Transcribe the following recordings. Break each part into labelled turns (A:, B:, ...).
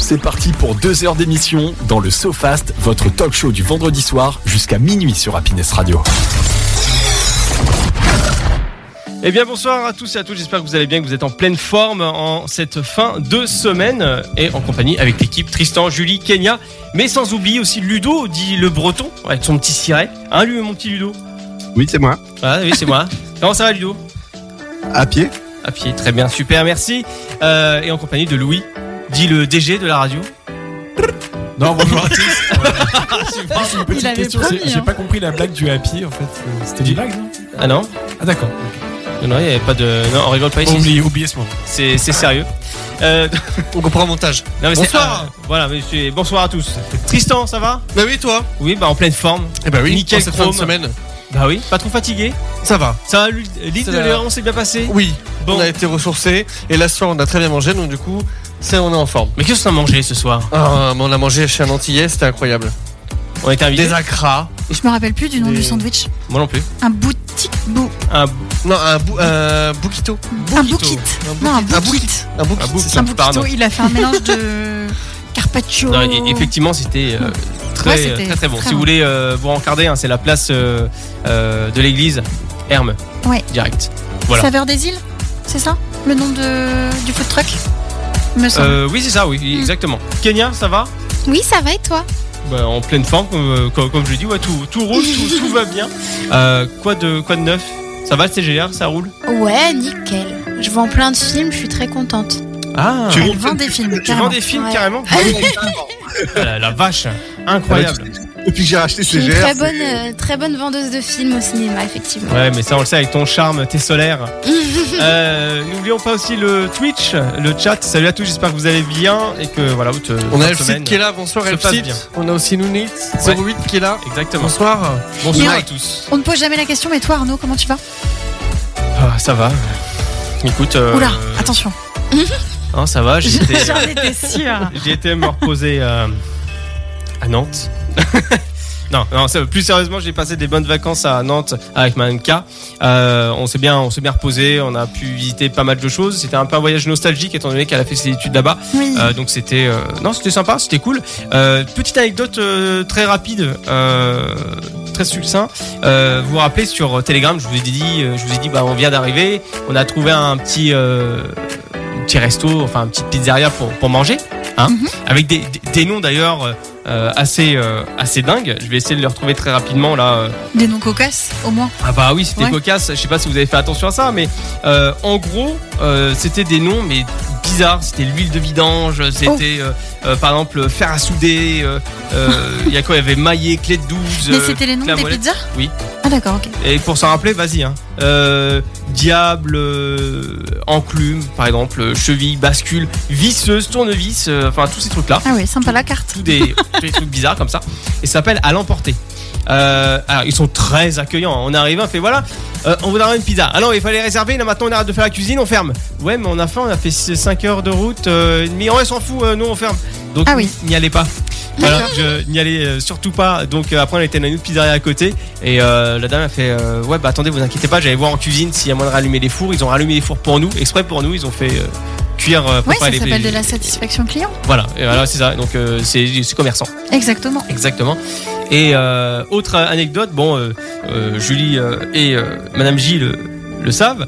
A: c'est parti pour deux heures d'émission dans le SoFast, votre talk show du vendredi soir jusqu'à minuit sur Happiness Radio.
B: Eh bien bonsoir à tous et à toutes, j'espère que vous allez bien, que vous êtes en pleine forme en cette fin de semaine et en compagnie avec l'équipe Tristan, Julie, Kenya, mais sans oublier aussi Ludo, dit le breton, avec son petit ciré. Hein lui, mon petit Ludo
C: Oui, c'est moi.
B: Ah oui, c'est moi. Comment ça va Ludo
C: À pied
B: À pied, très bien, super, merci. Euh, et en compagnie de Louis, dit le DG de la radio.
D: Non, bonjour à tous.
B: Super.
D: Une petite
E: Il avait
D: question,
E: promis,
D: j'ai j'ai
E: hein.
D: pas compris la blague du happy en fait. Euh, C'était une blague non
B: Ah non,
D: Ah d'accord.
B: non, non, il n'y avait pas de... Non, on rigole pas ici.
D: Oubliez, oubliez ce mot.
B: C'est c'est sérieux. Euh,
F: On comprend au montage.
B: non, mais c'est-
F: Bonsoir.
B: ah, voilà, mais c'est- bonsoir à tous. Tristan, ça va
F: Bah oui, toi
B: Oui, bah en pleine forme.
F: Eh bah oui,
B: Nickel
F: en cette fin de
B: chrome.
F: semaine.
B: Bah oui, pas trop fatigué.
F: Ça va.
B: Ça va, l'île l'île de
F: Ça va.
B: Léon s'est bien passé
F: Oui,
B: Bon.
F: on a été ressourcés et la soirée on a très bien mangé donc du coup, c'est on est en forme.
B: Mais qu'est-ce qu'on a mangé ce soir
F: Ah, mais on a mangé chez un Antillais, c'était incroyable.
B: On était invités
F: Des acras.
E: Je me rappelle plus du nom
F: Des-
E: du sandwich.
B: Moi non plus.
E: Un boutique bou...
B: Un,
F: Non, un, bou un bouquito.
E: un bouquet. Non, un
F: Un
E: bouquet.
F: Un bouquito.
B: un bouc,
E: Un
B: pardon.
E: bouquito, il a fait un mélange de carpaccio.
B: Non, et- effectivement, c'était euh, très,
E: Ouais, c'était
B: très très bon.
E: très
B: si vous
E: bon.
B: voulez euh, vous rencarder, hein, c'est la place euh, euh, de l'église Herme.
E: Ouais.
B: Direct. voilà.
E: Saveur des îles, c'est ça Le nom de... du food truck me semble.
B: Euh, oui, c'est ça, oui,
E: Mm.
B: exactement. Kenya, ça va
G: Oui, ça va et toi
B: Bah, En pleine forme, comme, euh, comme, comme je l'ai dit, ouais, tout, tout roule, tout, tout va bien. Euh, quoi, de, quoi de neuf Ça va le CGR, ça roule
G: Ouais, nickel. Je vends plein de films, je suis très contente.
B: Ah
C: Tu-
E: Elle vend des films,
B: Tu vends
E: carrément.
B: des films
G: Ouais.
B: carrément Ah, la, la vache
C: Incroyable.
B: Incroyable
C: Depuis que j'ai racheté
G: Je suis
C: ces
G: une
C: GR.
G: très
C: c'est-
G: bonne, euh, très bonne vendeuse de films au cinéma, effectivement.
B: Ouais, mais ça, on le sait, avec ton charme, t'es solaire. Euh, N'oublions pas aussi le Twitch, le chat. Salut à tous, j'espère que vous allez bien et que voilà, vous te.
F: On a
B: cette
F: Elfit
B: semaine-
F: qui est là, bonsoir
B: se passe
F: Elfit.
B: bien.
F: On a aussi Nounit, 08 qui est là.
B: Exactement.
F: Bonsoir.
B: Bonsoir
F: Et-
B: à tous.
E: On ne pose jamais la question, mais toi Arnaud, comment tu vas
B: Ah, ça va. Écoute. euh,
E: Oula, attention.
B: hein, ça va, j'étais.
E: J'en étais sûre.
B: J'ai été me reposer euh, à Nantes. non, non, ça- plus sérieusement, j'ai passé des bonnes vacances à Nantes avec Madame K. Euh, on s'est bien, on s'est bien reposé, on a pu visiter pas mal de choses. C'était un peu un voyage nostalgique étant donné qu'elle a fait ses études là-bas.
E: Oui.
B: Euh, donc c'était, euh, non, c'était sympa, c'était cool. Euh, petite anecdote euh, très rapide, euh, très succinct. Euh, vous vous rappelez sur Telegram, je vous ai dit, euh, je vous ai dit, bah on vient d'arriver, on a trouvé un petit, euh, un petit resto, enfin une petite pizzeria pour pour manger, hein,
E: Mhm.
B: avec des, des- des noms d'ailleurs euh, assez euh, assez dingues. Je vais essayer de les retrouver très rapidement là. euh,
E: Des noms cocasses, au moins.
B: ah bah oui, c'était
E: Ouais.
B: cocasse. Je sais pas si vous avez fait attention à ça, mais euh, en gros, euh, c'était des noms mais bizarres. C'était l'huile de
E: Oh.
B: vidange, c'était euh, euh, par exemple euh, fer à souder. euh, euh, Il y a quoi Il y avait maillet, clé de 12.
E: Mais
B: euh,
E: c'était les noms
B: la
E: des
B: molette.
E: pizzas
B: Oui.
E: Ah d'accord, ok.
B: et pour s'en rappeler, vas-y. Hein. Euh, diable, euh, enclume, par exemple, euh, cheville, bascule, visseuse, tournevis, euh, enfin tous ces trucs-là
E: Ah oui, sympa la carte.
B: tous des, tous des trucs bizarres comme ça. Et ça s'appelle À l'emporter. Euh, alors, ils sont très accueillants. hein. On est arrivé, on fait voilà, euh, on vous donnera une pizza. Ah non, il fallait réserver. Là maintenant, on arrête de faire la cuisine, on ferme. Ouais, mais on a faim, on a fait 5 heures de route. Euh, et demie. Ouais, s'en fout, euh, nous on ferme. Donc,
E: Ah oui.
B: n'y allez pas. Voilà, je n'y allais euh, surtout pas. Donc, euh, après, on était dans une autre pizzeria à côté. Et euh, la dame a fait euh, Ouais, bah attendez, vous inquiétez pas, j'allais voir en cuisine s'il y a moyen de rallumer les fours. Ils ont rallumé les fours pour nous, exprès pour nous. Ils ont fait euh, cuire. euh,
E: Ouais,
B: préparer
E: ça
B: les-
E: s'appelle de la satisfaction client.
B: Voilà, et voilà c'est ça. Donc, euh, c'est c'est commerçant.
E: Exactement.
B: Exactement. Et euh, autre anecdote, bon, euh, euh, Julie euh, et euh, Madame J le, le savent.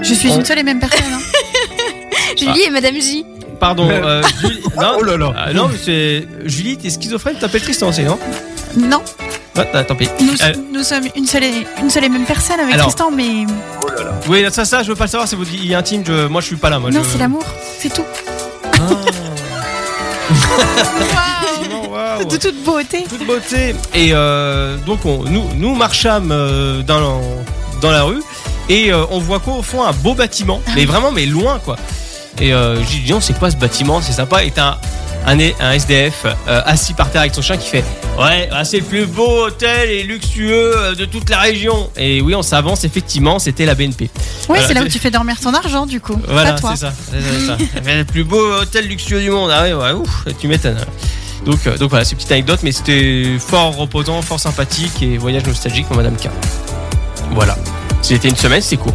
E: Je suis
B: On-
E: une seule et même personne. hein.
G: Julie et Madame J.
B: Pardon, euh, Julie. Non,
C: Oh là là.
B: Ah, non mais c'est. Julie, t'es schizophrène, t'appelles Tristan aussi, non
E: Non,
B: Ah, ah, Tant pis.
E: nous,
B: Euh,
E: nous sommes une seule, et, une seule et même personne avec
B: Alors,
E: Tristan, mais
B: oui, ça, ça, je veux pas le savoir, c'est votre vie intime, je- moi je suis pas là. Moi,
E: non,
B: je- Ah,
E: c'est l'amour, c'est tout.
B: Non, waouh.
E: De toute beauté.
B: Toute beauté. Et euh, donc, on, nous, nous marchâmes euh, dans, la, dans la rue et euh, on voit quoi au fond Un beau bâtiment, mais vraiment, mais loin quoi. Et euh, j'ai dit, non, c'est quoi ce bâtiment C'est sympa. Et t'as un, un, un SDF euh, assis par terre avec son chien qui fait Ouais, ah, c'est le plus beau hôtel et luxueux euh, de toute la région. Et oui, on s'avance, effectivement, c'était la BNP.
E: Ouais,
B: Voilà,
E: c'est là où
B: c'est-
E: tu fais dormir ton argent, du coup.
B: Voilà,
E: pas toi.
B: c'est ça. c'est ça. C'est le plus beau hôtel luxueux du monde. Ah ouais, ouais, ouf, tu m'étonnes. Donc, euh, donc voilà, c'est une petite anecdote, mais c'était fort reposant, fort sympathique et voyage nostalgique pour Madame K. Voilà. C'était une semaine, c'est court.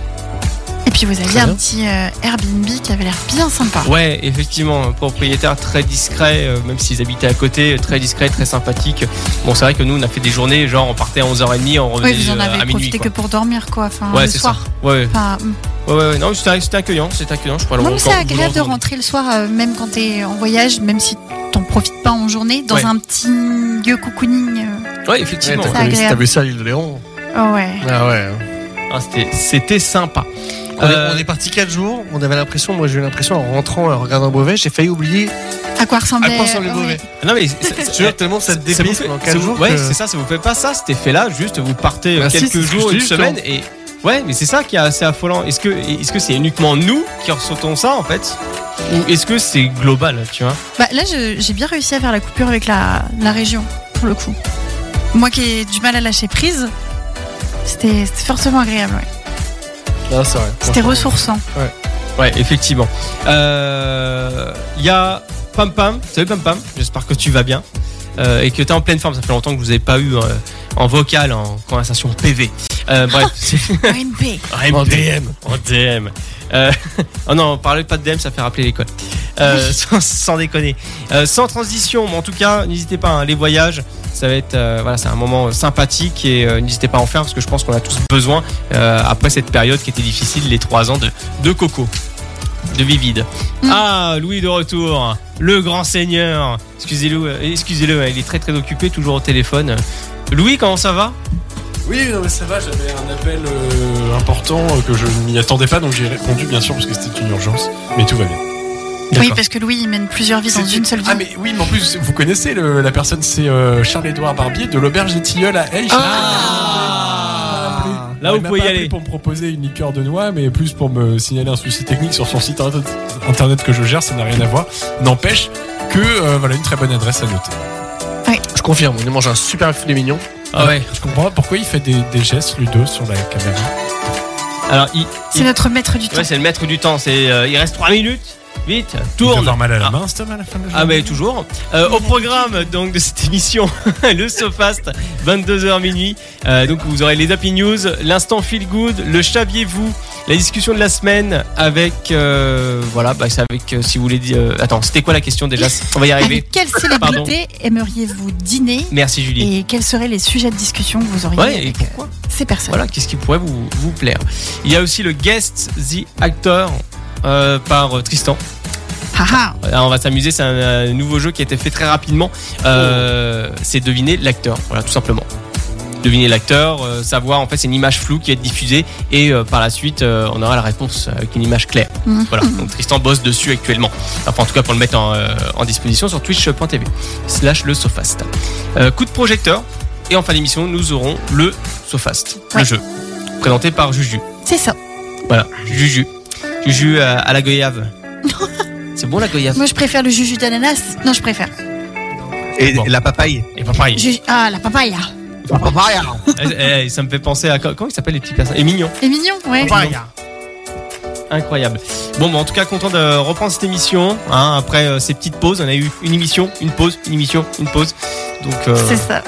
E: Et puis vous aviez
F: Très
E: un
F: bien.
E: petit euh, Airbnb qui avait l'air bien sympa.
B: Ouais, effectivement, un propriétaire très discret, euh, même s'ils habitaient à côté, très discret, très sympathique. Bon, c'est vrai que nous, on a fait des journées, genre on partait à 11h30, on revenait
E: Oui, vous en
B: euh,
E: avez
B: à minuit.
E: profité que
B: quoi.
E: pour dormir, quoi. Enfin,
B: Ouais,
E: le
B: c'est ça.
E: soir.
B: Ouais,
E: Enfin, hum.
B: ouais, ouais, non, c'était c'était accueillant, c'était accueillant, je crois.
E: non, mais c'est agréable de rentrer le soir, euh, même quand t'es en voyage, même si t'en profites pas en journée, dans
B: Ouais.
E: un petit lieu cocooning. euh.
B: Ouais, effectivement.
E: Ouais,
F: t'as
E: C'est
F: connu-
E: agréable.
F: t'as vu ça à l'île de Léon
E: Oh ouais.
F: Ah ouais.
B: Ah, c'était- C'était sympa.
F: On,
B: Euh,
F: est, on est parti 4 jours, on avait l'impression, moi j'ai eu l'impression en rentrant, en regardant Beauvais, j'ai failli oublier.
E: À quoi ressemblait, euh,
F: quoi ressemblait Beauvais
E: ouais.
B: Non, mais c'est- c'est-
F: Tu vois, tellement ça te
B: Ça vous
F: débisse
B: fait-
F: pendant
B: ça
F: 4
B: vous-
F: jours.
B: Ouais,
F: que-
B: c'est ça, ça vous fait pas ça, cet effet-là, juste vous partez euh,
F: Bah si,
B: quelques
F: c'est ce que
B: jours,
F: je
B: une
F: dis,
B: semaine et. Ouais, mais c'est ça qui est assez affolant. Est-ce que est-ce que c'est uniquement nous qui ressentons ça en fait Ou est-ce que c'est global, tu vois
E: Bah, là, je- j'ai bien réussi à faire la coupure avec la, la région, pour le coup. Moi qui ai du mal à lâcher prise, c'était c'était fortement agréable. ouais.
F: Ah, c'est vrai.
E: C'était ressourçant.
B: Ouais, effectivement. Euh, Il y a Pam Pam. Salut Pam Pam, j'espère que tu vas bien euh, et que tu es en pleine forme. Ça fait longtemps que vous n'avez pas eu euh, en vocal, en conversation PV. Euh, bref, c'est
E: OMP.
B: en DM. En DM. Euh, oh non, on parlait pas de DM, ça fait rappeler l'école. Euh, sans, sans déconner. Euh, sans transition, mais en tout cas, n'hésitez pas, hein, les voyages, ça va être euh, voilà, c'est un moment euh, sympathique et euh, n'hésitez pas à en faire parce que je pense qu'on a tous besoin euh, après cette période qui était difficile, les trois ans de, de coco, de vivide.
E: Mm.
B: Ah, Louis de retour, le grand seigneur. Excusez-le, euh, excusez-le, euh, il est très très occupé, toujours au téléphone. Louis, comment ça va
D: Oui, non, mais ça va, j'avais un appel euh, important euh, que je m'y attendais pas, donc j'ai répondu, bien sûr, parce que c'était une urgence. Mais tout va bien.
E: Oui,
B: D'accord.
E: parce que Louis, il mène plusieurs vies dans
D: C'est-
E: une seule vie.
D: Ah, mais oui, mais en plus, vous connaissez le- la personne, c'est euh, Charles-Édouard Barbier de l'Auberge des Tilleuls à Aix.
B: Ah. Là,
D: Il
B: vous
D: m'a
B: pouvez
D: pas
B: y
D: appelé
B: aller.
D: Pour me proposer une liqueur de noix, mais plus pour me signaler un souci technique sur son site internet, internet que je gère, ça n'a rien à voir. N'empêche que euh, voilà une très bonne adresse à noter.
F: Je confirme, on y mange un super filet mignon.
B: Ah ouais.
D: Je comprends pas pourquoi il fait des, des gestes Ludo sur la caméra.
B: Alors, il,
E: C'est notre maître du temps.
B: Ouais, c'est le maître du temps. C'est, euh, il reste 3 minutes. Vite,
D: Il doit
B: tourne.
D: avoir mal à la
B: Ah.
D: main, Stom, à la fin de la
B: Ah
D: journée.
B: mais toujours. Euh, au programme donc de cette émission, le Sofast, 22h minuit. Euh, donc vous aurez les Happy News, l'instant Feel Good, le Chaviez-vous, la discussion de la semaine avec euh, voilà, bah, c'est avec euh, si vous voulez dire. euh, attends, c'était quoi la question déjà On va y arriver.
E: Avec quelle célébrité aimeriez-vous dîner
B: Merci Julie.
E: et quels seraient les sujets de discussion que vous auriez
B: Ouais, et
E: avec
B: pourquoi
E: euh, ces personnes
B: Voilà, qu'est-ce qui pourrait vous, vous plaire Il y a aussi le Guest the Actor euh, par euh, Tristan.
E: Ah, ah.
B: Là, on va s'amuser, c'est un euh, nouveau jeu qui a été fait très rapidement. Euh, C'est deviner l'acteur, voilà, tout simplement. Deviner l'acteur, euh, savoir, en fait, c'est une image floue qui est diffusée et euh, par la suite, euh, on aura la réponse avec une image claire.
E: Mhm.
B: Voilà, donc Tristan bosse dessus actuellement. Enfin, en tout cas, pour le mettre en, euh, en disposition sur twitch.tv slash le Sofast. Euh, coup de projecteur, et en fin d'émission, nous aurons le Sofast, le
E: Ouais.
B: jeu, présenté par Juju.
E: C'est ça.
B: Voilà, Juju. Juju euh, à la goyave. c'est bon la goyave
E: Moi, je préfère le juju d'ananas. Non, je préfère.
C: Et
B: Bon.
C: la papaye.
B: Et pareil.
E: Ju- Ah, la papaya.
C: La papaye.
B: Eh, eh, ça me fait penser à. Comment ils s'appellent les petits personnages Et mignons.
E: C'est mignon, ouais.
B: Incroyable. Bon, bah, en tout cas, content de reprendre cette émission. hein, après euh, ces petites pauses, on a eu une émission, une pause, une émission, une pause. Donc euh,
E: C'est ça.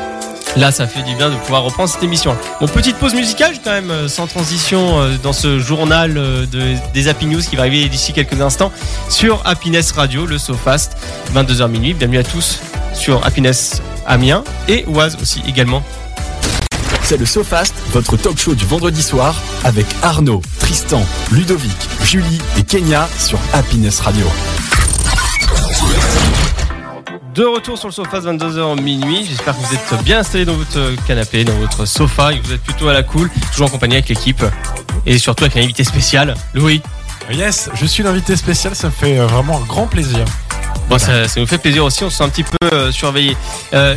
B: là, ça fait du bien de pouvoir reprendre cette émission. Bon, petite pause musicale, quand même, euh, sans transition, euh, dans ce journal euh, de- des Happy News qui va arriver d'ici quelques instants sur Happiness Radio, le SoFast, 22h minuit. Bienvenue à tous sur Happiness Amiens et Oise aussi également.
A: C'est le SoFast, votre talk show du vendredi soir avec Arnaud, Tristan, Ludovic, Julie et Kenya sur Happiness Radio.
B: De retour sur le sofa 22h minuit. J'espère que vous êtes bien installés dans votre canapé, dans votre sofa et que vous êtes plutôt à la cool, toujours en compagnie avec l'équipe et surtout avec un invité spécial, Louis.
D: Yes, je suis l'invité spécial, ça me fait euh, vraiment un grand plaisir.
B: Bon, ça, ça nous fait plaisir aussi, on se sent un petit peu euh, surveillé. Euh,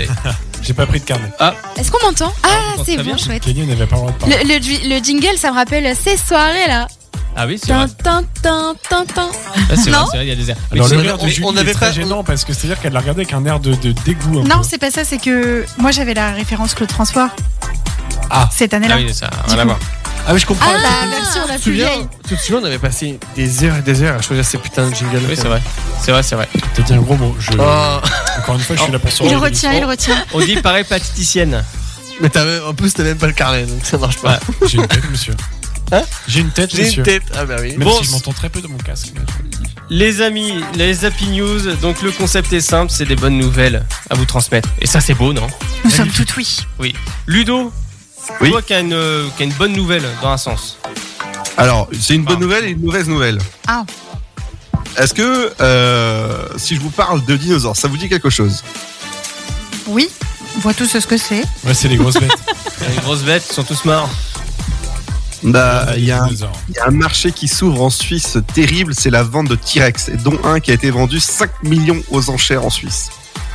D: J'ai pas pris de carnet.
G: Est-ce qu'on m'entend Ah,
B: t'entend
G: c'est
B: très
G: bon,
B: bien.
G: chouette.
D: Kenny n'avait pas le droit de parler.
G: Le, le ju- le jingle, ça me rappelle ces soirées là.
B: ah oui, c'est vrai.
G: Tin, tin, tin, tin, tin.
B: Ah, c'est vrai,
G: Non.
B: c'est vrai, il y a des airs. Mais
D: Alors
B: c'est-
D: le
F: c'est-
D: regard de
F: on-
D: Julie
F: on
D: est
F: avait
D: très
F: pas-
D: gênant parce que c'est-à-dire qu'elle l'a regardé avec un air de, de dégoût. un
E: Non,
D: peu.
E: c'est pas ça, c'est que moi j'avais la référence Claude François.
D: Ah.
E: Cette année-là.
B: Ah oui, ça a rien à voir.
D: Ah mais je comprends.
G: Ah, la version la
F: Tu te
G: plus
F: souviens,
G: vieille.
F: tu te souviens, on avait passé des heures et des heures à choisir ces putains de jingles.
B: Oui, c'est vrai. C'est vrai, c'est vrai.
D: T'as dit un gros mot. Je...
F: Ah,
D: Encore une fois, je suis là pour
E: il
D: surveiller
E: retient, il retient.
B: On dit pareil patiticienne.
F: mais t'avais, en plus, t'avais même pas le carnet, donc ça marche pas.
D: l'émission. J'ai une tête, monsieur. J'ai une tête,
F: J'ai
D: monsieur.
F: une tête. Ah bah oui.
D: Même
B: Bon,
D: si je m'entends très peu de mon casque.
B: Les amis, les Happy News, donc le concept est simple, c'est des bonnes nouvelles à vous transmettre. Et ça, c'est beau, non
E: Nous sommes tout oui.
B: Ludo,
H: Oui.
B: toi qui as une, euh, qui as une bonne nouvelle dans un sens.
H: Alors, c'est une bonne nouvelle et une mauvaise nouvelle.
E: Ah.
H: Est-ce que euh, si je vous parle de dinosaures, ça vous dit quelque chose
E: Oui, on voit tous ce que c'est.
D: Ouais, c'est les grosses bêtes.
B: Les grosses bêtes ils sont tous morts.
H: Bah,
D: Euh,
H: Il y, a un-
D: Dinosaures.
H: il y a un marché qui s'ouvre en Suisse terrible, c'est la vente de T-Rex, et dont un qui a été vendu 5 millions aux enchères en Suisse.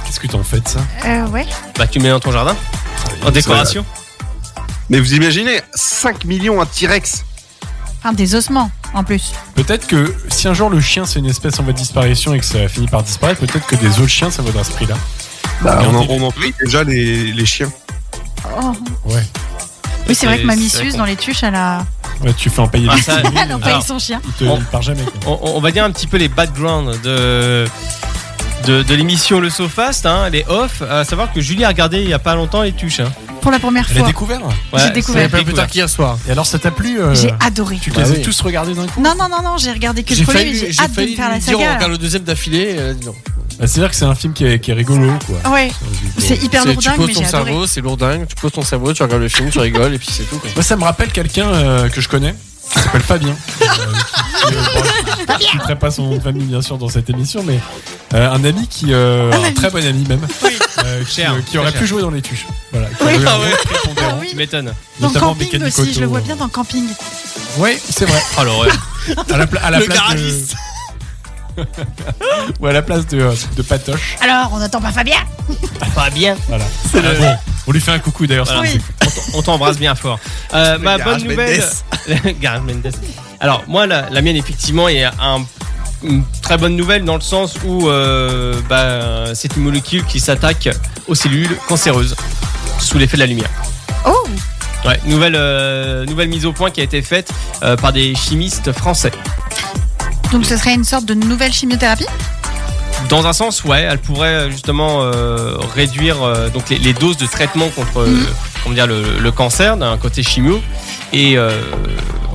D: Qu'est-ce que t'en fais de ça
E: Euh, ouais.
B: Bah, tu le mets dans ton jardin, en décoration.
H: Mais vous imaginez, 5 millions un T-Rex
E: Enfin, des ossements, en plus.
D: Peut-être que si un jour le chien c'est une espèce en voie de disparition et que ça finit par disparaître, peut-être que des autres chiens ça vaudra ce prix-là.
H: bah, on, en,
D: Regardez.
H: on en paye déjà les, les chiens.
E: Oh.
D: Ouais.
E: Oui, c'est vrai que Mamie
B: c'est vrai
E: Suze,
B: qu'on-
E: dans les tuches, elle a.
D: Ouais, tu fais en payer
B: Ah,
D: des
B: ça-
E: Elle n'a pas
B: Alors,
E: eu son chien.
D: il te
B: on-
D: il part jamais. quoi.
B: on, on va dire un petit peu les backgrounds de de, de l'émission Le Sofast, hein, les off, à savoir que Julie a regardé il y a pas longtemps les tuches. Hein.
E: Pour la première
D: Elle a
E: fois.
D: découvert
B: Ouais,
E: J'ai découvert.
B: c'est
F: Pas plus
B: découvert.
F: tard qu'hier soir.
D: Et alors ça t'a plu euh,
E: J'ai adoré.
D: Tu
F: Bah
D: les as
F: oui.
D: tous regardés d'un coup
E: Non, non, non, non, j'ai regardé que le premier, mais j'ai hâte de me faire la
F: dire on
E: saga.
F: regarde le deuxième d'affilée. euh, non.
D: Bah, C'est-à-dire que c'est un film qui est, qui est rigolo quoi.
E: Ouais, Oh, c'est hyper
F: C'est- Tu
E: lourdingue,
F: poses
E: mais
F: ton
E: j'ai adoré.
F: cerveau, c'est lourdingue. Tu poses ton cerveau, tu regardes le film, tu rigoles et puis c'est tout. quoi.
D: Moi ça me rappelle quelqu'un euh, que je connais, qui s'appelle Fabien. Euh, qui- qui, euh, bon, je- je ne citerai pas son nom de famille bien sûr dans cette émission, mais euh, un ami qui, euh,
E: Un
D: un
E: ami.
D: très bon ami même, euh, qui,
B: Cher,
D: euh, qui aurait
B: très
D: pu jouer dans les tuches. Voilà, qui
B: Oui,
D: aurait eu un
B: ah ouais.
D: rôle prépondérant.
E: Ah oui.
B: Tu m'étonnes.
E: Dans
D: notamment
E: camping
D: Mécanique
E: aussi, je le
D: Auto.
E: vois bien dans camping.
D: Ouais, c'est vrai.
B: Alors ouais.
D: À la, pla- à la
B: Le
D: place
B: garagiste.
D: de... Ou à la place de, euh, de Patoche.
E: Alors, on n'attend pas Fabien
B: pas bien.
D: Voilà. Ah bon, on lui fait un coucou d'ailleurs.
B: Voilà.
D: c'est
E: Oui.
B: On t'embrasse bien fort. Euh, ma bonne
H: Garage
B: nouvelle. Garage Mendes. Alors moi la, la mienne effectivement est un, une très bonne nouvelle dans le sens où euh, bah, c'est une molécule qui s'attaque aux cellules cancéreuses sous l'effet de la lumière.
E: Oh
B: Ouais, nouvelle, euh, nouvelle mise au point qui a été faite euh, par des chimistes français.
E: Donc ce serait une sorte de nouvelle chimiothérapie
B: Dans un sens, ouais, elle pourrait euh, justement euh, réduire euh, donc les, les doses de traitement contre euh,
E: Mhm.
B: comment dire, le, le cancer d'un côté chimio. Et euh,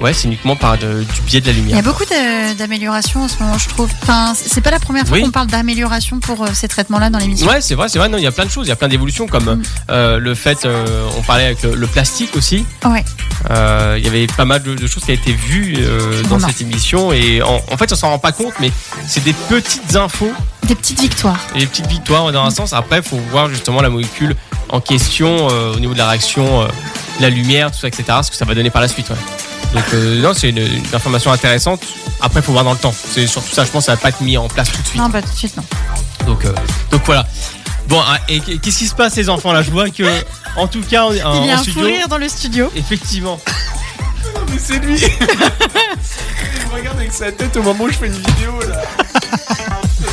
B: ouais, c'est uniquement par de- du biais de la
E: Il y a
B: lumière.
E: beaucoup de- d'améliorations en ce moment, je trouve. Enfin, c'est pas la première fois
B: Oui.
E: qu'on parle d'amélioration pour euh, ces traitements-là dans l'émission.
B: Ouais, c'est vrai, c'est vrai. Non, il y a plein de choses, il y a plein d'évolutions comme
E: Mhm.
B: euh, le fait, euh, on parlait avec le, le plastique aussi.
E: Ouais.
B: Euh, Il y avait pas mal de, de choses qui a été vues euh, dans
E: Vraiment.
B: cette émission et en, en fait, on s'en rend pas compte, mais c'est des petites infos
E: Des petites victoires.
B: et les petites victoires dans un sens. Après, faut voir justement la molécule en question euh, au niveau de la réaction, euh, de la lumière, tout ça, etc. Ce que ça va donner par la suite. ouais. Donc euh, non, c'est une, une information intéressante. Après, faut voir dans le temps. C'est surtout ça. Je pense que ça va pas être mis en place tout de suite.
E: Non, bah tout de suite, non.
B: Donc, euh, donc voilà. Bon, hein, et qu'est-ce qui se passe, les enfants là Je vois que, en tout cas, en, en
E: Il y a un fou
B: studio,
E: rire dans le studio.
B: effectivement.
D: c'est lui Il me regarde avec sa tête au moment où je fais une vidéo là.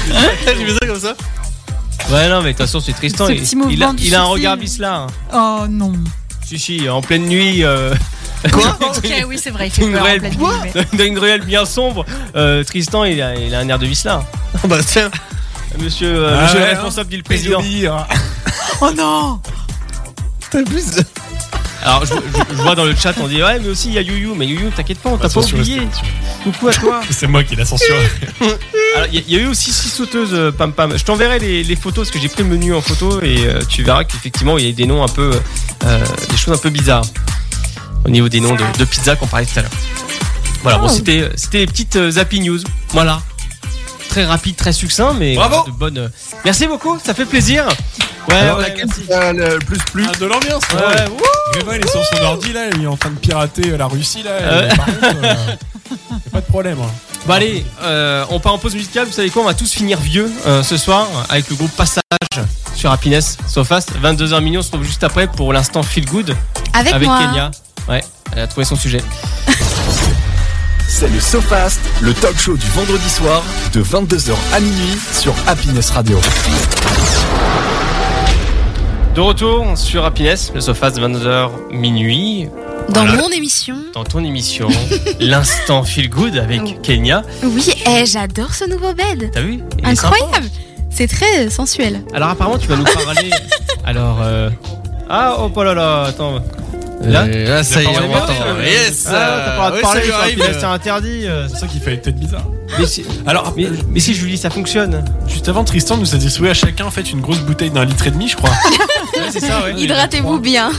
B: Je Hein fais ça comme ça. Ouais, non, mais de toute façon, c'est Tristan.
E: Ce
B: Il,
E: petit
B: il
E: mouvement
B: a,
E: du
B: il a un
E: sourcil.
B: regard bisla. hein.
E: Oh non.
B: Si, si, en pleine nuit. euh,
E: Ok, oui, c'est vrai. Il fait
B: Une
E: peur en
B: ruelle,
E: pleine nuit, mais-
B: dans une ruelle bien sombre, euh, Tristan il a, il a un air de vicelin.
F: Bah tiens.
B: Monsieur, euh,
D: Ah
B: monsieur le
D: ouais,
B: responsable dit le président.
E: Oh non
F: T'abuses.
B: Alors je, je- je vois dans le chat on dit ouais mais aussi il y a Youyou mais Youyou t'inquiète pas on
D: Bah,
B: t'a pas oublié. Coucou à toi.
D: C'est moi qui l'ai censuré.
B: Alors, Il y, a- il y a eu aussi six sauteuses euh, Pam Pam. Je t'enverrai les, les photos parce que j'ai pris le menu en photo et euh, tu verras qu'effectivement il y a des noms un peu euh, des choses un peu bizarres au niveau des noms de, de pizza qu'on parlait tout à l'heure. Voilà bon c'était c'était les petites euh, Zappy News. Voilà. Très rapide, très succinct, mais
F: Bravo.
B: de bonne. euh, Merci beaucoup, ça fait plaisir. Ouais,
H: Alors,
B: ouais,
H: laquelle
B: merci.
H: euh, le plus plus
D: Ah, de l'ambiance
B: Ouais,
D: ouais.
B: ouais, ouh.
D: Grévin, il est sur son ordi là, il est en train de pirater euh, la Russie là. et, Par contre, euh, y a pas de problème. hein.
B: Bon allez, euh, on part en pause musicale. Vous savez quoi On va tous finir vieux euh, ce soir avec le groupe Passage sur Happiness So Fast. 22h millions, on se retrouve juste après pour l'instant Feel Good
G: Avec,
B: avec
G: moi.
B: Kenya. Ouais, elle a trouvé son sujet.
A: C'est le SoFast, le talk show du vendredi soir de 22h à minuit sur Happiness Radio.
B: De retour sur Happiness, le Sofast 22h minuit,
G: Dans
B: Voilà.
G: mon émission.
B: dans ton émission L'instant Feel Good
G: Oh.
B: avec Kenya.
G: Oui, eh, j'adore ce nouveau bed.
B: T'as vu Il est sympa.
G: Incroyable. C'est très sensuel.
B: euh, Alors apparemment tu vas nous parler. Alors euh... ah oh là là attends. Là
F: Et là, ça y est, on m'entend. Yes
B: Ah, t'as pas le droit de
F: Oui,
B: parler
F: ça
B: sur un
F: arrive.
B: pilote, c'est interdit. euh.
D: C'est ça qui fait une tête bizarre.
B: Mais si, euh,
D: Alors,
B: mais, mais si, Julie, ça fonctionne.
D: juste avant, Tristan nous a distribué à chacun en fait une grosse bouteille d'un litre et demi, je crois.
B: c'est ça, ouais.
G: Hydratez-vous bien.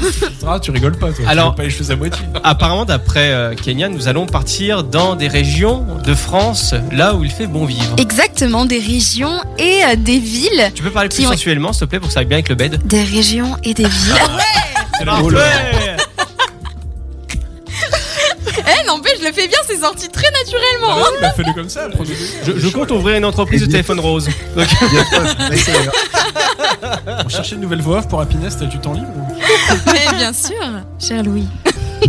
D: Ah, tu rigoles pas, toi.
B: Alors-
D: tu vois pas les choses à moitié.
B: Apparemment, d'après euh, Kenya, nous allons partir dans des régions de France, là où il fait bon vivre.
G: Exactement, des régions et euh, des villes.
B: Tu peux parler plus
G: Qui ont-
B: sensuellement, s'il te plaît, pour que ça aille bien avec le bed
G: Des régions et des villes.
B: Parfait
G: Eh, n'empêche, je le fais bien, c'est sorti très naturellement. hein.
D: Bah, Fais-le comme ça, prenez
B: je, je compte ouvrir une entreprise de téléphone rose. Donc,
H: Il y a pas- Ouais, c'est-
D: On cherchait une nouvelle voix off pour Happiness, t'as du temps libre ou-
G: Mais bien sûr, cher Louis.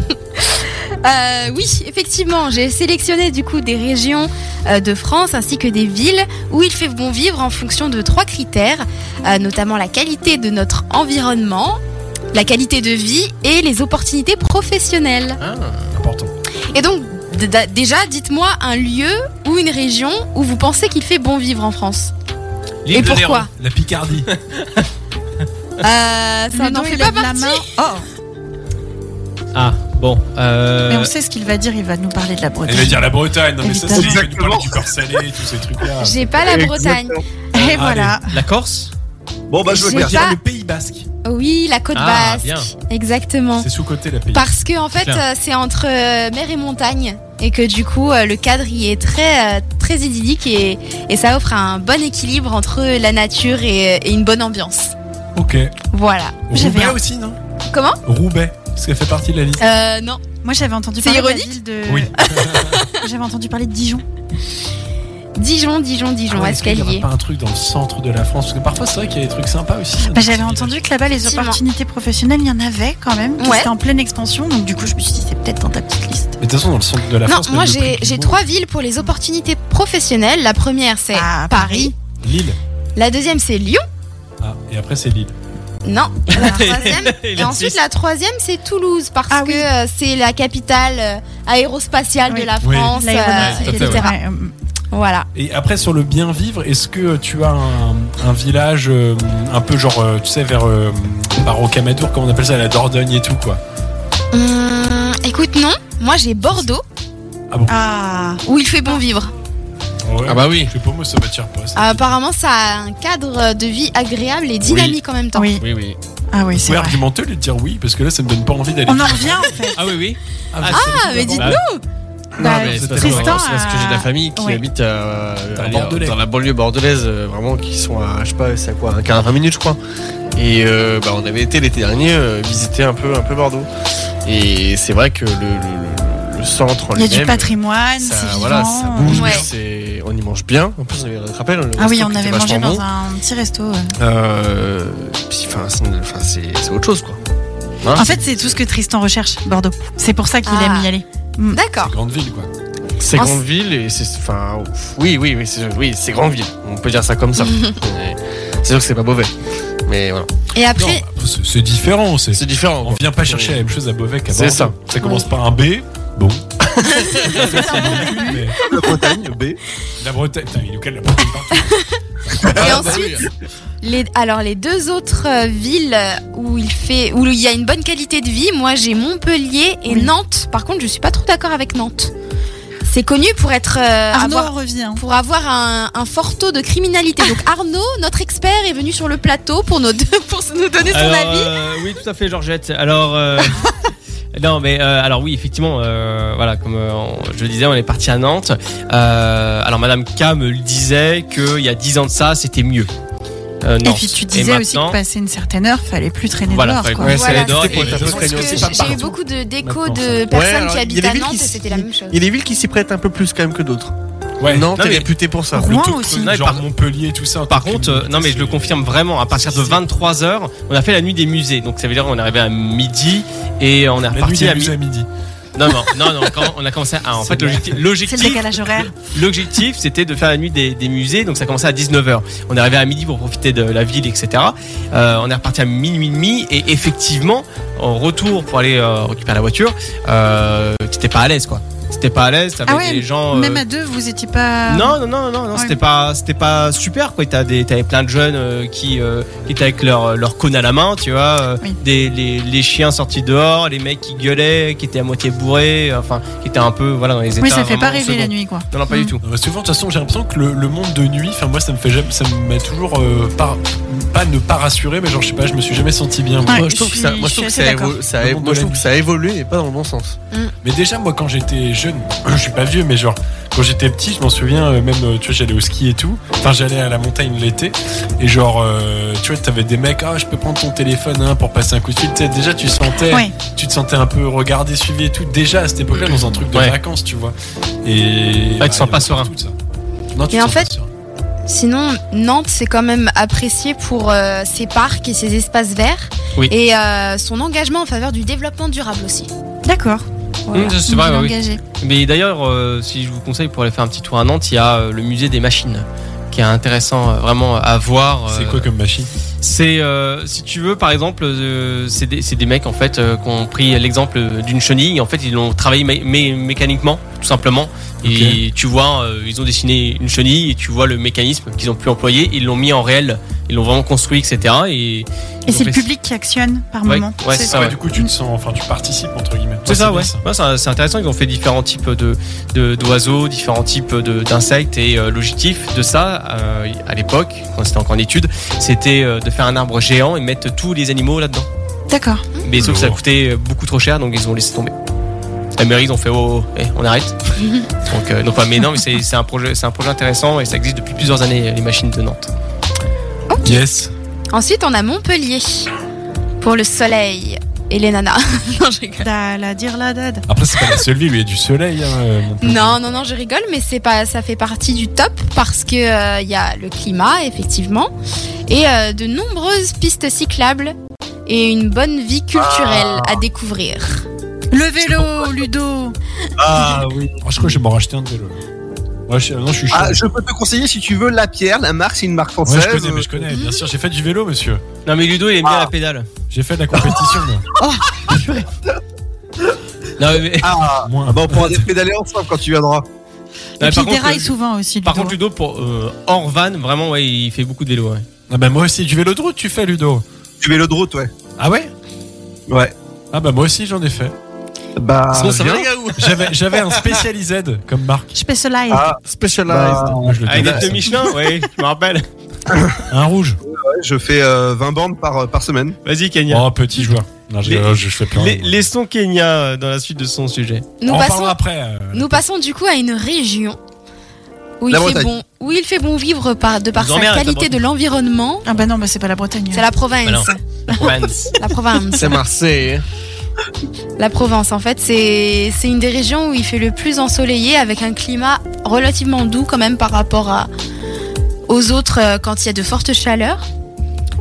G: Euh, oui, effectivement, j'ai sélectionné du coup des régions euh, de France ainsi que des villes où il fait bon vivre en fonction de trois critères, euh, notamment la qualité de notre environnement, la qualité de vie et les opportunités professionnelles.
D: Important.
G: Et donc, d- d- déjà, dites-moi un lieu ou une région où vous pensez qu'il fait bon vivre en France.
B: l'île
G: et
B: de
G: pourquoi
D: La Picardie.
G: Euh, Ça
E: Ludo,
G: n'en fait
E: il
G: pas
E: lève la
G: partie.
E: main. Oh,
B: Léron. Ah, bon. euh,
E: Mais on sait ce qu'il va dire, il va nous parler de la
D: Elle va
E: Bretagne.
D: dire la Bretagne, non mais ça c'est
H: Exactement.
D: exactement du beurre salé, tous ces trucs-là.
G: J'ai pas la Bretagne.
B: ah,
E: Et voilà.
B: La Corse
H: Bon, bah, je veux
G: J'ai
H: bien.
D: Dire
G: pas-
D: le Pays Basque.
G: Oui, la côte
B: Ah,
G: basque.
B: bien.
G: Exactement.
D: C'est sous-côté la Pays Basque.
G: Parce que en fait,
B: clair.
G: euh, c'est entre euh, mer et montagne et que du coup, euh, le cadre y est très euh, très idyllique et, et ça offre un bon équilibre entre la nature et, euh, et une bonne ambiance.
D: Ok.
G: Voilà.
E: J'avais
D: Roubaix
E: un-
D: aussi, non
G: Comment
D: Roubaix, parce qu'elle fait partie de la liste.
G: Euh, non.
E: Moi j'avais entendu
G: C'est
E: parler de la
G: ironique
E: ville de.
D: Oui.
E: J'avais entendu parler de Dijon.
G: Dijon, Dijon, Dijon,
D: Ah ouais, est-ce qu'il y aurait
G: escalier.
D: pas un truc dans le centre de la France Parce que parfois c'est vrai qu'il y a des trucs sympas aussi. dans
E: Bah,
D: des
E: j'avais
D: petits
E: entendu que là-bas les
G: Effectivement.
E: opportunités professionnelles, il y en avait quand même. qui
G: Ouais.
E: C'était en pleine expansion, donc du coup je me suis dit c'est peut-être dans ta petite liste.
D: villages. Mais de toute façon, dans le centre de la
G: Non,
D: France.
G: moi
D: même le
G: j'ai
D: prix du
G: j'ai
D: mot,
G: trois villes pour les opportunités professionnelles. La première c'est
E: Ah,
G: Paris.
D: Lille.
G: La deuxième c'est Lyon.
D: Ah, et après c'est Lille.
G: Non. La troisième
B: Il
G: Et
B: a
G: ensuite,
B: dit-
G: la troisième, c'est Toulouse, parce
E: Ah
G: que euh, c'est la capitale euh, aérospatiale
E: Oui.
G: de la
D: Oui.
G: France,
E: L'aéronautique,
G: euh,
D: Ouais, tout à fait,
G: etc.
E: ouais. Euh,
G: Voilà.
D: Et après, sur le bien vivre, est-ce que tu as un, un village euh, un peu genre, euh, tu sais, vers euh, par Rocamadour, comment on appelle ça, la Dordogne et tout, quoi
G: Hum, écoute, non, moi j'ai Bordeaux,
E: Ah,
G: où il fait bon vivre.
D: Ouais.
F: Ah bah oui.
D: Je sais pas, moi, ça m'attire pas. ça.
G: Apparemment, ça a un cadre de vie agréable et dynamique en même temps.
E: oui.
B: Oui, oui.
E: Ah oui, c'est
D: Ouais,
E: vrai.
D: argumenteux de dire oui, parce que là, ça me donne pas envie d'aller.
E: On en revient en fait.
B: Ah oui, oui.
D: mais
G: Ah, mais dites-nous
E: Bah,
F: mais c'est parce que-
E: Tristan
F: parce que j'ai de la
E: a-
F: famille qui
E: ouais.
F: habite euh,
D: Dans le
F: allez,
D: Bordelais.
F: dans la banlieue bordelaise, euh, vraiment, qui sont à, je sais pas, c'est à quoi, un quart, 20 minutes, je crois. Et euh, bah, on avait été l'été dernier euh, visiter un peu, un peu Bordeaux. Et c'est vrai que le, le- le- le centre en
E: Il y a du
F: lui-même, euh,
E: patrimoine,
F: ça-
E: c'est vivant.
F: voilà, ça bouge,
G: Ouais.
F: c'est- on y mange bien. En plus, on avait rattrapé le
E: Ah oui,
F: resto
E: on
F: qui était
E: avait mangé
F: vachement
E: dans
F: bon.
E: un petit resto. ouais.
F: Euh, puis, enfin, c'est- enfin, c'est c'est autre chose, quoi. Hein
E: En fait, c'est tout ce que Tristan recherche, Bordeaux. C'est pour ça qu'il
G: Ah.
E: aime y aller.
G: D'accord.
D: grande ville, quoi.
F: C'est
G: En-
F: grande ville et c'est. Enfin, oui, oui, oui, c'est oui, c'est grande ville. On peut dire ça comme ça. Mais c'est sûr que c'est pas mauvais. Mais voilà.
G: Et
D: Non,
G: après,
D: bah, c'est- c'est différent. c'est-
F: C'est différent.
D: On
F: quoi.
D: vient pas chercher la même chose à Beauvais qu'à
F: C'est
D: Bordeaux. Ça commence par un B. Bon. Mais
H: La Bretagne, B.
D: la Bretagne. Putain, il nous cale la Bretagne partout. Ah,
G: et
F: Ah,
D: bah
F: bah
G: ensuite, les, alors les deux autres euh, villes où il fait, où il y a une bonne qualité de vie, moi j'ai Montpellier et
E: Oui.
G: Nantes. Par contre, je suis pas trop d'accord avec Nantes. C'est connu pour être euh,
E: Arnaud
G: avoir,
E: revient.
G: pour avoir un, un fort taux de criminalité. Donc Arnaud, notre expert, est venu sur le plateau pour nos deux- pour nous donner son
B: Alors,
G: avis.
B: euh, oui, tout à fait, Georgette. Alors, euh, non, mais euh, alors oui, effectivement, euh, voilà, comme euh, on- je le disais, on est parti à Nantes. Euh, alors, Madame K me le disait qu'il y a 10 ans de ça, c'était mieux. Euh,
E: Et
B: Nantes.
E: puis tu disais aussi
B: maintenant-
E: que passer une certaine heure, fallait plus traîner
B: Voilà,
E: dehors.
B: fallait-
E: Quoi.
B: ouais, c'est
G: Voilà,
B: les dents,
G: c'était-
B: et les
G: je
B: choses
G: pense
B: craignent
G: que
B: aussi
G: j'ai-
B: pas
G: J'ai eu
B: partout.
G: beaucoup de déco
D: Maintenant,
G: de
F: Ouais,
G: personnes
F: alors, il
G: qui
F: y a
G: habitent
F: des
G: à
F: villes
G: Nantes
F: qui
G: et
F: s-
G: c'était la même chose.
F: Il y a des villes qui s'y prêtent un peu plus quand même que d'autres.
D: Ouais.
F: Nantes
B: Non,
F: est
B: mais-
F: réputée pour ça.
E: Rouen
D: Plutôt que
E: aussi.
D: genre Montpellier, tout ça. un
B: Par
D: truc
B: contre,
D: qui-
B: euh, non mais je le confirme vraiment, à partir de 23h, on a fait la nuit des musées. Donc ça veut dire qu'on est arrivé à midi et on est
D: La nuit
B: reparti
D: des
B: à
D: musées
B: midi.
D: à midi.
B: Non, non, non, non, quand on a commencé à... En
D: C'est
B: fait,
D: bien.
B: l'objectif-
E: C'est le
B: l'objectif,
E: décalage horaire.
B: L'objectif, c'était de faire la nuit des, des musées, donc ça commençait à 19h. On est arrivé à midi pour profiter de la ville, etc. Euh, on est reparti à minuit et demi, et effectivement, en retour pour aller euh, récupérer la voiture, euh, t'étais pas à l'aise, quoi. C'était pas à l'aise, avec
E: Ah ouais,
B: des gens. euh,
E: Même à deux, vous étiez pas.
B: Non, non, non, non, non,
E: Ouais.
B: c'était pas, c'était pas super quoi. T'as des, t'avais plein de jeunes euh, qui, euh, qui étaient avec leur, leur cône à la main, tu vois. euh,
E: Oui.
B: des, les, les chiens sortis dehors, les mecs qui gueulaient, qui étaient à moitié bourrés, euh, enfin, qui étaient un peu, voilà, dans les états.
E: Oui, ça fait pas
B: vraiment
E: rêver la
B: seconds.
E: nuit, quoi.
B: Non, non, pas
E: Mm.
B: du tout.
D: Non, mais souvent, de toute façon, j'ai l'impression que le, le monde de nuit, enfin moi, ça me fait jamais, ça me m'a toujours euh, pas, pas ne pas rassuré, mais genre je sais pas, je me suis jamais senti bien. moi.
E: Ouais,
F: moi, je trouve que ça,
E: suis-
F: moi, je
E: suis
F: trouve que
E: assez
F: ça a
E: d'accord.
F: évo- ça a-
D: Le monde
F: moi,
D: de
F: je
D: la
F: trouve que ça a évolué et pas dans le bon sens.
D: Mais déjà, moi, quand j'étais jeune, je suis pas vieux, mais genre, quand j'étais petit, je m'en souviens, euh, même, euh, tu vois, j'allais au ski et tout. Enfin, j'allais à la montagne l'été. Et genre, euh, tu vois, t'avais des mecs, ah, je peux prendre ton téléphone hein, pour passer un coup de fil. Tu sais, déjà, tu sentais,
E: Ouais.
D: tu te sentais un peu regardé, suivi et tout. Déjà, à cette époque-là, dans un truc de
B: Ouais.
D: vacances, tu vois. Et.
B: Ouais, tu te
D: il
B: sens
D: y a
B: pas serein.
D: partout, ça. Non, tu
G: Mais
D: te
G: en
D: sens
G: fait,
D: pas serein.
G: Sinon, Nantes, c'est quand même apprécié pour euh, ses parcs et ses espaces verts.
B: Oui.
G: Et euh, son engagement en faveur du développement durable aussi. Mmh,
E: D'accord. Voilà.
B: Mm, c'est
E: Une
B: vrai,
E: ville
B: oui.
E: engagée.
B: Mais d'ailleurs, euh, si je vous conseille pour aller faire un petit tour à Nantes, il y a euh, le musée des machines qui est intéressant euh, vraiment à voir. euh,
D: C'est quoi comme machine
B: C'est, euh, si tu veux, par exemple, euh, c'est des, c'est des mecs en fait euh, qui ont pris l'exemple d'une chenille. En fait, ils l'ont travaillé mé- mé- mécaniquement, tout simplement. Et tu vois, euh, ils ont dessiné une chenille et tu vois le mécanisme qu'ils ont pu employer. Ils l'ont mis en réel, ils l'ont vraiment construit, etc. Et,
E: Et
B: ils
E: c'est le
B: ont fait-
E: public qui actionne par
B: Ouais,
E: moment.
B: ouais,
E: C'est-
B: c'est ça,
D: Ah Ouais,
B: ouais.
D: Du coup, tu te sens, enfin, tu participes entre guillemets.
B: C'est ça,
D: bien,
B: ouais. Ouais, c'est c'est intéressant. Ils ont fait différents types de de- d'oiseaux, différents types de- d'insectes et euh, l'objectif de ça euh, à l'époque, quand c'était encore en étude, c'était euh, de faire un arbre géant et mettre tous les animaux là-dedans.
E: D'accord.
B: Mais sauf que ça
D: Lourd.
B: coûtait euh, beaucoup trop cher, donc ils ont laissé tomber. La mairie, ils ont fait oh, oh, eh, on arrête. donc euh, non pas mais non, mais c'est c'est un projet, c'est un projet intéressant et ça existe depuis plusieurs années les machines de Nantes.
D: Yes.
G: Ensuite, on a Montpellier pour le soleil et les nanas. non, je rigole.
E: Da, la dire la dad.
D: Après, c'est pas la seule ville où il y a du soleil. hein, euh, Montpellier.
G: Non, non, non, je rigole, mais c'est pas, ça fait partie du top parce que euh, il y a le climat effectivement et euh, de nombreuses pistes cyclables et une bonne vie culturelle à découvrir.
E: Le vélo, Ludo.
H: Ah oui.
D: Oh, je crois que je vais m'en racheter un de vélo. Ouais, je- non, je suis chaud.
H: Ah, je peux te conseiller si tu veux la pierre. La marque, c'est une marque
D: Ouais,
H: française.
D: je connais, mais je connais. Bien sûr, j'ai fait du vélo, monsieur.
B: Non mais Ludo il aime bien
H: Ah.
B: la pédale.
D: J'ai fait de la compétition, moi.
B: Non, mais-
H: Ah,
D: Moins.
H: bah, on pourra pédaler ensemble quand tu viendras.
B: Non, mais
E: Et puis
B: par
E: il
B: contre,
E: déraille
B: euh,
E: souvent aussi.
B: par
E: Ludo.
B: contre Ludo pour euh, hors van vraiment ouais il fait beaucoup de vélo. ouais.
D: Ah bah moi aussi, du vélo de route, tu fais, Ludo.
H: Du vélo de route, ouais.
D: Ah ouais
H: Ouais.
D: Ah bah moi aussi, j'en ai fait.
H: Bah,
B: Sinon, ça va,
H: viens.
B: les
D: J'avais, j'avais un Specialized comme marque.
E: Specialized.
H: Ah,
F: Specialized.
H: bah,
D: Moi, je le
B: Avec des
D: déteste.
B: pneus Michelin, ouais, je me rappelle.
D: Un rouge.
H: ouais, je fais euh, 20 bandes par, euh, par semaine.
B: Vas-y Kenya.
D: Oh, petit joueur. Non, je,
B: Les-
D: je fais plein.
B: Les- Laissons Kenya euh, dans la suite de son sujet.
G: Nous
D: on en
G: passons
D: parlera après. euh.
G: Nous passons du coup à une région où il,
H: La
G: fait
H: Bretagne.
G: bon, où il fait bon vivre par, de par
B: Vous
G: sa
B: emmerdez, la
G: qualité de
B: Bretagne.
G: l'environnement.
E: Ah bah non, bah c'est pas la Bretagne.
G: C'est la province.
B: Bah non. Vance.
G: la province.
F: C'est Marseille. hein.
G: La Provence, en fait, c'est c'est une des régions où il fait le plus ensoleillé avec un climat relativement doux quand même par rapport à, aux autres euh, quand il y a de fortes chaleurs.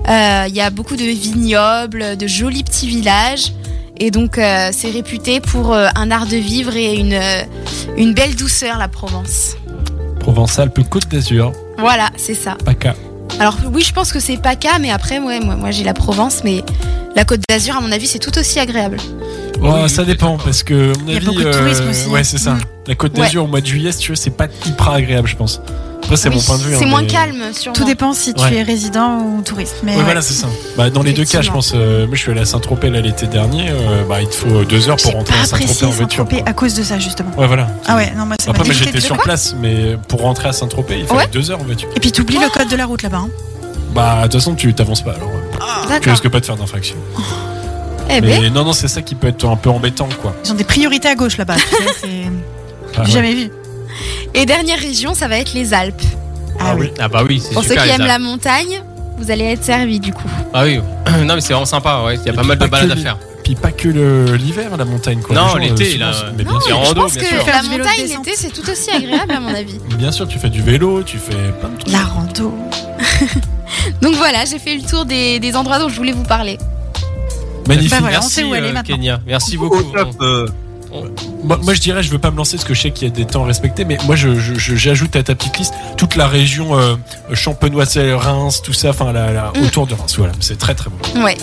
G: Euh, Il y a beaucoup de vignobles, de jolis petits villages. Et donc, euh, c'est réputé pour euh, un art de vivre et une, euh, une belle douceur, la Provence.
D: Provence-Alpes, Côte d'Azur,
G: Voilà, c'est ça.
D: PACA.
G: Alors oui, je pense que c'est PACA, mais après, ouais, moi, moi j'ai la Provence, mais la Côte d'Azur, à mon avis, c'est tout aussi agréable.
D: Ouais, ça dépend parce que à mon
E: Il y a
D: avis, euh,
E: beaucoup de tourisme aussi.
D: Ouais, c'est ça.
E: Mm.
D: La Côte d'Azur au mois de juillet, si tu veux, c'est pas hyper agréable, je pense. Après, c'est
E: Ah
G: Oui,
D: mon point de vue.
G: C'est
D: hein,
G: moins
D: mais-
G: calme, sûrement.
E: Tout dépend si tu
D: Ouais.
E: es résident ou touriste. Mais
D: Ouais,
E: ouais.
D: voilà, c'est ça. Bah, dans les deux cas, je pense. euh, moi, je suis allé à Saint-Tropez là, l'été dernier. euh, bah, il te faut deux heures
E: J'ai
D: pour rentrer
E: pas
D: à Saint-Tropez en
E: apprécié
D: voiture.
E: Saint-Tropez
D: quoi.
E: à cause de ça justement.
D: Ouais, voilà.
E: Ah ouais, non, moi c'est
D: Après,
E: pas
D: moi, j'étais sur place, mais pour rentrer à Saint-Tropez, il fallait
G: Ouais.
D: deux heures en voiture.
E: Et puis t'oublies le code de la route là-bas. hein.
D: Bah, de toute façon, tu t'avances pas alors. euh,
E: Ah,
D: Tu
G: D'accord.
D: risques pas de faire d'infraction.
G: Eh ben,
D: Mais non, non, c'est ça qui peut être un peu embêtant, quoi.
E: Ils ont des priorités à gauche là-bas. tu sais, c'est-
D: Ah,
E: J'ai
D: ouais.
E: jamais vu.
G: Et dernière région, ça va être les Alpes.
E: Ah oui.
B: Ah bah oui, c'est
G: Pour
B: super.
G: ceux qui
B: les
G: aiment
B: Alpes.
G: la montagne, vous allez être servis du coup.
B: Ah oui, non mais c'est vraiment sympa, ouais. il y a
D: Et
B: pas
D: puis
B: mal de
D: pas que
B: balades à
D: les-
B: faire.
D: Puis pas que le- l'hiver, la montagne, quoi.
B: Non,
D: Les gens, euh,
B: l'été,
D: souvent,
B: là,
D: c'est-
B: ouais.
D: Mais bien
G: Non,
D: sûr.
B: Et en
G: je
B: rando,
G: pense
B: bien
G: que
B: sûr.
G: la
E: Faire du vélo de
G: montagne
E: descente.
G: l'été, c'est tout aussi agréable à mon avis.
D: Bien sûr, tu fais du vélo, tu fais plein de trucs.
E: La rando.
G: Donc voilà, j'ai fait le tour des, des endroits dont je voulais vous parler.
D: Magnifique.
E: Bah voilà, on
B: Merci,
E: sait où aller
B: euh,
E: maintenant.
B: Kenya, merci
H: Au
B: beaucoup.
H: top. euh,
D: Moi, moi, je dirais, je veux pas me lancer parce que je sais qu'il y a des temps respectés, mais moi, je- je- je- j'ajoute à ta petite liste toute la région euh, champenoise, euh, Reims, tout ça, enfin, la, la-
G: Mm.
D: autour de Reims. Voilà, c'est très très bon.
G: Ouais.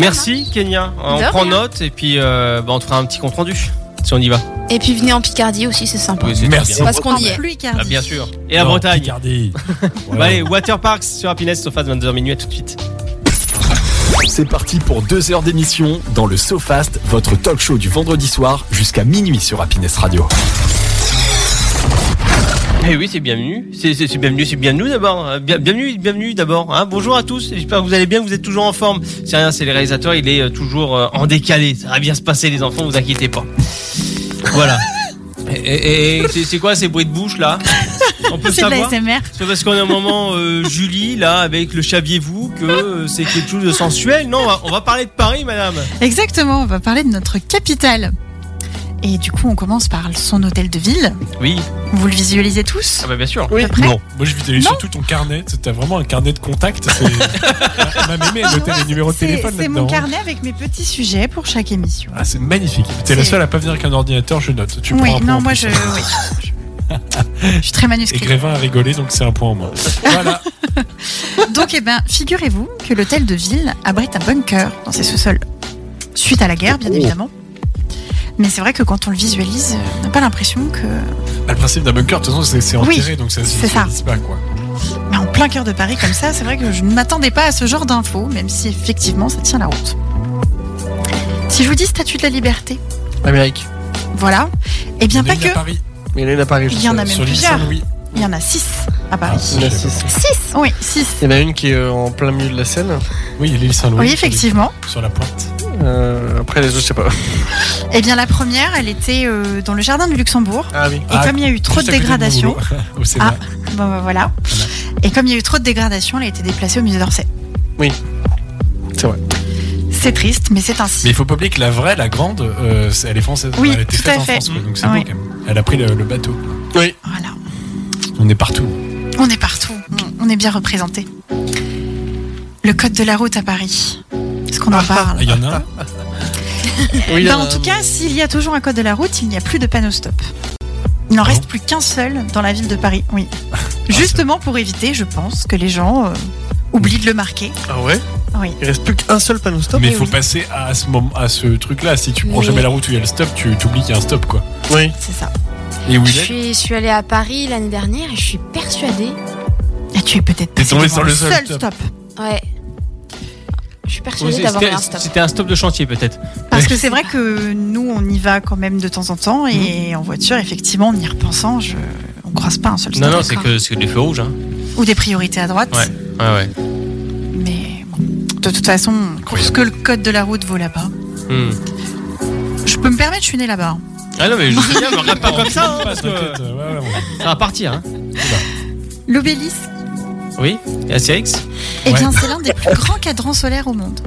B: Merci Kenya, on
G: De
B: prend
G: rien.
B: note et puis euh, bah, on te fera un petit compte rendu. si on y va.
G: Et puis venez en Picardie aussi, c'est sympa.
B: Oui, c'est
D: Merci.
G: Parce qu'on y est.
E: Plus
B: très bien. Ah, bien sûr. Et la Bretagne.
D: Picardie.
B: Bah, allez, Waterparks sur Happiness, Sofast 22h minuit, à tout de suite.
A: C'est parti pour deux heures d'émission dans le SoFast, votre talk show du vendredi soir jusqu'à minuit sur Happiness Radio.
B: Eh oui, c'est bienvenu. C'est c'est- c'est bienvenu, c'est bienvenue d'abord. Euh, bien- Bienvenue, bienvenue d'abord. hein. Bonjour à tous. J'espère que vous allez bien, que vous êtes toujours en forme. C'est rien, c'est les réalisateurs. Il est euh, toujours euh, en décalé. Ça va bien se passer, les enfants. Vous inquiétez pas. Voilà. Et, et- et c'est- c'est quoi ces bruits de bouche là On peut
E: C'est de
B: savoir.
E: l'ASMR.
B: C'est parce qu'on a un moment euh, Julie là avec le chaviez-vous que euh, c'est quelque chose de sensuel. Non, on va, on va parler de Paris, madame.
E: Exactement, on va parler de notre capitale. Et du coup, on commence par son hôtel de ville.
B: Oui.
E: Vous le visualisez tous
B: Ah bah bien sûr.
E: Oui. Après
D: Non, moi je vais t'aller surtout ton carnet. T'as vraiment un carnet de contact. c'est- Ma mémé, elle notait les numéros de
E: C'est
D: téléphone
E: c'est
D: là-dedans.
E: mon carnet avec mes petits sujets pour chaque émission.
D: Ah, c'est magnifique. T'es la
E: C'est-
D: seule à pas venir avec un ordinateur, je note. Tu prends
E: Oui,
D: un point en
E: non, moi
D: plus.
E: je. oui. Je suis très
D: Et
E: manuscrite.
D: Grévin a rigolé, donc c'est un point en moins. Voilà.
E: Donc, eh ben, figurez-vous que l'hôtel de ville abrite un bunker dans ses sous-sols. Suite à la guerre,
D: Oh.
E: bien évidemment. Mais c'est vrai que quand on le visualise, euh, on n'a pas l'impression que.
D: Bah, le principe d'un bunker, de toute façon, c'est- c'est
E: Oui,
D: enterré, donc ça se
E: c'est ça.
D: visualise pas, quoi.
E: Mais bah, en plein cœur de Paris, comme ça, c'est vrai que je ne m'attendais pas à ce genre d'infos, même si effectivement ça tient la route. Si je vous dis statue de la liberté,
F: Amérique.
E: voilà, eh bien
D: Il y en a
E: pas
D: une
E: que,
D: à Paris,
F: Mais il y en a à Paris. je
E: il y en
F: sais.
E: a même
D: sur l'île
E: plusieurs. Bah,
D: Saint-Louis.
E: Il y en a six à
D: Ah,
E: Paris.
F: Il y en a
D: je sais
F: six.
E: Oui, six.
F: Il y en a une qui est euh, en plein milieu de la Seine.
D: pas. Oui, l'île Saint-Louis.
E: Oui, effectivement.
D: Sur la pointe.
F: Euh, après les autres, je sais pas.
E: Eh bien la première, elle était euh, dans le jardin du Luxembourg.
F: Ah oui.
E: Et
D: Ah,
E: comme il y a eu trop de
D: Juste à côté mon
E: dégradation,
D: boulot, Oh, Au Sénat.
E: bon, bah, voilà.
D: Voilà.
E: Et comme il y a eu trop de dégradation, elle a été déplacée au musée d'Orsay.
F: Oui. C'est vrai.
E: C'est triste, mais c'est ainsi.
D: Mais il faut pas oublier que la vraie, la grande, euh, c'est- elle est française.
E: Oui,
D: elle a été
E: tout
D: faite
E: à
D: en
E: fait.
D: France, quoi, donc c'est
E: Oui.
D: beau quand même. Elle a pris le, le bateau.
E: Voilà.
D: On est partout.
E: On est partout, on on est bien représenté. Le code de la route à Paris. Est-ce qu'on en
D: Ah,
E: parle
D: Il y en a un.
F: Oui, il y
E: Ben,
F: en a
E: En tout
F: un.
E: cas, s'il y a toujours un code de la route, il n'y a plus de panneau stop. Il n'en
D: Ah
E: reste plus qu'un seul dans la ville de Paris, oui.
F: Ah,
E: Justement pour éviter, je pense, que les gens euh, oublient de le marquer.
F: Ah ouais
E: Oui.
F: Il reste plus qu'un seul panneau stop.
D: Mais il faut passer à ce moment, à ce truc-là. Si tu prends
G: Oui.
D: jamais la route où il y a le stop, tu oublies qu'il y a un stop, quoi.
F: Oui.
E: C'est ça.
D: Et où
G: Je
D: il est
G: suis, je suis allée à Paris l'année dernière et je suis persuadée.
E: Et Ah, tu es peut-être
D: T'es
E: passé
D: tombé
E: devant
D: sur le seul
E: stop.
D: stop.
G: Ouais. Je suis persuadée d'avoir
B: C'était
G: un stop.
B: c'était un stop de chantier peut-être.
E: Parce
D: Ouais.
E: que c'est vrai que nous, on y va quand même de temps en temps et en voiture, effectivement, en y repensant, je... on croise pas un seul stop.
B: Non, non, c'est que c'est que des feux rouges. Hein.
E: Ou des priorités à droite.
B: Ouais. Ouais, ouais.
E: Mais bon, de toute façon, ce que le code de la route vaut là-bas.
B: Hmm.
E: Je peux me permettre, je suis née là-bas. hein.
B: Ah non, mais je sais bien, me regarde pas comme ça, hein,
D: Parce
B: parce que
D: que- ouais, ouais, ouais.
B: ça va partir. Hein.
E: L'obélisque,
B: Oui, et Astérix
E: eh
D: Ouais.
E: bien, c'est l'un des plus grands cadrans solaires au monde.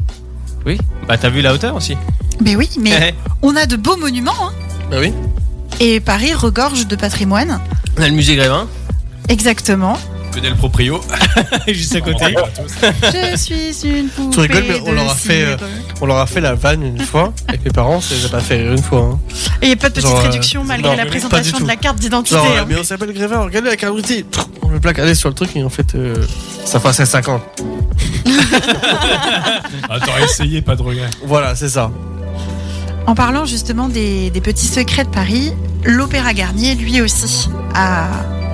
B: Oui. Bah, t'as vu la hauteur aussi
E: Mais oui, mais
B: Eh,
E: on a de beaux monuments. hein.
F: Bah oui.
E: Et Paris regorge de patrimoine.
B: On a le musée Grévin,
E: Exactement.
B: le Proprio, Ah, juste à côté.
E: Je suis une poupée.
F: Tu rigoles, mais on
E: de
F: leur a fait, euh,
E: cire.
F: On leur a fait la vanne une fois. et mes parents, ça les a pas fait rire une fois. hein.
E: Et il n'y a pas de petite
F: Genre, euh,
E: réduction malgré
F: non,
E: la
F: pas du
E: présentation
F: tout.
E: de la carte d'identité.
F: Genre, euh,
E: hein.
F: mais on s'appelle Grévin, regardez la carte d'identité. Pff, On le plaque, allez sur le truc et en fait, euh, ça passe à 50.
D: Ah, t'aurais essayé, pas de regret.
F: Voilà, c'est ça. euh,
E: En parlant justement des, des petits secrets de Paris, l'Opéra Garnier, lui aussi, a,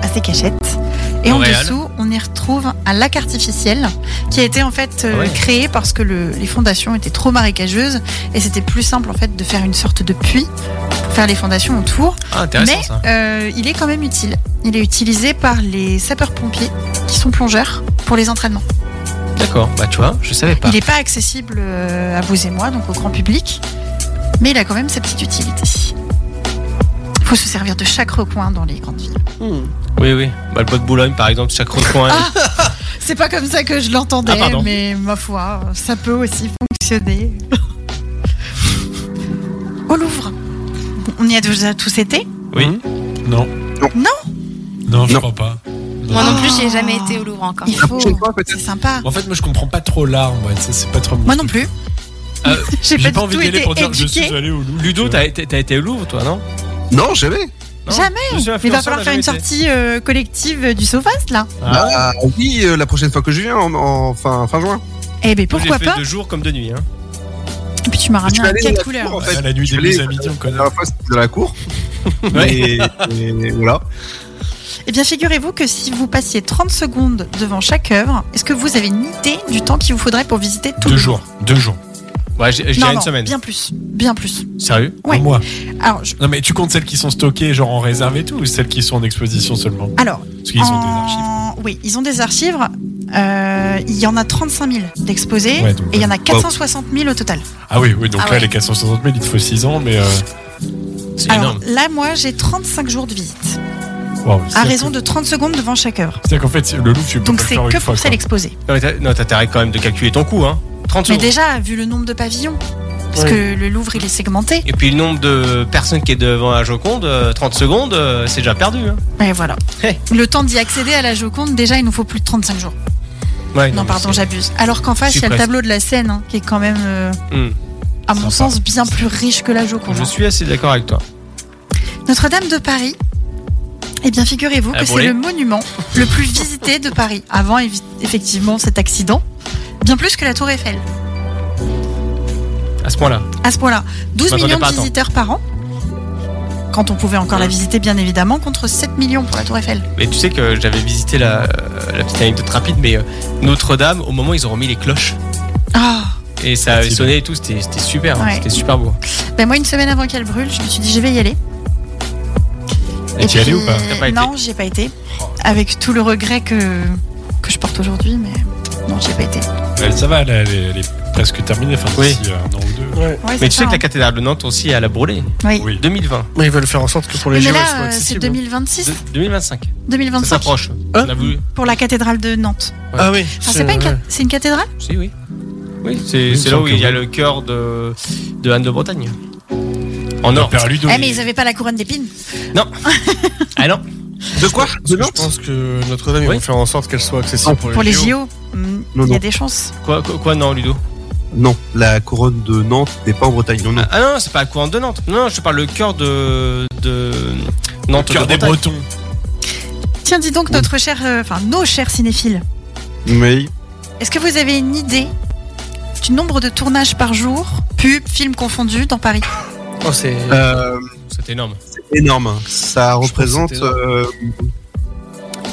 E: a ses cachettes. Et en
B: L'Oréal.
E: dessous, on y retrouve un lac artificiel qui a été en fait euh,
B: Ah ouais.
E: créé parce que le- les fondations étaient trop marécageuses et c'était plus simple en fait de faire une sorte de puits pour faire les fondations autour.
B: Ah, intéressant
E: Mais
B: ça.
E: euh, il est quand même utile. Il est utilisé par les sapeurs-pompiers qui sont plongeurs pour les entraînements.
B: D'accord, bah tu vois, je savais pas.
E: Il n'est pas accessible euh, à vous et moi, donc au grand public, mais il a quand même sa petite utilité. Il faut se servir de chaque recoin dans les grandes villes.
F: Hmm.
B: Oui, oui. Bah, le bois de Boulogne par exemple, chaque recoin.
E: Ah C'est pas comme ça que je l'entendais,
B: Ah, pardon.
E: mais ma foi, ça peut aussi fonctionner. au Louvre. On y a déjà tous été.
B: Oui.
D: Non.
E: Non.
D: Non, je
H: Non.
D: crois pas.
G: Moi non plus,
E: Ah.
G: j'ai jamais été au Louvre encore.
E: Il faut.
H: prochaine fois, peut-être.
E: C'est sympa.
D: En fait, moi, je comprends pas trop l'art. Moi, c'est- c'est pas trop. mon
E: Moi non
D: truc.
E: plus.
B: Euh,
E: J'ai
D: J'ai
E: pas,
D: pas envie
E: du tout
D: d'y
E: été
D: aller pour dire je suis
E: éduquée.
D: allé au loup.
B: Ludo, t'as été t'as été au Louvre toi, non
H: Non, jamais.
B: Non,
E: Jamais.
B: je suis
E: Il va
B: influenceur,
E: falloir
B: on a
E: faire une
B: jamais été.
E: sortie euh, collective du Sofast là.
B: Ah,
H: Bah oui, euh, la prochaine fois que je viens, en, en fin, fin juin.
E: Eh ben pourquoi
B: J'ai fait
E: pas
B: de jour comme de nuit. Hein.
E: Et puis tu m'as ramené
H: Tu vas
E: un
H: aller
E: cas
H: dans
E: de
H: la
E: couleur.
H: cour, en fait.
D: À la nuit
H: Je
D: des blues
H: l'ai-
D: à midi, on
H: La
D: connaît.
H: dernière fois, c'était dans la cour. et, et voilà.
E: Eh bien, figurez-vous que si vous passiez 30 secondes devant chaque œuvre, est-ce que vous avez une idée du temps qu'il vous faudrait pour visiter tout
D: Deux
E: le-
D: jours. Deux jours.
B: Ouais, Bah, j'ai
E: Non,
B: une
E: non,
B: semaine.
E: bien plus, bien plus.
B: Sérieux
E: Ouais.
D: Un mois.
E: Alors, je-
D: Non, mais tu comptes celles qui sont stockées, genre en réserve et tout, ou celles qui sont en exposition seulement
E: alors
D: Parce qu'ils
E: Euh,
D: ont des archives.
E: en- Oui, ils ont des archives. Euh, il y en a 35 000 d'exposés
D: Ouais, donc,
E: et il y en a 460 000 au total.
D: Ah oui, oui, donc
E: Ah
D: là,
E: ouais.
D: les 460 000, il te faut 6 ans, mais. Euh...
B: C'est
E: Alors
B: énorme.
E: là, moi, j'ai 35 jours de visite
D: waouh,
E: à
D: c'est-à-dire
E: raison
D: que-
E: de 30 secondes devant chaque œuvre.
D: C'est-à-dire qu'en fait, le loop, tu peux
E: Donc
D: pas le
E: c'est
D: faire
E: que
D: une
E: pour
D: fois.
E: celle
D: quoi.
E: exposée.
B: Non, mais t'as- Non, t'as- t'arrêtes quand même de calculer ton coût, hein. 30
E: Mais
B: secondes.
E: déjà, vu le nombre de pavillons, parce
B: Ouais.
E: que le Louvre il est segmenté.
B: Et puis le nombre de personnes qui est devant la Joconde, euh, 30 secondes, euh, c'est déjà perdu. Hein.
E: Et voilà.
B: Hey.
E: Le temps d'y accéder à la Joconde, déjà, il nous faut plus de 35 jours.
B: Ouais,
E: Non,
B: mais
E: pardon,
B: c'est-
E: j'abuse. Alors qu'en face,
B: Je suis
E: il y a le
B: presque.
E: tableau de la Seine, hein, qui est quand même, euh,
B: Hmm.
E: à mon
D: Sympa.
E: sens, bien plus riche que la Joconde. hein.
B: Je suis assez d'accord avec toi.
E: Notre-Dame de Paris. Eh bien, figurez-vous
B: Ah,
E: que c'est
B: brûlé.
E: le monument le plus visité de Paris, avant évi- effectivement cet accident, bien plus que la Tour Eiffel.
B: À ce point-là.
E: À ce point-là, 12
B: Je m'attendais
E: millions
B: pas à
E: de
B: tant. Hmm.
E: visiteurs par an, quand on pouvait encore la visiter, bien évidemment, contre 7 millions pour la Tour Eiffel.
B: Mais tu sais que j'avais visité la, euh, la petite anecdote rapide, mais euh, Notre-Dame, au moment où ils ont remis les cloches,
E: Ah
B: et ça avait
D: C'est
B: sonné et tout, c'était c'était super, hein,
E: Ouais.
B: c'était super beau.
E: Ben moi, une semaine avant qu'elle brûle, je me suis dit, je vais y aller.
D: Et tu y allais ou pas
B: T'as pas été
E: Non, j'y ai pas été. Avec tout le regret que, que je porte aujourd'hui, mais non, j'y ai pas été.
D: Ouais, Ça va, elle, elle est- elle est presque terminée, enfin,
B: Oui.
D: d'ici euh, un an ou deux.
E: Ouais,
B: Mais
E: c'est
B: tu
E: ça,
B: sais que la
E: hein.
B: cathédrale de Nantes aussi, elle a brûlé.
E: Oui.
D: Oui.
B: 2020,
F: Mais ils veulent faire en sorte que pour les
E: Mais
F: jeux,
E: là, euh, c'est
F: accessible.
E: 2026,
B: de- 2025. Ça
E: 2025
B: s'approche.
F: Hein
B: On a voulu.
E: pour la cathédrale de Nantes.
F: Ah oui.
E: Enfin, c'est pas une,
F: ouais.
E: cath- c'est une cathédrale
B: Si, oui. Oui, c'est
D: me
B: c'est là
D: semble
B: où
D: que
B: il y a
D: oui.
B: le cœur de, de Anne de Bretagne. En
D: On a
B: or.
D: perdu
E: Eh, mais ils avaient pas la couronne d'épines.
B: Ah non,
H: De quoi De
F: Je pense que Notre-Dame, ils
B: Oui.
F: vont faire en sorte qu'elle soit accessible pour les,
E: Pour les JO, hmm,
H: Non,
E: il y a
H: non.
E: des chances.
B: quoi, quoi, quoi, non, Ludo
H: Non, la couronne de Nantes n'est pas en Bretagne. Non, non.
B: Ah non, c'est pas la couronne de Nantes. Non, non, je te parle le cœur de, de
D: Le
B: Nantes.
D: cœur
B: de
D: des
B: Bretagne.
D: Bretons.
E: Tiens, dis donc, notre cher, euh, enfin, nos chers cinéphiles,
H: Mais
E: est-ce que vous avez une idée du nombre de tournages par jour, pubs, films confondus, dans Paris
F: Oh, c'est.
H: euh,
B: C'est énorme.
H: c'est énorme. hein. Ça
F: pense que
H: représente
F: c'était énorme.
H: euh,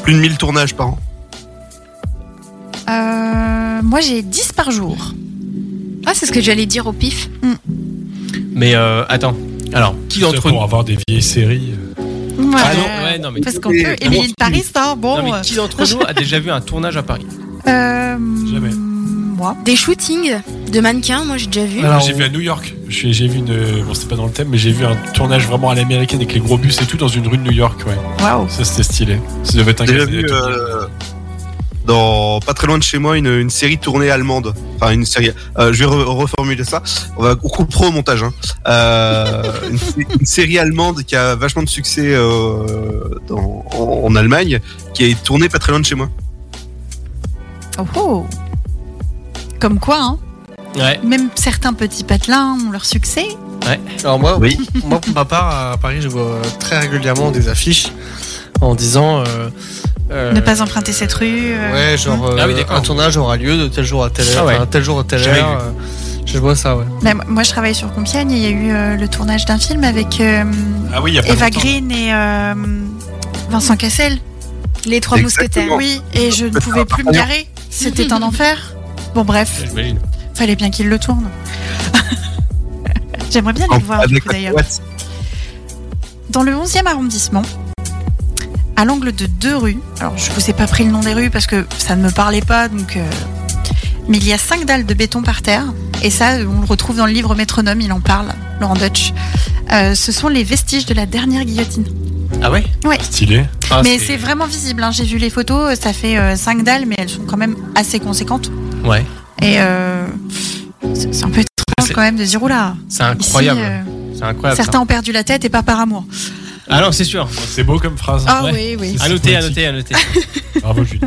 H: plus de 1000 tournages par an.
E: Euh, Moi, j'ai 10 par jour.
G: Ah, c'est ce que j'allais dire au pif.
B: Mais euh, attends. Alors, qui
D: Tout ça
B: d'entre
D: Pour
B: nous
D: avoir des vieilles séries.
E: Voilà.
B: Ah non, ouais, non, mais,
E: Parce qu'on
H: Et
E: peut. Émilie de Paris, ça, bon.
B: non, mais qui d'entre nous a déjà vu un tournage à Paris
E: euh,
D: Jamais.
E: Moi.
G: Des shootings de mannequins, moi j'ai déjà vu.
B: Ah.
F: Alors,
D: j'ai vu à New York. Je suis- J'ai vu une. Bon, c'était pas dans le thème, mais j'ai vu un tournage vraiment à l'américaine avec les gros bus et tout dans une rue de New York, ouais.
E: Waouh.
D: Ça, c'était stylé. Ça devait être un
H: J'ai déjà
D: gars-
H: vu euh, dans pas très loin de chez moi une, une série tournée allemande. Enfin une série. euh, je vais re- reformuler ça. On va on coupera au montage. hein. Euh, une, sé- une série allemande qui a vachement de succès euh, dans- en, en Allemagne, qui est tournée pas très loin de chez moi.
E: Oh, oh. Comme quoi, hein,
B: Ouais.
E: même certains petits patelins ont leur succès.
F: Alors
B: Ah
F: moi,
H: Oui.
F: moi pour ma part, à Paris, je vois très régulièrement des affiches en disant euh, euh,
E: Ne pas emprunter cette rue, euh,
F: Ouais, genre
B: Ah oui,
F: euh,
B: d'accord.
F: un tournage aura lieu de tel jour à telle heure,
B: Ah ouais.
F: enfin, tel jour à telle
B: J'avais
F: heure. euh, je vois ça, ouais.
E: Bah, moi- moi, je travaille sur Compiègne et il y a eu euh, le tournage d'un film avec euh,
D: Ah oui, il y a pas
E: Eva
D: longtemps.
E: Green et euh, Vincent Cassel.
G: Les trois
H: Exactement.
G: mousquetaires.
E: Oui, et je ne pouvais plus
B: Ah
E: me garer. C'était un enfer. Bon, bref,
B: J'imagine.
E: fallait bien qu'il le tourne. J'aimerais bien aller le voir, du
H: Avec
E: coup,
H: la
E: d'ailleurs.
H: boîte.
E: Dans le 11e arrondissement, à l'angle de deux rues, alors je vous ai pas pris le nom des rues parce que ça ne me parlait pas, donc. euh, mais il y a cinq dalles de béton par terre, et ça, on le retrouve dans le livre Métronome, il en parle, Laurent Deutsch. Euh, ce sont les vestiges de la dernière guillotine.
B: Ah ouais
D: Stylé.
B: Ah,
E: mais c'est vraiment visible, hein, j'ai vu les photos, ça fait euh, cinq dalles, mais elles sont quand même assez conséquentes.
B: Ouais.
E: Et euh, c'est c'est un peu étrange
B: C'est-
E: quand même de dire, oula,
B: C'est
E: ici,
B: incroyable.
E: euh,
B: c'est incroyable. ça.
E: certains ont perdu la tête et pas par amour.
B: Ah non, c'est sûr.
D: C'est beau comme phrase.
E: Ah
B: Ouais.
E: oui, oui.
B: À noter, à noter, à noter.
D: Bravo, Julie.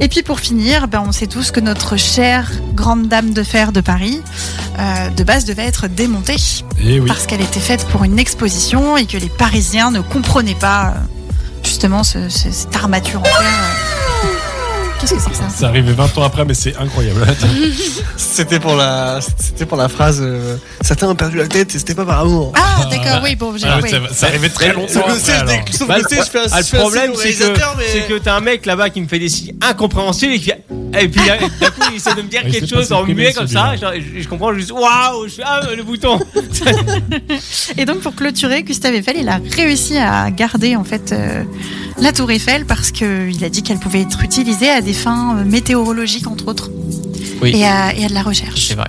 E: Et puis pour finir, ben on sait tous que notre chère grande dame de fer de Paris, euh, de base, devait être démontée
D: Et Eh oui.
E: parce qu'elle était faite pour une exposition et que les Parisiens ne comprenaient pas euh, justement ce- ce- cette armature en fer euh, Qu'est-ce que c'est que ça
D: Ça arrive 20 ans après, mais c'est incroyable.
F: C'était pour la, c'était pour la phrase. euh, Certains ont perdu la tête et c'était pas par amour.
E: Ah, d'accord, oui, bon, j'ai.
D: Ah ouais,
E: oui.
D: ça, va- ça arrivait très longtemps.
F: Sauf que
D: après,
F: c'est-
D: alors.
F: dès- sauf
B: Bah,
F: que c'est- je fais un-
B: Ah,
F: je
B: le
F: fais un
B: problème,
F: signe au
B: c'est que,
F: réalisateur, mais-
B: c'est que t'as un mec là-bas qui me fait des signes incompréhensibles et qui, et puis, là, d'un coup, il essaie de me dire
D: Ouais,
B: quelque
D: c'est pas
B: chose en
D: supprimer,
B: muet comme ça.
D: celui-là.
B: Je, je- je comprends juste, waouh, je fais, ah, le bouton.
E: Et donc pour clôturer, Gustave Eiffel, il a réussi à garder en fait euh, la tour Eiffel parce qu'il a dit qu'elle pouvait être utilisée à des fins euh, météorologiques entre autres.
B: Oui.
E: Et, à, et à de la recherche.
B: C'est vrai.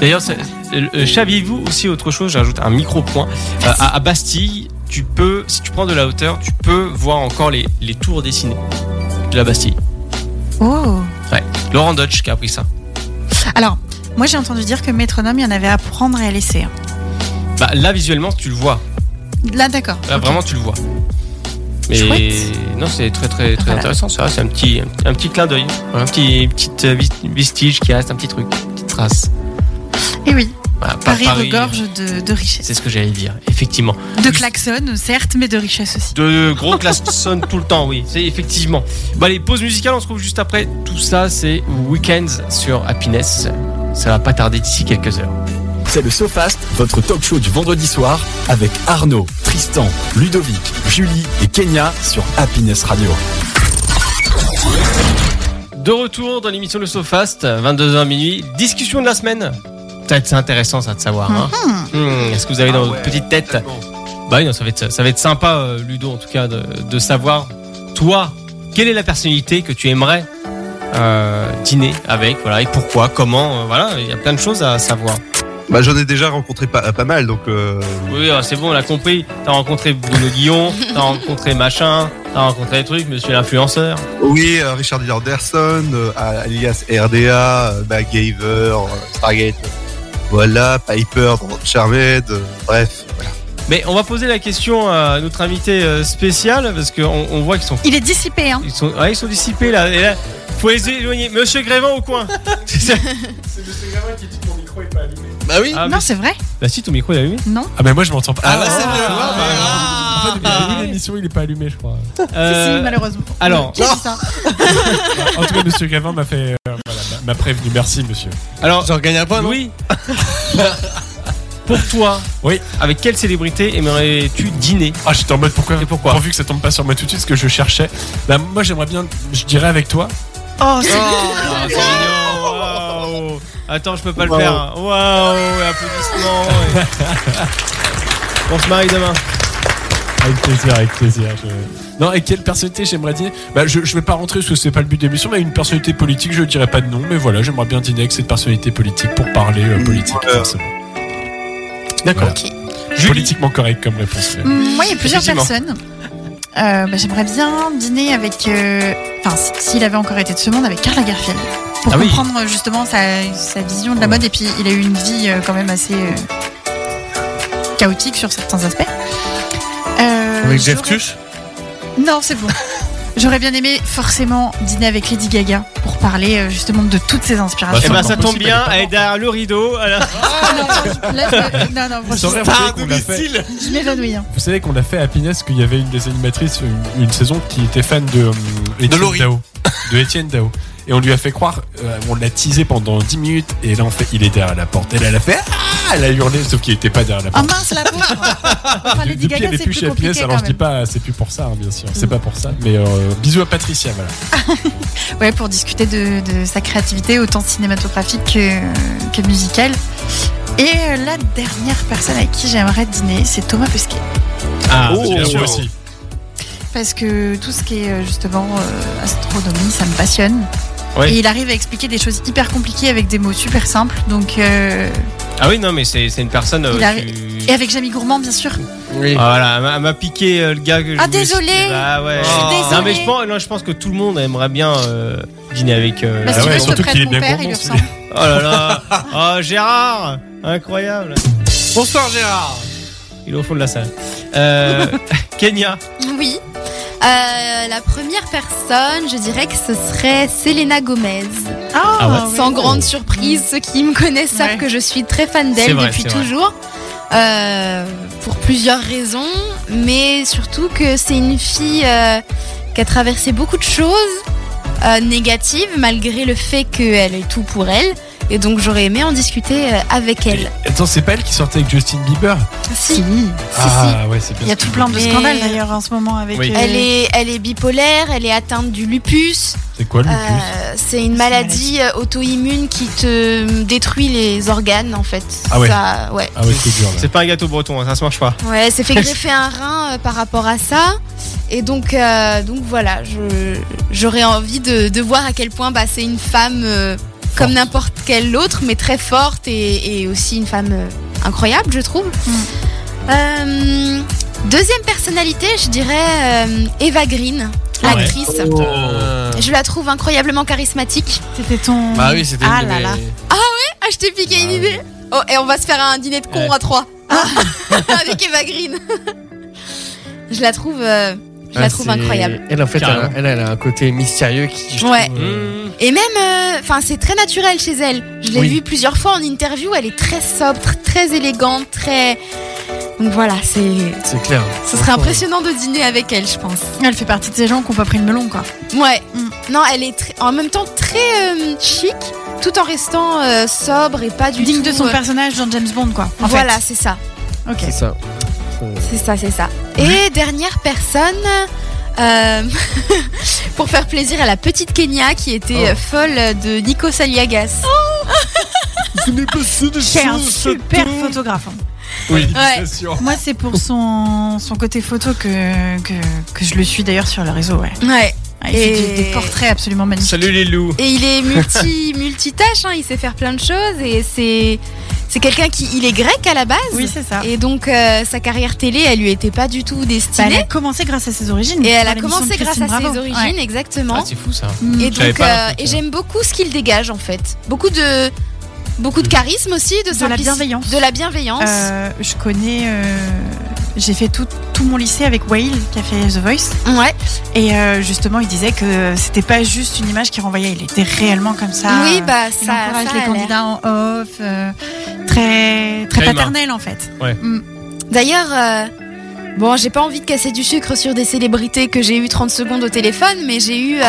B: D'ailleurs, ça- euh, euh, saviez-vous aussi autre chose J'ajoute un micro-point. Euh, à, à Bastille, tu peux, si tu prends de la hauteur, tu peux voir encore les, les tours dessinées de la Bastille.
E: Oh
B: Laurent Dutch qui a appris ça.
E: Alors, moi j'ai entendu dire que métronome, il y en avait à prendre et à laisser. hein.
B: Bah, là, visuellement, tu le vois.
E: Là, d'accord.
B: Là,
E: Ok.
B: vraiment, tu le vois. Mais
E: Chouette. Ah, bah.
B: non, c'est très très très
E: Voilà.
B: intéressant. Ça, c'est un petit un petit clin d'œil, un petit petite euh, vis- vestige qui reste, un petit truc, une petite trace.
E: Et oui,
B: Voilà, pas
E: Paris,
B: Paris,
E: regorge de, de richesse.
B: C'est ce que j'allais dire. Effectivement.
E: De klaxons, certes, mais de richesse aussi.
B: De gros klaxons tout le temps, oui. C'est effectivement. Bon, allez, pause musicale, on se retrouve juste après. Tout ça, c'est Weekends sur Happiness. Ça va pas tarder d'ici quelques heures.
A: C'est le SoFast, votre talk show du vendredi soir avec Arnaud, Tristan, Ludovic, Julie et Kenya sur Happiness Radio.
B: De retour dans l'émission Le Sofast, 22h minuit. Discussion de la semaine. Peut-être c'est intéressant ça de savoir. hein. Hmm, Est-ce que vous avez dans
H: Mm-hmm. Ah
B: votre
H: ouais,
B: petite tête
H: tellement.
B: Bah oui, non, ça va être ça va être sympa, euh, Ludo, en tout cas, de, de savoir toi quelle est la personnalité que tu aimerais euh, dîner avec, voilà, et pourquoi, comment, euh, voilà, il y a plein de choses à savoir.
H: Bah, j'en ai déjà rencontré pas, pas mal, donc euh,
B: Oui, alors, c'est bon, on l'a compris. T'as rencontré Bruno Guillon, t'as rencontré machin, t'as rencontré des trucs, Monsieur l'influenceur.
H: oui, euh, Richard D. Anderson, euh, alias RDA, euh, MacGyver, euh, Stargate, euh, voilà, Piper dans Charmed, euh, bref.
B: Mais on va poser la question à notre invité euh, spécial parce qu'on on voit qu'ils sont
E: Il est dissipé, hein
B: Ils sont, ouais, ils sont dissipés là. Et là, faut les éloigner. Monsieur Grévin au coin. C'est ça.
D: C'est Monsieur Gavin qui dit que mon micro est pas allumé.
F: Bah oui.
B: Ah, mais-
E: Non, c'est vrai
B: Bah si, ton micro il est allumé.
D: Ah, mais moi je m'entends pas.
F: Ah, bah, c'est
D: ouais.
F: vrai. Ah, bah,
D: En fait, depuis le début de l'émission, il est pas allumé, je crois.
E: Si,
B: Euh,
E: si, malheureusement.
B: alors.
E: Qui a dit ça
D: En tout cas, Monsieur Gavin m'a fait, euh, voilà, m'a- m'a prévenu. Merci, Monsieur.
B: alors,
F: J'en gagne un point. non
B: Louis. Pour toi,
D: Oui.
B: Avec quelle célébrité aimerais-tu dîner
D: Ah, j'étais en mode pourquoi
B: Et pourquoi
D: Pourvu que ça tombe pas sur moi tout de suite, ce que je cherchais. Bah, moi, j'aimerais bien, je dirais avec toi.
E: Oh, c'est
B: Ah, c'est Ah, mignon. Waouh. Attends, je peux pas le faire. Waouh, applaudissements. ouais. On se marie demain.
D: Avec plaisir, avec plaisir. je- Non, et quelle personnalité j'aimerais dîner Bah, je, je vais pas rentrer parce que c'est pas le but de l'émission, mais une personnalité politique, je dirais pas de nom, mais voilà, j'aimerais bien dîner avec cette personnalité politique pour parler euh, politique,
H: Euh,
D: forcément. D'accord.
G: Ok.
B: Julie.
D: Politiquement correct comme réponse. mais-
E: Mm, Moi, il y a plusieurs
B: Effectivement.
E: personnes. Euh, bah, J'aimerais bien dîner avec. euh, Enfin, s- s'il avait encore été de ce monde, avec Karl Lagerfeld. Pour
B: Ah oui.
E: comprendre euh, justement sa, sa vision de la mode. Et puis, il a eu une vie euh, quand même assez euh, chaotique sur certains aspects. Euh,
F: Avec Jeff
E: j'aurais-
F: Tuch.
E: Non, c'est bon. J'aurais bien aimé forcément dîner avec Lady Gaga pour parler euh, justement de toutes ses inspirations.
D: Bah,
B: Eh
D: c'est
B: ben,
D: encore
B: ça tombe
D: possible,
B: bien.
D: elle est pas
B: Elle est derrière le rideau. Voilà.
E: Ah, non, non, là, je- non, non,
D: Ça aurait
E: franchement,
D: rappelé qu'on l'a fait-
E: je m'évanouis. hein.
D: Vous savez qu'on a fait à Happiness qu'il y avait une des animatrices une, une saison qui était fan de hum, Étienne
F: Laurie.
D: Dao, de Étienne Dao. Et on lui a fait croire, euh, on l'a teasé pendant 10 minutes et là on fait, il est derrière la porte. Elle, elle a fait, ah, elle a hurlé sauf qu'il était pas derrière la
E: Ah
D: porte.
E: mince, la pauvre Enfin,
D: Depuis,
E: Lady Gaga,
D: elle est plus
E: c'est plus
D: chez
E: compliqué
D: Happiness,
E: quand
D: alors je dis
E: même.
D: pas, c'est plus pour ça, hein, bien sûr, c'est
E: Mm.
D: pas pour ça. Mais euh, bisous à Patricia, voilà.
E: Ouais, pour discuter de, de sa créativité, autant cinématographique que, que musicale. Et euh, la dernière personne avec qui j'aimerais dîner, c'est Thomas Pesquet.
B: Ah,
H: Oh.
B: bien sûr.
D: Moi aussi.
E: Parce que tout ce qui est euh, justement euh, astronomie, ça me passionne.
B: Ouais.
E: Et il arrive à expliquer des choses hyper compliquées avec des mots super simples. Donc, euh,
B: Ah oui, non, mais c'est c'est une personne. euh,
E: Il a-
B: tu-
E: Et avec Jamie Gourmand, bien sûr.
D: Bah
F: Oui.
B: Ah, voilà, elle m'a- elle m'a piqué euh, le gars que je
E: Ah,
B: voulais
E: désolée.
B: citer. Bah ouais.
E: Je suis désolée.
B: Non mais je pense, non, je pense que tout le monde aimerait bien euh, dîner avec. euh,
E: Bah, si
D: Ah
E: tu
D: ouais,
E: veux, je te
D: surtout qu'il est
E: prête mon
D: bien
E: père, il lui
D: gourmand,
E: ressemble.
B: Oh là là, oh Gérard, incroyable.
F: Bonsoir Gérard.
B: Il est au fond de la salle. Euh, Kenya,
G: Oui. Euh, la première personne, je dirais que ce serait Selena Gomez.
E: Ah, oui.
G: Sans grande surprise, ceux qui me connaissent savent
E: Ouais.
G: que je suis très fan
B: C'est
G: d'elle
B: vrai,
G: depuis
B: c'est vrai.
G: toujours. Euh, pour plusieurs raisons, mais surtout que c'est une fille euh, qui a traversé beaucoup de choses euh, négative malgré le fait qu'elle ait tout pour elle. Et donc j'aurais aimé en discuter euh, avec elle.
D: Et- Attends, c'est pas elle qui sortait avec Justin Bieber
G: Si, si, si.
D: Ah ouais, c'est bien.
E: Il y a
D: ce
E: tout
D: que
E: plein de
G: Mais-
E: scandales d'ailleurs en ce moment avec.
D: Oui.
E: euh,
G: Elle est, elle est bipolaire, elle est atteinte du lupus.
D: je dis. C'est quoi le
G: Euh,
D: plus
G: c'est une maladie euh, auto-immune qui te détruit les organes en fait.
D: Ah ouais.
G: Ça, ouais.
D: Ah ouais, c'est dur. là.
B: C'est pas un gâteau breton, hein, ça se mange pas.
G: Ouais, elle s'est fait greffer un rein euh, par rapport à ça. Et donc, euh, donc voilà, je- j'aurais envie de, de voir à quel point bah, c'est une femme euh, comme n'importe quelle autre, mais très forte et, et aussi une femme euh, incroyable, je trouve. Euh, deuxième personnalité, je dirais euh, Eva Green,
D: Ah ouais.
G: l'actrice. Je la trouve incroyablement charismatique.
E: C'était ton.
F: Bah oui, c'était
E: Ah
F: une de
E: là
F: mes-
E: là.
G: Ah, je t'ai piqué
E: Bah
G: une idée. Oh, et on va se faire un dîner de cons
E: Eh.
D: Ouais.
G: à trois.
E: Ah.
G: Avec Eva Green. je la trouve, euh, je la
F: Ah,
G: trouve
F: c'est-
G: incroyable.
F: Elle, en fait, elle a,
D: Carrément.
F: elle, elle a un côté mystérieux qui. je
G: Ouais.
F: trouve, euh,
G: Et même, euh, enfin, c'est très naturel chez elle. Je l'ai
F: Oui.
G: vue plusieurs fois en interview. Elle est très sobre, très élégante, très. Donc voilà, c'est.
F: C'est clair.
G: Ce serait impressionnant de dîner avec elle, je pense.
E: Elle fait partie de ces gens qui ont pas pris le melon quoi.
G: Ouais.
E: Mm.
G: Non, elle est tr- en même temps très euh, chic, tout en restant euh, sobre et pas du
E: Digne
G: tout,
E: de son
G: euh,
E: personnage dans James Bond quoi. En
G: Voilà, c'est ça.
E: Fait. Ok.
F: C'est ça.
G: C'est ça, c'est ça. Et dernière personne, euh, pour faire plaisir à la petite Kenya qui était
E: Oh.
G: euh, folle de Nico Saliagas.
E: C'est un super photographe. hein.
D: Oui,
G: Ouais.
D: c'est sûr.
E: Moi, c'est pour son, son côté photo que, que, que je le suis d'ailleurs sur le réseau. Ouais.
G: Ouais.
E: Ah, Il fait
G: Et-
E: des, des portraits absolument magnifiques.
B: Salut les loups.
G: Et il est multi multitâche, hein, il sait faire plein de choses et c'est c'est quelqu'un qui il est grec à la base.
E: Oui, c'est ça.
G: Et donc euh, sa carrière télé, elle lui était pas du tout
E: Bah,
G: destinée.
E: elle a commencé grâce à ses origines.
G: et elle
E: dans
G: a
E: l'émission
G: commencé
E: de
G: grâce à
E: Christine Bravo.
G: ses
E: Ouais.
G: origines, exactement.
B: Ah, c'est fou ça.
E: Mm.
G: Et
B: J'avais
G: donc,
B: pas
G: euh, et j'aime beaucoup ce qu'il dégage en fait. Beaucoup de, beaucoup de charisme aussi, de,
E: Mm. De la
G: simplici-
E: bienveillance.
G: De la bienveillance.
E: Euh, je connais. euh, J'ai fait tout, tout mon lycée avec Whale qui a fait The Voice.
G: Ouais.
E: Et euh, justement, il disait que c'était pas juste une image qui renvoyait, il était réellement comme ça.
G: oui, bah
E: Ah, Il
G: ça.
E: encourage
G: ça
E: les
G: a l'air.
E: candidats en off, euh, très, très,
D: Très humain.
E: paternel en fait.
G: D'ailleurs, euh, bon, j'ai pas envie de casser du sucre sur des célébrités que j'ai eu 30 secondes au téléphone, mais j'ai eu. euh,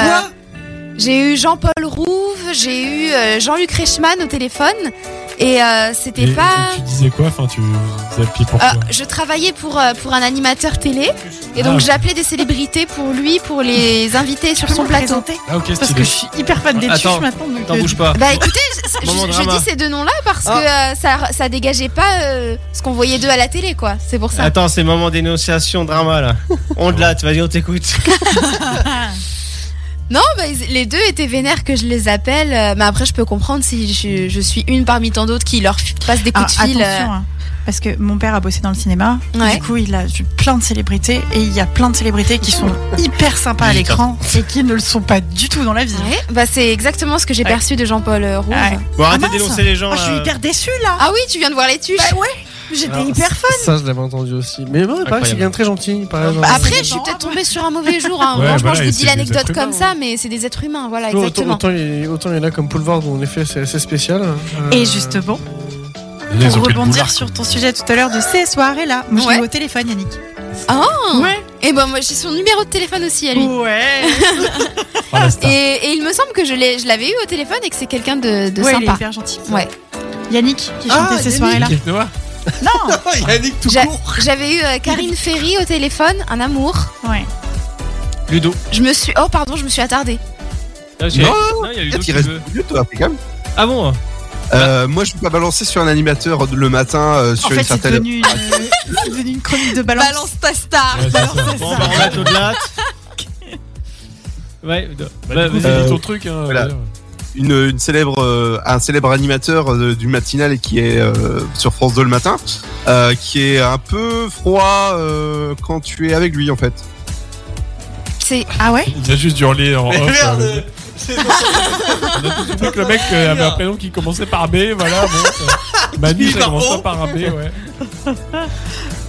G: j'ai eu Jean-Paul Rouve, j'ai eu euh, Jean-Luc Reichmann au téléphone. Et euh, c'était
D: Et-
G: pas.
D: et Tu disais quoi Enfin, tu vous appuiez pour
E: Ah,
G: Euh,
D: quoi
G: je travaillais pour, euh, pour un animateur télé et donc
D: Ah.
G: j'appelais des célébrités pour lui, pour les inviter sur
E: Pour
G: son
E: son
G: plateau.
E: présenter
D: Ah, ok,
E: Parce que
D: stylé.
E: je suis hyper fan des
B: Attends,
E: tuches maintenant. donc,
B: T'en
E: euh,
B: bouge pas.
G: Bah écoutez, je, je-
B: Moment
G: je
B: drama. Ah.
G: dis ces deux noms-là parce que euh, ça, ça dégageait pas euh, ce qu'on voyait d'eux à la télé, quoi. C'est pour ça.
B: Attends, c'est le moment d'énonciation drama là. On de là, tu vas dire on t'écoute.
E: Ah,
G: Ah, Non, bah, ils- les deux étaient vénères que je les appelle. euh, mais après, je peux comprendre si je, je suis une parmi tant d'autres qui leur f- passe des
E: ah,
G: coups de fil. euh,
E: attention, hein, parce que mon père a bossé dans le cinéma.
G: Ouais.
E: Du coup, il a vu plein de célébrités et il y a plein de célébrités qui sont hyper sympas à l'écran et qui ne le sont pas du tout dans la vie.
G: ouais. Bah, c'est exactement ce que j'ai
E: Ouais.
G: perçu de Jean-Paul euh, Rouve.
E: Ouais.
B: Bon, arrêtez
E: mince.
B: d'énoncer les gens. euh,
E: Oh, je suis
B: là.
E: hyper déçue là.
G: Ah oui, tu viens de voir les tuches.
E: Bah ouais, j'étais
B: Alors,
E: hyper fan.
F: Ça, je l'avais entendu aussi. Mais bon, il paraît que c'est
B: Incroyable.
F: bien très gentil. par exemple.
E: Bah,
G: Après,
E: c'est
G: je suis
E: bon,
G: peut-être
E: ouais.
G: tombée sur un mauvais jour. hein.
D: Ouais,
G: Franchement,
D: voilà,
G: je vous
D: et
G: dis
D: c'est des
G: l'anecdote
D: êtres
G: comme
D: humains,
G: ça, mais c'est des êtres humains. Voilà,
F: Autant-
G: exactement.
F: Autant, il- autant il y en a comme Poulvard, dont en effet c'est assez spécial. Euh,
E: Et justement,
D: Les autres
E: pour
D: de
E: rebondir
D: boulard.
E: sur ton sujet tout à l'heure de ces soirées-là, moi je l'ai
G: Ouais.
E: eu au téléphone, Yannick.
G: Ouais. Et ben, moi, j'ai son numéro de téléphone aussi à
E: Oh,
G: lui.
E: Ouais,
D: Ah, la star.
G: Et, et il me semble que je l'ai- je l'avais eu au téléphone et que c'est quelqu'un de, de
E: ouais il est
G: sympa.
E: hyper gentil.
G: Ouais.
E: Yannick qui chantait ces soirées-là.
D: Ah, Yannick Noah
E: Non
F: Yannick tout
G: J'a-
F: court.
G: J'avais eu euh, Karine Ferry au téléphone, un amour.
E: Ouais.
B: Ludo.
G: Je me suis. Oh, pardon, je me suis attardée.
B: Ah, ok.
H: Non,
B: il y a Ludo
H: Il
B: qui
H: reste
B: veut.
H: mieux, toi, impeccable.
B: Ah bon
H: Euh, moi, je suis pas balancé sur un animateur de- le matin euh,
E: En
H: sur
E: fait,
H: une
E: c'est
H: certaine.
E: devenu, une- c'est devenu une chronique de balance.
G: ta star.
D: Ouais, c'est ça.
B: Bon, bah, on va au delà. Ouais, de-
D: Bah,
B: bah,
D: du coup,
B: vas-y.
D: fais ton truc. hein,
H: voilà.
D: d'ailleurs.
H: une, une célèbre, euh, un célèbre animateur euh, du matinal et qui est euh, sur France 2 le matin, euh, qui est un peu froid euh, quand tu es avec lui en fait.
G: C'est.
E: Ah ouais
D: Il a juste hurlé
B: Oh,
D: en off.
F: merde,
D: euh, On a tout compris que le mec euh, avait un prénom qui commençait par B, voilà. Bon, ça- Manu, ça commençait par un B, ouais.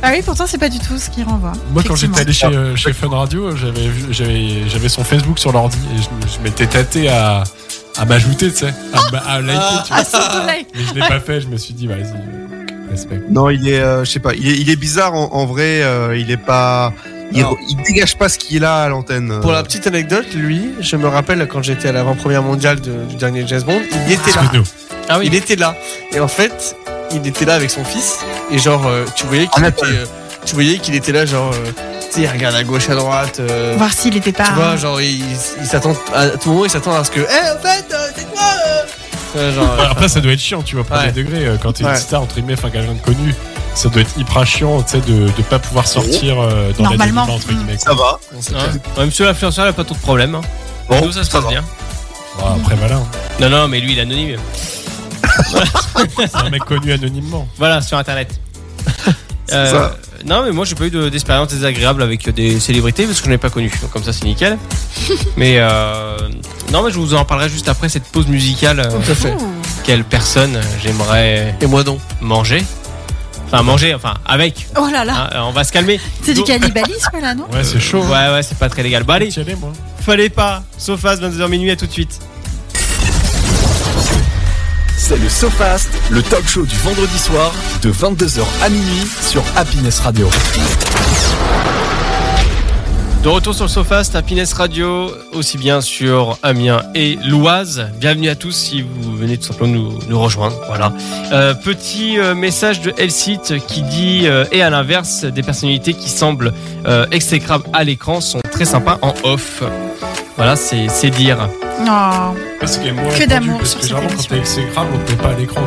E: Ah oui, pourtant, c'est pas du tout ce qui renvoie.
D: Moi, quand j'étais allé chez,
H: Effectivement.
D: euh, chez Fun Radio, euh, j'avais vu- j'avais j'avais son Facebook sur l'ordi et je, je m'étais tâté à, à m'ajouter, tu sais, à, m- à liker, tu
G: Ah,
D: vois. Mais je l'ai pas fait, je me suis dit, vas-y, respect.
H: Non, il est, euh, je sais pas, il est, il est bizarre en, en vrai. euh, il est pas, Il,
F: Non.
H: il dégage pas ce qu'il a à l'antenne. euh.
F: Pour la petite anecdote, lui, je me rappelle quand j'étais à l'avant-première mondiale de- du dernier James Bond, il était là.
D: Excuse-nous.
B: Ah oui.
F: Il était là. Et en fait, il était là avec son fils. Et genre, euh, tu voyais
B: Ah,
F: qu'il
H: En
F: était, euh, tu voyais qu'il était là, genre, euh, tu sais, il regarde à gauche, à droite. euh,
E: Voir s'il était pas.
F: tu vois, genre, il, il s'attend à tout moment, il s'attend à ce que. Eh, en fait, euh, c'est toi euh Ouais, genre,
D: Ouais, après, ça doit être chiant, tu vois, premier
F: Ouais.
D: degré. euh, Quand t'es une
F: Ouais.
D: star, entre guillemets, enfin, quelqu'un de connu, ça doit être hyper chiant, tu sais, de, de pas pouvoir sortir euh, dans
E: Normalement. Mm.
D: la délivrance, entre guillemets.
H: Ça va.
B: Hein Ouais, monsieur l'influenceur, il a pas trop de problème. Hein.
H: Bon,
B: Nous, ça se
H: ça
B: passe
H: va.
B: bien.
D: Bon, après, voilà. hein.
B: Non, non, mais lui, il est anonyme.
D: C'est un mec connu anonymement.
B: Voilà, sur internet. Euh,
H: ça.
B: Non, mais moi j'ai pas eu de- d'expérience désagréable avec euh, des célébrités parce que je n'ai pas connu. Donc, comme ça, c'est nickel. mais euh, non, mais je vous en parlerai juste après cette pause musicale. euh,
F: tout à fait.
E: Ouh.
B: quelle personne euh, j'aimerais
F: Et moi donc.
B: manger Enfin, manger, enfin, avec.
E: Oh là là,
D: Ah.
B: hein, euh, on va se calmer.
E: c'est du
B: Donc-
E: cannibalisme là, non
D: Ouais, c'est chaud.
B: Ouais, ouais, c'est pas très légal. Bah, allez,
D: T'y allais, moi.
B: fallait pas. Sofas, 22h minuit, à tout de suite.
A: C'est le SoFast, le talk show du vendredi soir de 22h à minuit sur Happiness Radio.
B: De retour sur le sofa, c'est Happiness Radio, aussi bien sur Amiens et l'Oise. Bienvenue à tous si vous venez tout simplement nous, nous rejoindre. Voilà. Euh, petit euh, message de Elsite qui dit euh, et à l'inverse, des personnalités qui semblent euh, exécrables à l'écran sont très sympas en off. Voilà, c'est c'est dire.
E: Non.
D: Parce qu'il y a moins
E: Que
D: répandu,
E: d'amour
D: Parce
E: sur
D: que
E: cette
D: généralement, quand
E: émission.
D: t'es exécrable, on te met pas à l'écran.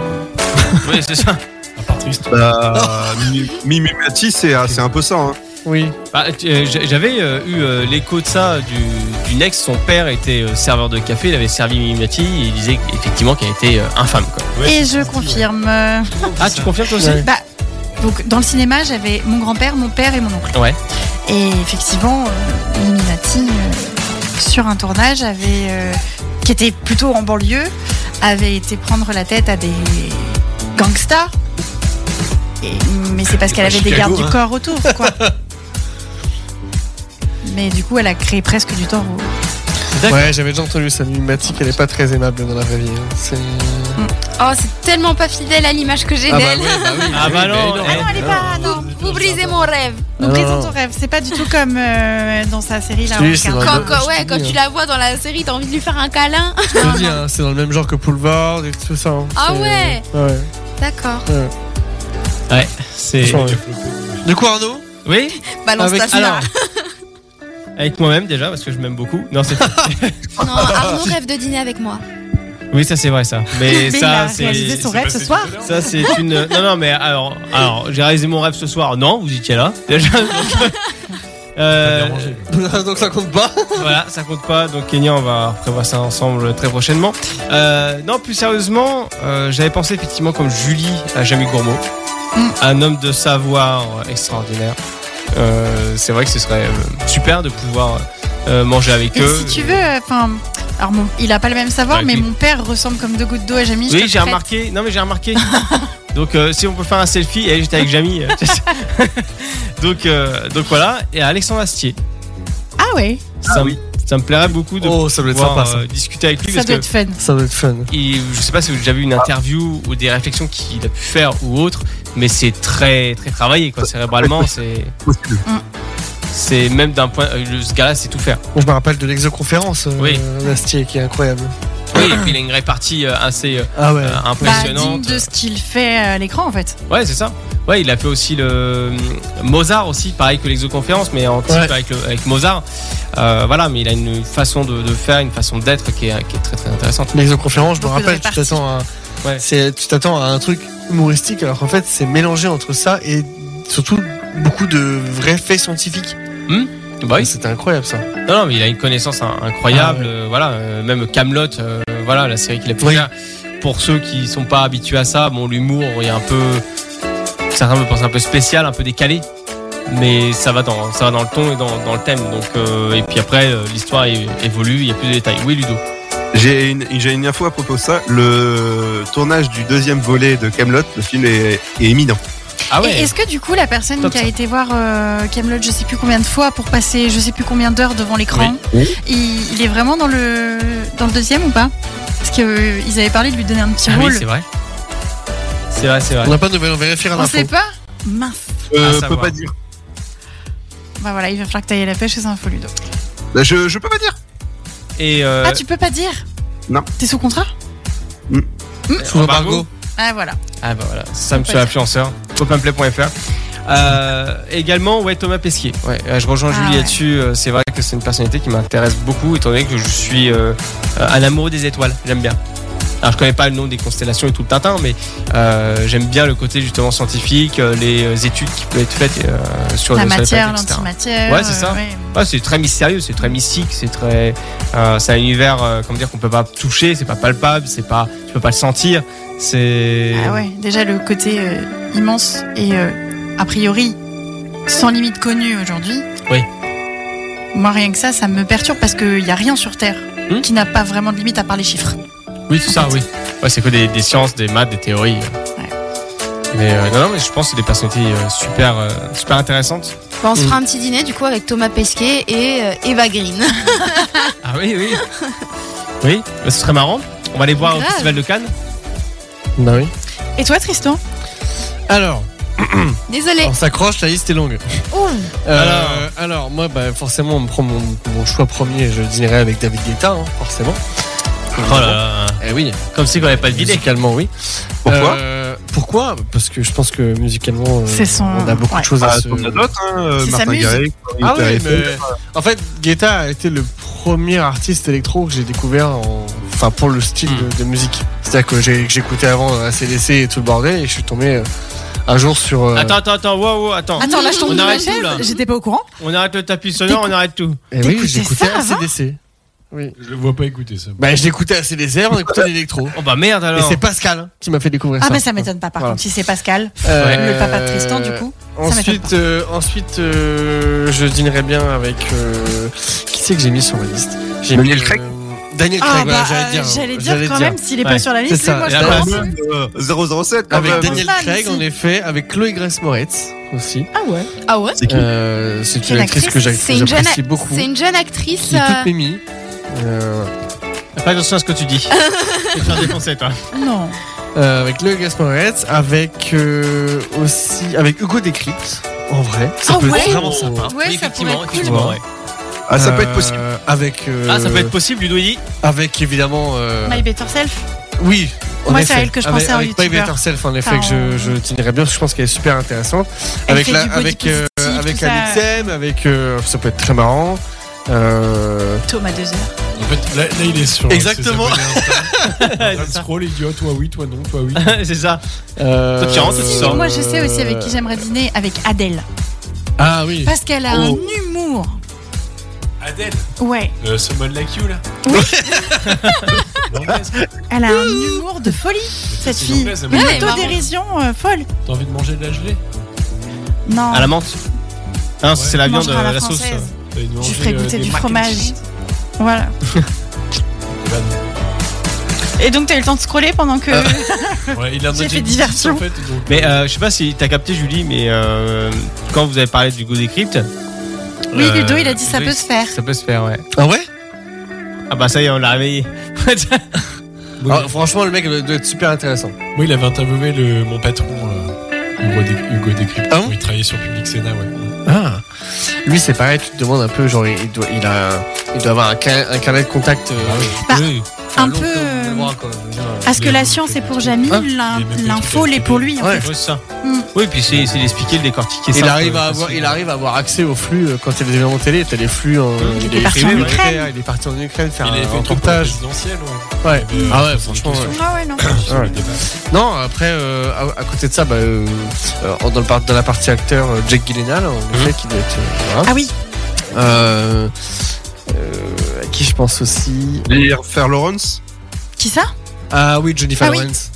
B: Oui, c'est ça.
D: À part triste.
H: Bah, Mimi- Mimi Mati, c'est euh, c'est un peu ça. hein.
F: Oui.
B: Bah, tu- euh, j'a- J'avais euh, eu euh, l'écho de ça du, d'une ex. Son père était euh, serveur de café, il avait servi Mimimati et il disait effectivement qu'elle était euh, infâme. Quoi.
E: Et je confirme. euh,
B: Ah, tu confirmes toi aussi
F: Ouais.
E: Bah, donc dans le cinéma, j'avais mon grand-père, mon père et mon oncle.
B: Ouais.
E: Et effectivement, euh, Mimimati, euh, sur un tournage, avait, euh, qui était plutôt en banlieue, avait été prendre la tête à des gangsters. Et- mais c'est parce qu'elle avait des gardes du
F: hein.
E: corps autour, quoi. mais du coup, elle a créé presque du tort. au-
B: D'accord.
F: Ouais, j'avais déjà entendu ça. Mimatique, elle est pas très aimable dans la vraie vie. hein. C'est.
G: Oh, c'est tellement pas fidèle à l'image que j'ai
F: Ah bah
G: d'elle.
F: oui, bah oui.
B: Ah bah non,
E: Ah non, elle est pas. Non.
G: Vous brisez mon rêve.
E: Nous
F: Ah.
E: brisons ton rêve. C'est pas du tout comme euh, dans sa série là.
F: Oui,
E: on
F: c'est vrai.
E: regarde.
G: Quand,
F: non,
G: quand-
F: je
G: ouais,
F: te
G: quand
F: dis,
G: tu
F: hein.
G: la vois dans la série, t'as envie de lui faire un câlin.
F: Je te le dis, hein, c'est dans le même genre que Boulevard et tout ça. hein.
G: Ah
F: C'est-
G: ouais.
F: Ouais.
G: D'accord.
B: Ouais, c'est.
F: Franchement, ouais. Du coup, Arnaud
B: Oui
G: Balance
F: Avec-
G: ta
B: Alors.
G: fleur.
B: Avec moi-même déjà, parce que je m'aime beaucoup. Non, c'est.
G: Non, Arnaud rêve de dîner avec moi.
B: Oui, ça c'est vrai, ça. Mais,
E: Mais il
B: ça,
E: a
B: c'est.
E: réalisé son rêve ce
D: passé
E: soir.
D: tout à l'heure.
B: Ça c'est une. Non, non, mais alors, alors j'ai réalisé mon rêve ce soir. Non, vous étiez là. Déjà. donc,
D: T'as
B: euh,
D: bien mangé.
F: Donc ça compte pas
B: voilà, ça compte pas. Donc Kenya, on va prévoir ça ensemble très prochainement. Euh, non, plus sérieusement, euh, j'avais pensé effectivement comme Julie à Jamie Gourmaud,
E: Mm.
B: un homme de savoir extraordinaire. Euh, c'est vrai que ce serait euh, super de pouvoir euh, manger avec
E: Et
B: eux.
E: si tu veux, euh, enfin, alors mon- il a pas le même savoir,
B: Ouais,
E: mais
B: oui.
E: mon père ressemble comme deux gouttes d'eau à Jamie. je te
B: Oui,
E: le
B: j'ai
E: prête.
B: remarqué. Non, mais j'ai remarqué. Donc, euh, si on peut faire un selfie, et j'étais avec Jamie. donc, euh, donc voilà. Et Alexandre Astier.
E: Ah ouais,
B: ça, me- ça me plairait beaucoup de
F: Oh, ça doit être
B: pouvoir
F: sympa ça.
B: euh, discuter avec lui
E: ça
B: parce
E: doit
B: que
E: être fun.
F: Ça doit être fun.
B: il- je sais pas si vous avez déjà vu une interview ou des réflexions qu'il a pu faire ou autre, mais c'est très très travaillé quoi. Cérébralement, c'est
E: Mm.
B: c'est même d'un point. euh, le- Ce gars-là, c'est tout faire.
F: Moi, je me rappelle de l'exoconférence, euh,
B: Oui.
F: Astier, qui est incroyable.
B: Oui, et puis il a une répartie euh, assez euh,
F: Ah ouais.
E: Bah, digne
B: impressionnante.
E: de ce qu'il fait euh, à l'écran en fait.
B: Ouais, c'est ça. Ouais, il a fait aussi le euh, Mozart aussi, pareil que l'exoconférence, mais en type
F: Ouais.
B: avec, le- avec Mozart. Euh, voilà, mais il a une façon de, de faire, une façon d'être qui est, qui est très très intéressante.
F: L'exoconférence, je me
E: Beaucoup de
F: rappelle, tu
E: réparties.
F: t'attends à,
B: Ouais.
F: c'est- tu t'attends à un truc humoristique, alors qu'en fait, c'est mélangé entre ça et surtout beaucoup de vrais faits scientifiques.
B: Bah oui.
F: C'était incroyable ça.
B: Non, non, mais il a une connaissance in- incroyable.
F: Ah ouais.
B: euh, voilà, euh, même Camelot, voilà la série qu'il a pu
F: Oui.
B: faire. Pour ceux qui sont pas habitués à ça, bon, l'humour est un peu, certains me pensent un peu spécial, un peu décalé, mais ça va dans, ça va dans le ton et dans, dans le thème. Donc euh, et puis après, euh, l'histoire é- évolue, il y a plus de détails. Oui, Ludo.
H: J'ai une, j'ai une info à propos de ça. Le tournage du deuxième volet de Camelot, le film est, est imminent.
B: Ah
E: Et est-ce que du coup la personne
B: Top,
E: qui a
B: ça.
E: été voir euh, Camelot, je sais plus combien de fois pour passer, je sais plus combien d'heures devant l'écran, il, il est vraiment dans le dans le deuxième ou pas Parce que euh, ils avaient parlé de lui donner un petit
B: Ah oui,
E: rôle.
B: c'est vrai. C'est vrai, c'est vrai.
F: On n'a pas de nouvelles, on vérifiera
E: On
F: l'info.
E: sait pas. Mince.
H: Euh,
B: savoir.
H: peut pas dire.
E: Bah voilà, il va falloir que t'ailles à la pêche chez un Ludo.
H: Bah, Je, je peux pas
F: Euh,
H: dire.
B: Et euh,
E: Ah, tu peux pas dire
H: Non.
E: T'es sous contrat
F: Sous embargo.
E: Ah voilà.
B: Ah bah voilà, Sam sur influenceur, copainplay.fr. Euh, également, ouais, Thomas Pesquier. Ouais, euh, je rejoins
E: Ah
B: Julie
E: ouais.
B: là-dessus. euh, C'est vrai que c'est une personnalité qui m'intéresse beaucoup, étant donné que je suis euh, euh, un amoureux des étoiles. J'aime bien. Alors, je connais pas le nom des constellations et tout le tintin, mais euh, j'aime bien le côté justement scientifique, euh, les études qui peuvent être faites euh, sur
E: La
B: le- sur les
E: matière,
B: planètes, etc.
E: l'antimatière.
B: Ouais, c'est ça.
E: euh, ouais.
B: Ouais, c'est très mystérieux, c'est très mystique, c'est très, euh, c'est un univers, euh, comment dire, qu'on peut pas toucher, c'est pas palpable, c'est pas, tu peux pas le sentir, c'est.
E: Ah ouais, déjà le côté euh, immense et euh, a priori sans limite connu aujourd'hui.
B: Oui.
E: Moi, rien que ça, ça me perturbe parce qu'il n'y a rien sur Terre
B: Hmm.
E: qui n'a pas vraiment de limite à part les chiffres.
B: Oui, c'est ça, oui. Ouais, c'est que des, des sciences, des maths, des théories. Mais euh, non, non, mais je pense que c'est des personnalités euh, super, euh, super intéressantes.
G: Bon, on se
B: Mm.
G: fera un petit dîner du coup avec Thomas Pesquet et euh, Eva Green.
B: Ah oui, oui. oui, bah, ce serait marrant. On va les voir au
G: Grave.
B: Festival de Cannes.
F: Bah oui.
E: Et toi, Tristan
F: Alors,
G: Désolé.
F: on s'accroche, la liste est longue.
E: Oh.
B: Alors.
F: Euh, alors, moi, bah, forcément, on me prend mon, mon choix premier, je dirais avec David Guetta, hein, forcément.
B: Oh là,
F: Eh oui,
B: comme si qu'on n'avait pas de vidéo.
F: musicalement, oui.
H: Pourquoi
F: Euh, Pourquoi Parce que je pense que musicalement, euh,
E: C'est son-
F: on a beaucoup
E: ouais.
F: de choses à
H: Bah,
F: se...
H: t'en as d'autres, hein, euh,
E: c'est sa
H: Martin
E: muse.
H: Garrix,
F: Ah
H: Peter
F: oui,
H: Eiffel.
F: mais en fait, Guetta a été le premier artiste électro que j'ai découvert en... enfin, pour le style de, de musique. C'est-à-dire que j'ai- que j'écoutais avant euh, ACDC et tout le bordel et je suis tombé euh, un jour sur. euh,
B: Attends, attends, attends, wow, wow, attends.
E: Attends, là, je tombe
B: on
E: de ma
B: arrête tout,
E: chaise.
B: là.
E: J'étais pas au courant.
F: Ah,
B: On arrête le tapis sonore, on arrête tout.
F: eh oui,
E: t'écoutais
F: j'écoutais
E: ça avant
F: ACDC.
D: Je le vois pas écouter ça.
F: Bah, je l'écoutais ACDC, on écoutait l'électro.
B: Oh bah merde
F: Et
B: alors.
F: c'est Pascal hein, qui m'a fait découvrir
E: Ah,
F: ça.
E: mais ça m'étonne pas, par
F: Voilà.
E: contre, si c'est Pascal,
F: Euh,
E: le papa de Tristan, du coup. m'étonne
F: Ensuite, euh, ensuite euh, je dînerai bien avec. euh, qui c'est que j'ai mis sur ma liste J'ai
H: Daniel
F: mis, euh,
H: Craig
F: Daniel Craig,
E: Ah,
F: voilà,
E: bah,
F: j'allais
E: euh,
F: dire.
E: j'allais dire quand
F: dire.
E: même, s'il est
B: Ouais.
E: pas sur la
F: C'est
E: liste,
F: ça.
E: moi, je
B: Et
E: te
B: après,
E: lance.
H: Euh, 007 quand
F: Avec
H: même.
F: Daniel
E: Fan
F: Craig,
E: aussi.
F: en effet, avec Chloé Grace Moretz aussi.
E: Ah ouais
G: Ah ouais
H: C'est qui
F: Euh, c'est
E: Une
F: une actrice que j'ac-
G: C'est une jeune,
F: j'apprécie beaucoup.
G: c'est une jeune actrice.
F: Qui est
G: euh,
F: toute mimi. Euh,
B: Fais attention à ce que tu dis. Tu vas te faire défoncer, toi.
E: Non.
F: euh, avec Chloé Grace Moretz, avec euh, aussi avec Hugo Décrypte, en vrai. Ça
E: Ah
F: peut être
E: ouais
F: vraiment sympa.
E: Ouais,
B: Oui,
E: ça
B: effectivement,
E: pourrait être cool.
B: effectivement, ouais.
H: Ah, ça peut
F: Euh,
H: être possible.
F: Avec, euh,
B: Ah, ça peut être possible, Ludo il dit.
F: avec évidemment. euh,
E: My Better Self
F: Oui. en
E: Moi, c'est
F: effet.
E: à elle que je
F: Avec-
E: pensais en
F: avec Buy
E: youtubeur.
F: Better Self, en effet,
E: Enfin,
F: que je, je dirais bien, parce que je pense qu'elle est super intéressante.
E: Elle
F: avec
E: fait du body
F: avec, euh,
E: positive,
F: avec
E: tout ça.
F: Alix M, avec. euh, ça peut être très marrant. Euh,
E: Thomas Dezer.
D: En fait, là, là, il est sur. hein,
F: Exactement.
D: ses abonnés Insta. En train de Scroll, il dit oh, toi oui, toi non, toi oui.
B: c'est ça.
F: euh,
B: Toi, tu rentres, tu
E: Si,
B: sors.
E: Moi, je sais aussi avec qui j'aimerais dîner, avec Adèle.
F: Ah oui.
E: Parce qu'elle a un humour.
D: Adèle,
E: Ouais,
D: euh, Someone Like You là. L'anglaise, quoi.
E: elle a un humour de folie, cette
D: C'est
E: fille.
D: l'anglaise, elle
E: Une
D: m'a-
G: Ouais.
E: autodérision euh, folle.
D: T'as envie de manger de la gelée
E: Non,
B: À la menthe. Ah, non, c'est la
E: on
B: viande,
E: mangera à
B: euh,
E: la,
B: la sauce.
E: française.
D: T'as envie de
E: Je
D: manger,
E: ferai
D: euh,
E: goûter
D: des
E: du
D: mac and
E: fromage.
D: cheese
E: Voilà.
D: Eh ben,
E: Et donc, t'as eu le temps de scroller pendant que.
D: non. Ouais, il a
E: J'ai fait diversion.
D: En fait, donc,
B: Mais euh, je sais pas si t'as capté Julie, mais euh, quand vous avez parlé du Go Decrypt.
E: Oui,
B: euh,
E: Ludo, il a dit, ça peut se faire.
B: Ça peut se faire, ouais.
F: Ah ouais
B: Ah bah ça y est, on l'a réveillé.
F: Alors, Ah, Franchement, le mec doit être super intéressant.
D: Moi, il avait interviewé le, mon patron, euh, Hugo, Dé- Hugo Décrypte,
F: Ah bon
D: où il travaillait sur Public Sénat. Ouais.
F: Ah Lui, c'est pareil, tu te demandes un peu, genre, il doit, il a, il doit avoir un, ca- un carnet de contact. euh,
E: Bah,
D: Ah oui.
E: un
F: long
E: peu,
F: comme le
E: euh,
F: bras, quoi. Je veux dire, euh,
E: Parce que la
D: Mais-
E: science est pour
F: Hein
E: Jamil, l'in-
D: Mais- mais-
E: l'info
D: mais-
E: l'est pour lui. en
F: Ouais.
E: fait.
B: Ouais, c'est ça.
E: Mm.
B: Oui, puis c'est c'est d'expliquer, de décortiquer ça.
F: Il arrive, à
B: euh,
F: avoir,
B: facilement.
F: il arrive à avoir accès aux flux euh, quand il y a des événements télé. T'as les flux. euh,
B: Il
E: est parti en
F: privé,
E: Ukraine.
F: ouais, Il est parti en Ukraine faire
D: il avait fait
F: un
D: un truc pour le
F: reportage.
D: présidentiel. Ouais.
F: Ouais.
D: Il avait
F: Ah
D: posé
F: ouais,
D: des
F: franchement.
D: questions
F: ouais.
E: Ah ouais, non.
D: sur le
F: Ouais.
D: débat.
F: Non, après, euh, à, à côté de ça, bah, euh, euh, dans, le par- dans la partie acteur, euh, Jake Gyllenhaal, en effet, qui doit être. euh, voilà.
E: Ah oui,
F: Euh, euh, à qui je pense aussi
H: Lire Faire Lawrence.
E: qui ça
F: Ah oui, Jennifer
E: Ah oui.
F: Lawrence.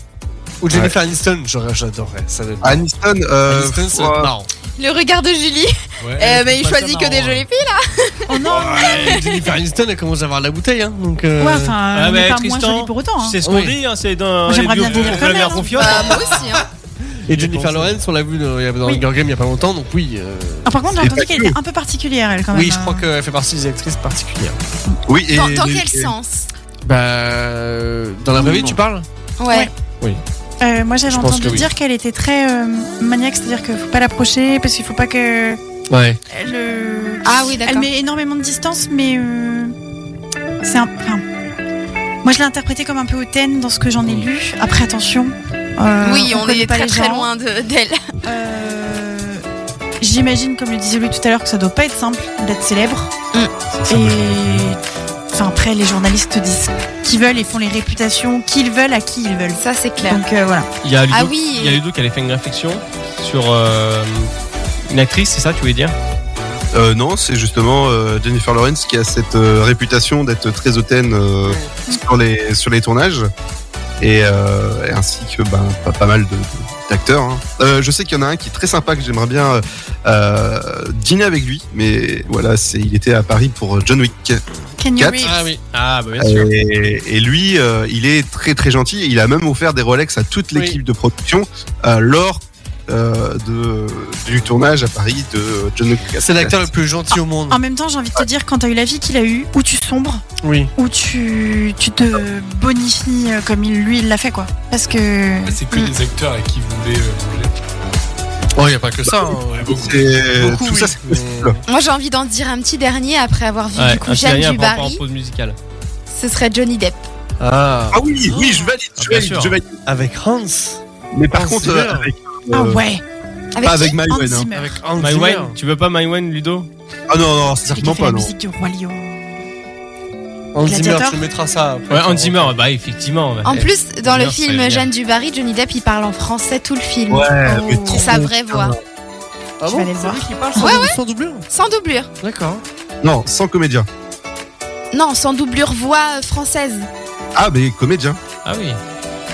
F: Ou Jennifer Aniston, j'aurais- j'adorerais. Ça doit être-
H: Aniston. Euh,
F: Aniston, ça doit être
H: ouah,
F: marrant.
G: Le regard de Julie.
D: Ouais,
G: Euh,
D: c'est
G: mais il
D: pas hein.
G: choisit
D: ça
G: que des
D: marrant,
G: jolies filles.
E: Oh non
F: Ouais, Jennifer Aniston, elle commence à avoir de la bouteille. Hein, donc, euh,
E: Ouais, enfin,
B: Ah,
E: on
B: mais
E: n'est pas moins
B: Tristan,
E: joli pour autant. hein.
B: C'est ce qu'on
F: Oui.
B: dit, hein, c'est dans
E: Moi, j'aimerais bien Ah,
B: vidéos
E: dire
B: pour
E: quand
B: la meilleure
E: même.
B: confiance.
G: Bah, moi aussi. Hein.
F: et Jennifer
D: pensé.
F: Lawrence, on l'a vu dans, dans
E: Oui.
F: Hunger Game il n'y a pas longtemps, donc oui. euh,
E: Ah, par contre, j'ai
H: c'est
E: entendu
H: pas
E: qu'elle était un peu particulière, elle, quand même.
F: oui, je crois
E: euh.
F: qu'elle fait partie des actrices particulières.
H: Oui, et.
G: Dans, dans
H: et-
G: quel sens
F: Bah, euh, dans la vraie vie, tu parles
G: Ouais.
E: Euh, moi, j'avais
F: Je pense
E: entendu
F: que oui.
E: dire qu'elle était très euh, maniaque, c'est-à-dire qu'il faut pas l'approcher parce qu'il faut pas que
F: Ouais.
E: elle, euh,
G: Ah oui, d'accord.
E: Elle met énormément de distance, mais euh, c'est un. enfin, moi, je l'ai interprété comme un peu hautaine dans ce que j'en ai lu. Après, attention. euh,
G: Oui, on,
E: connaît
G: est
E: pas
G: très
E: les
G: très
E: gens.
G: loin de- d'elle.
E: Euh, J'imagine, comme le disait lui tout à l'heure, que ça doit pas être simple d'être célèbre.
D: hein.
E: Et enfin, après, les journalistes disent ce qu'ils veulent et font les réputations qu'ils veulent à qui ils veulent.
G: Ça, c'est clair.
E: Donc euh, voilà.
B: Il y a Ludo,
G: Ah oui.
B: il y a Ludo qui avait fait une réflexion sur euh, une actrice, c'est ça que tu voulais dire
H: Euh, non, c'est justement euh, Jennifer Lawrence qui a cette euh, réputation d'être très hautaine euh, sur, les, sur les tournages. Et, euh, et ainsi que ben, pas, pas mal de- de- d'acteurs. hein. Euh, je sais qu'il y en a un qui est très sympa, que j'aimerais bien euh, euh, dîner avec lui. Mais voilà, c'est il était à Paris pour euh, John Wick.
E: Kenny
H: Quatre.
E: Reeves.
B: Ah oui. Ah bah bien
G: Euh,
B: sûr.
H: Et, et lui, euh, il est très très gentil. Il a même offert des Rolex à toute l'équipe de production euh, lors euh, de, du tournage à Paris de John Wick.
F: C'est l'acteur le plus gentil au monde.
E: En même temps, j'ai envie de te dire, quand t'as eu la vie qu'il a eue, où tu sombres,
F: Oui.
E: où tu, tu te bonifies euh, comme il, lui, il l'a fait, quoi. Parce que.
D: Ah, C'est que des acteurs à qui vous voulez euh,
F: Oh, il a pas que ça. hein.
D: manger. Ouais, beaucoup.
H: C'est-
F: Beaucoup,
H: tout
F: oui.
H: ça, c'est possible.
G: Moi, j'ai envie d'en dire un petit dernier après avoir vu
B: Ouais,
G: du coup
B: un
G: Jeanne
B: dernier avant de part en
G: Dubarry.
B: pause musicale.
G: Ce serait Johnny Depp.
F: Ah.
H: Ah oui, oui, je valide,
B: Ah,
H: je
B: bien
H: valide,
B: sûr.
H: je valide.
F: Avec Hans.
H: Mais par
F: Hans
H: contre,
F: Zimmer.
H: euh, avec,
E: Ah
H: euh,
E: ouais,
G: Avec
H: pas
G: qui
H: avec
E: Hans
H: Maïwen.
E: Zimmer.
F: Avec Hans.
B: My
F: Zimmer.
B: Wine, tu veux pas My Wine, Ludo
H: Ah non, non,
E: C'est lui qui a
H: certainement
E: fait la
H: pas, non.
E: musique du Roi Lion.
F: Hans Zimmer,
E: Gladiator.
F: tu mettra ça. après.
B: Ouais, Hans Zimmer, bah effectivement. ouais.
G: En plus, dans le
B: Zimmer, c'est
G: film
B: génial.
G: Jeanne Dubarry, Johnny Depp, il parle en français tout le film.
H: Ouais, Ah,
E: Oh.
H: mais trop.
G: C'est sa vraie voix.
F: Ah
E: Je
F: bon
E: vais aller le
F: C'est
E: voir.
F: lui qui parle sans,
G: Ouais,
F: sans doublure
G: Sans doublure.
F: D'accord.
H: Non, sans comédien.
G: Non, sans doublure voix euh, française.
H: Ah, mais comédien.
B: Ah oui.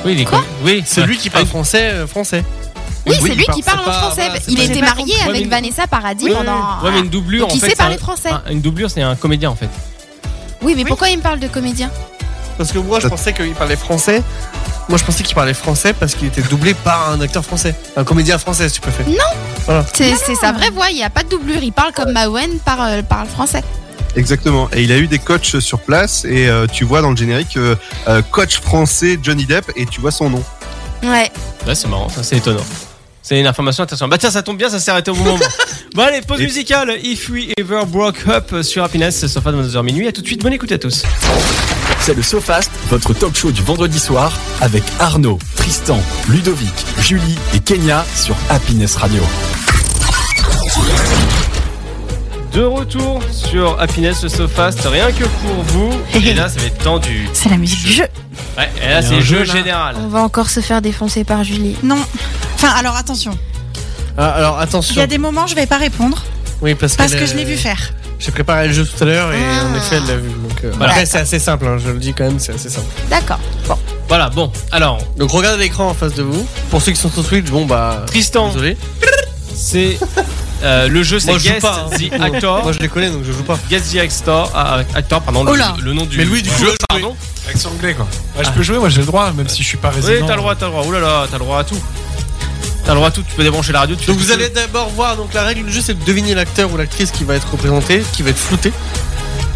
B: Oui, il est
G: Quoi
B: con- Oui,
F: C'est lui qui parle français, euh, français.
G: Oui,
H: Oui,
G: c'est lui
H: il
G: qui
F: parle-
G: parle en
F: c'est pas-
G: français.
F: voilà, c'est
G: il
F: pas-
E: j'ai
G: était
E: pas
G: marié
B: compris.
G: avec
B: Ouais, mais-
G: Vanessa Paradis
B: Oui, oui,
G: pendant.
B: oui. Ah. Ouais, mais une doublure
G: Donc
B: en
G: il
B: fait.
G: sait
B: c'est
G: parler
B: un-
G: français.
B: un- Une doublure, c'est un comédien en fait.
G: Oui, mais pourquoi il me parle de comédien
F: Parce que moi, je pensais qu'il parlait français. Moi, je pensais qu'il parlait français parce qu'il était doublé par un acteur français. Un comédien français, si tu préfères.
G: C'est c'est sa vraie voix, il n'y a pas de doublure. Il parle comme Mawen parle, parle français.
H: Exactement. Et il a eu des coachs sur place. Et euh, tu vois dans le générique, euh, euh, coach français Johnny Depp, et tu vois son nom.
G: Ouais.
B: Là, c'est marrant, ça, c'est étonnant. C'est une information intéressante. Bah tiens, ça tombe bien, ça s'est arrêté au bon moment. bon allez, pause
H: Et-
B: musicale. If we ever broke up euh, sur Happiness, sauf à 22h minuit. À tout de suite, bonne écoute à tous.
A: C'est le SoFast, votre talk show du vendredi soir avec Arnaud, Tristan, Ludovic, Julie et Kenya sur Happiness Radio.
B: De retour sur Happiness So Fast, rien que pour vous. Et là, ça va être tendu.
E: C'est la musique du jeu.
B: Ouais, et là,
D: Il y a
B: c'est
D: un
B: jeu
D: jeu, là.
B: général.
G: On va encore se faire défoncer par Julie.
E: Non. Enfin, alors attention.
F: Ah, alors,
E: Il y a
F: attention.
E: des moments, je vais pas répondre
F: Oui, parce,
E: parce
F: qu'elle
E: que
F: est-
E: je l'ai vu faire.
F: J'ai préparé le jeu tout à l'heure et
G: Ah.
F: en effet, elle l'a vu. Donc, euh,
B: Voilà.
F: Après, c'est assez simple, hein, je le dis quand même, c'est assez simple.
G: D'accord.
B: Voilà, bon. Alors,
F: Donc, regardez l'écran en face de vous. Pour ceux qui sont sur Switch, bon, bah.
B: Tristan,
F: Désolé.
B: c'est. euh, le jeu, c'est
F: Moi, je joue
B: Guest
F: pas. hein.
B: the
F: Moi,
B: Actor.
F: je les connais, donc je joue pas.
B: Guest the Actor. ah, actor, pardon.
E: Oh là.
B: le, le nom du,
F: Mais Louis, du coup,
B: jeu,
F: je-
B: pardon.
D: Accent anglais quoi. Ouais, Ah, je peux jouer, moi j'ai le droit, même si je suis pas
B: Oui,
D: résident.
B: t'as le droit, t'as le droit. Ouh là là, t'as le droit à tout. T'as le droit à tout. Tu peux débrancher la radio. Tu
F: Donc
B: fais
F: vous
B: tout.
F: allez d'abord voir, donc la règle du jeu c'est de deviner l'acteur ou l'actrice qui va être représentée, qui va être floutée.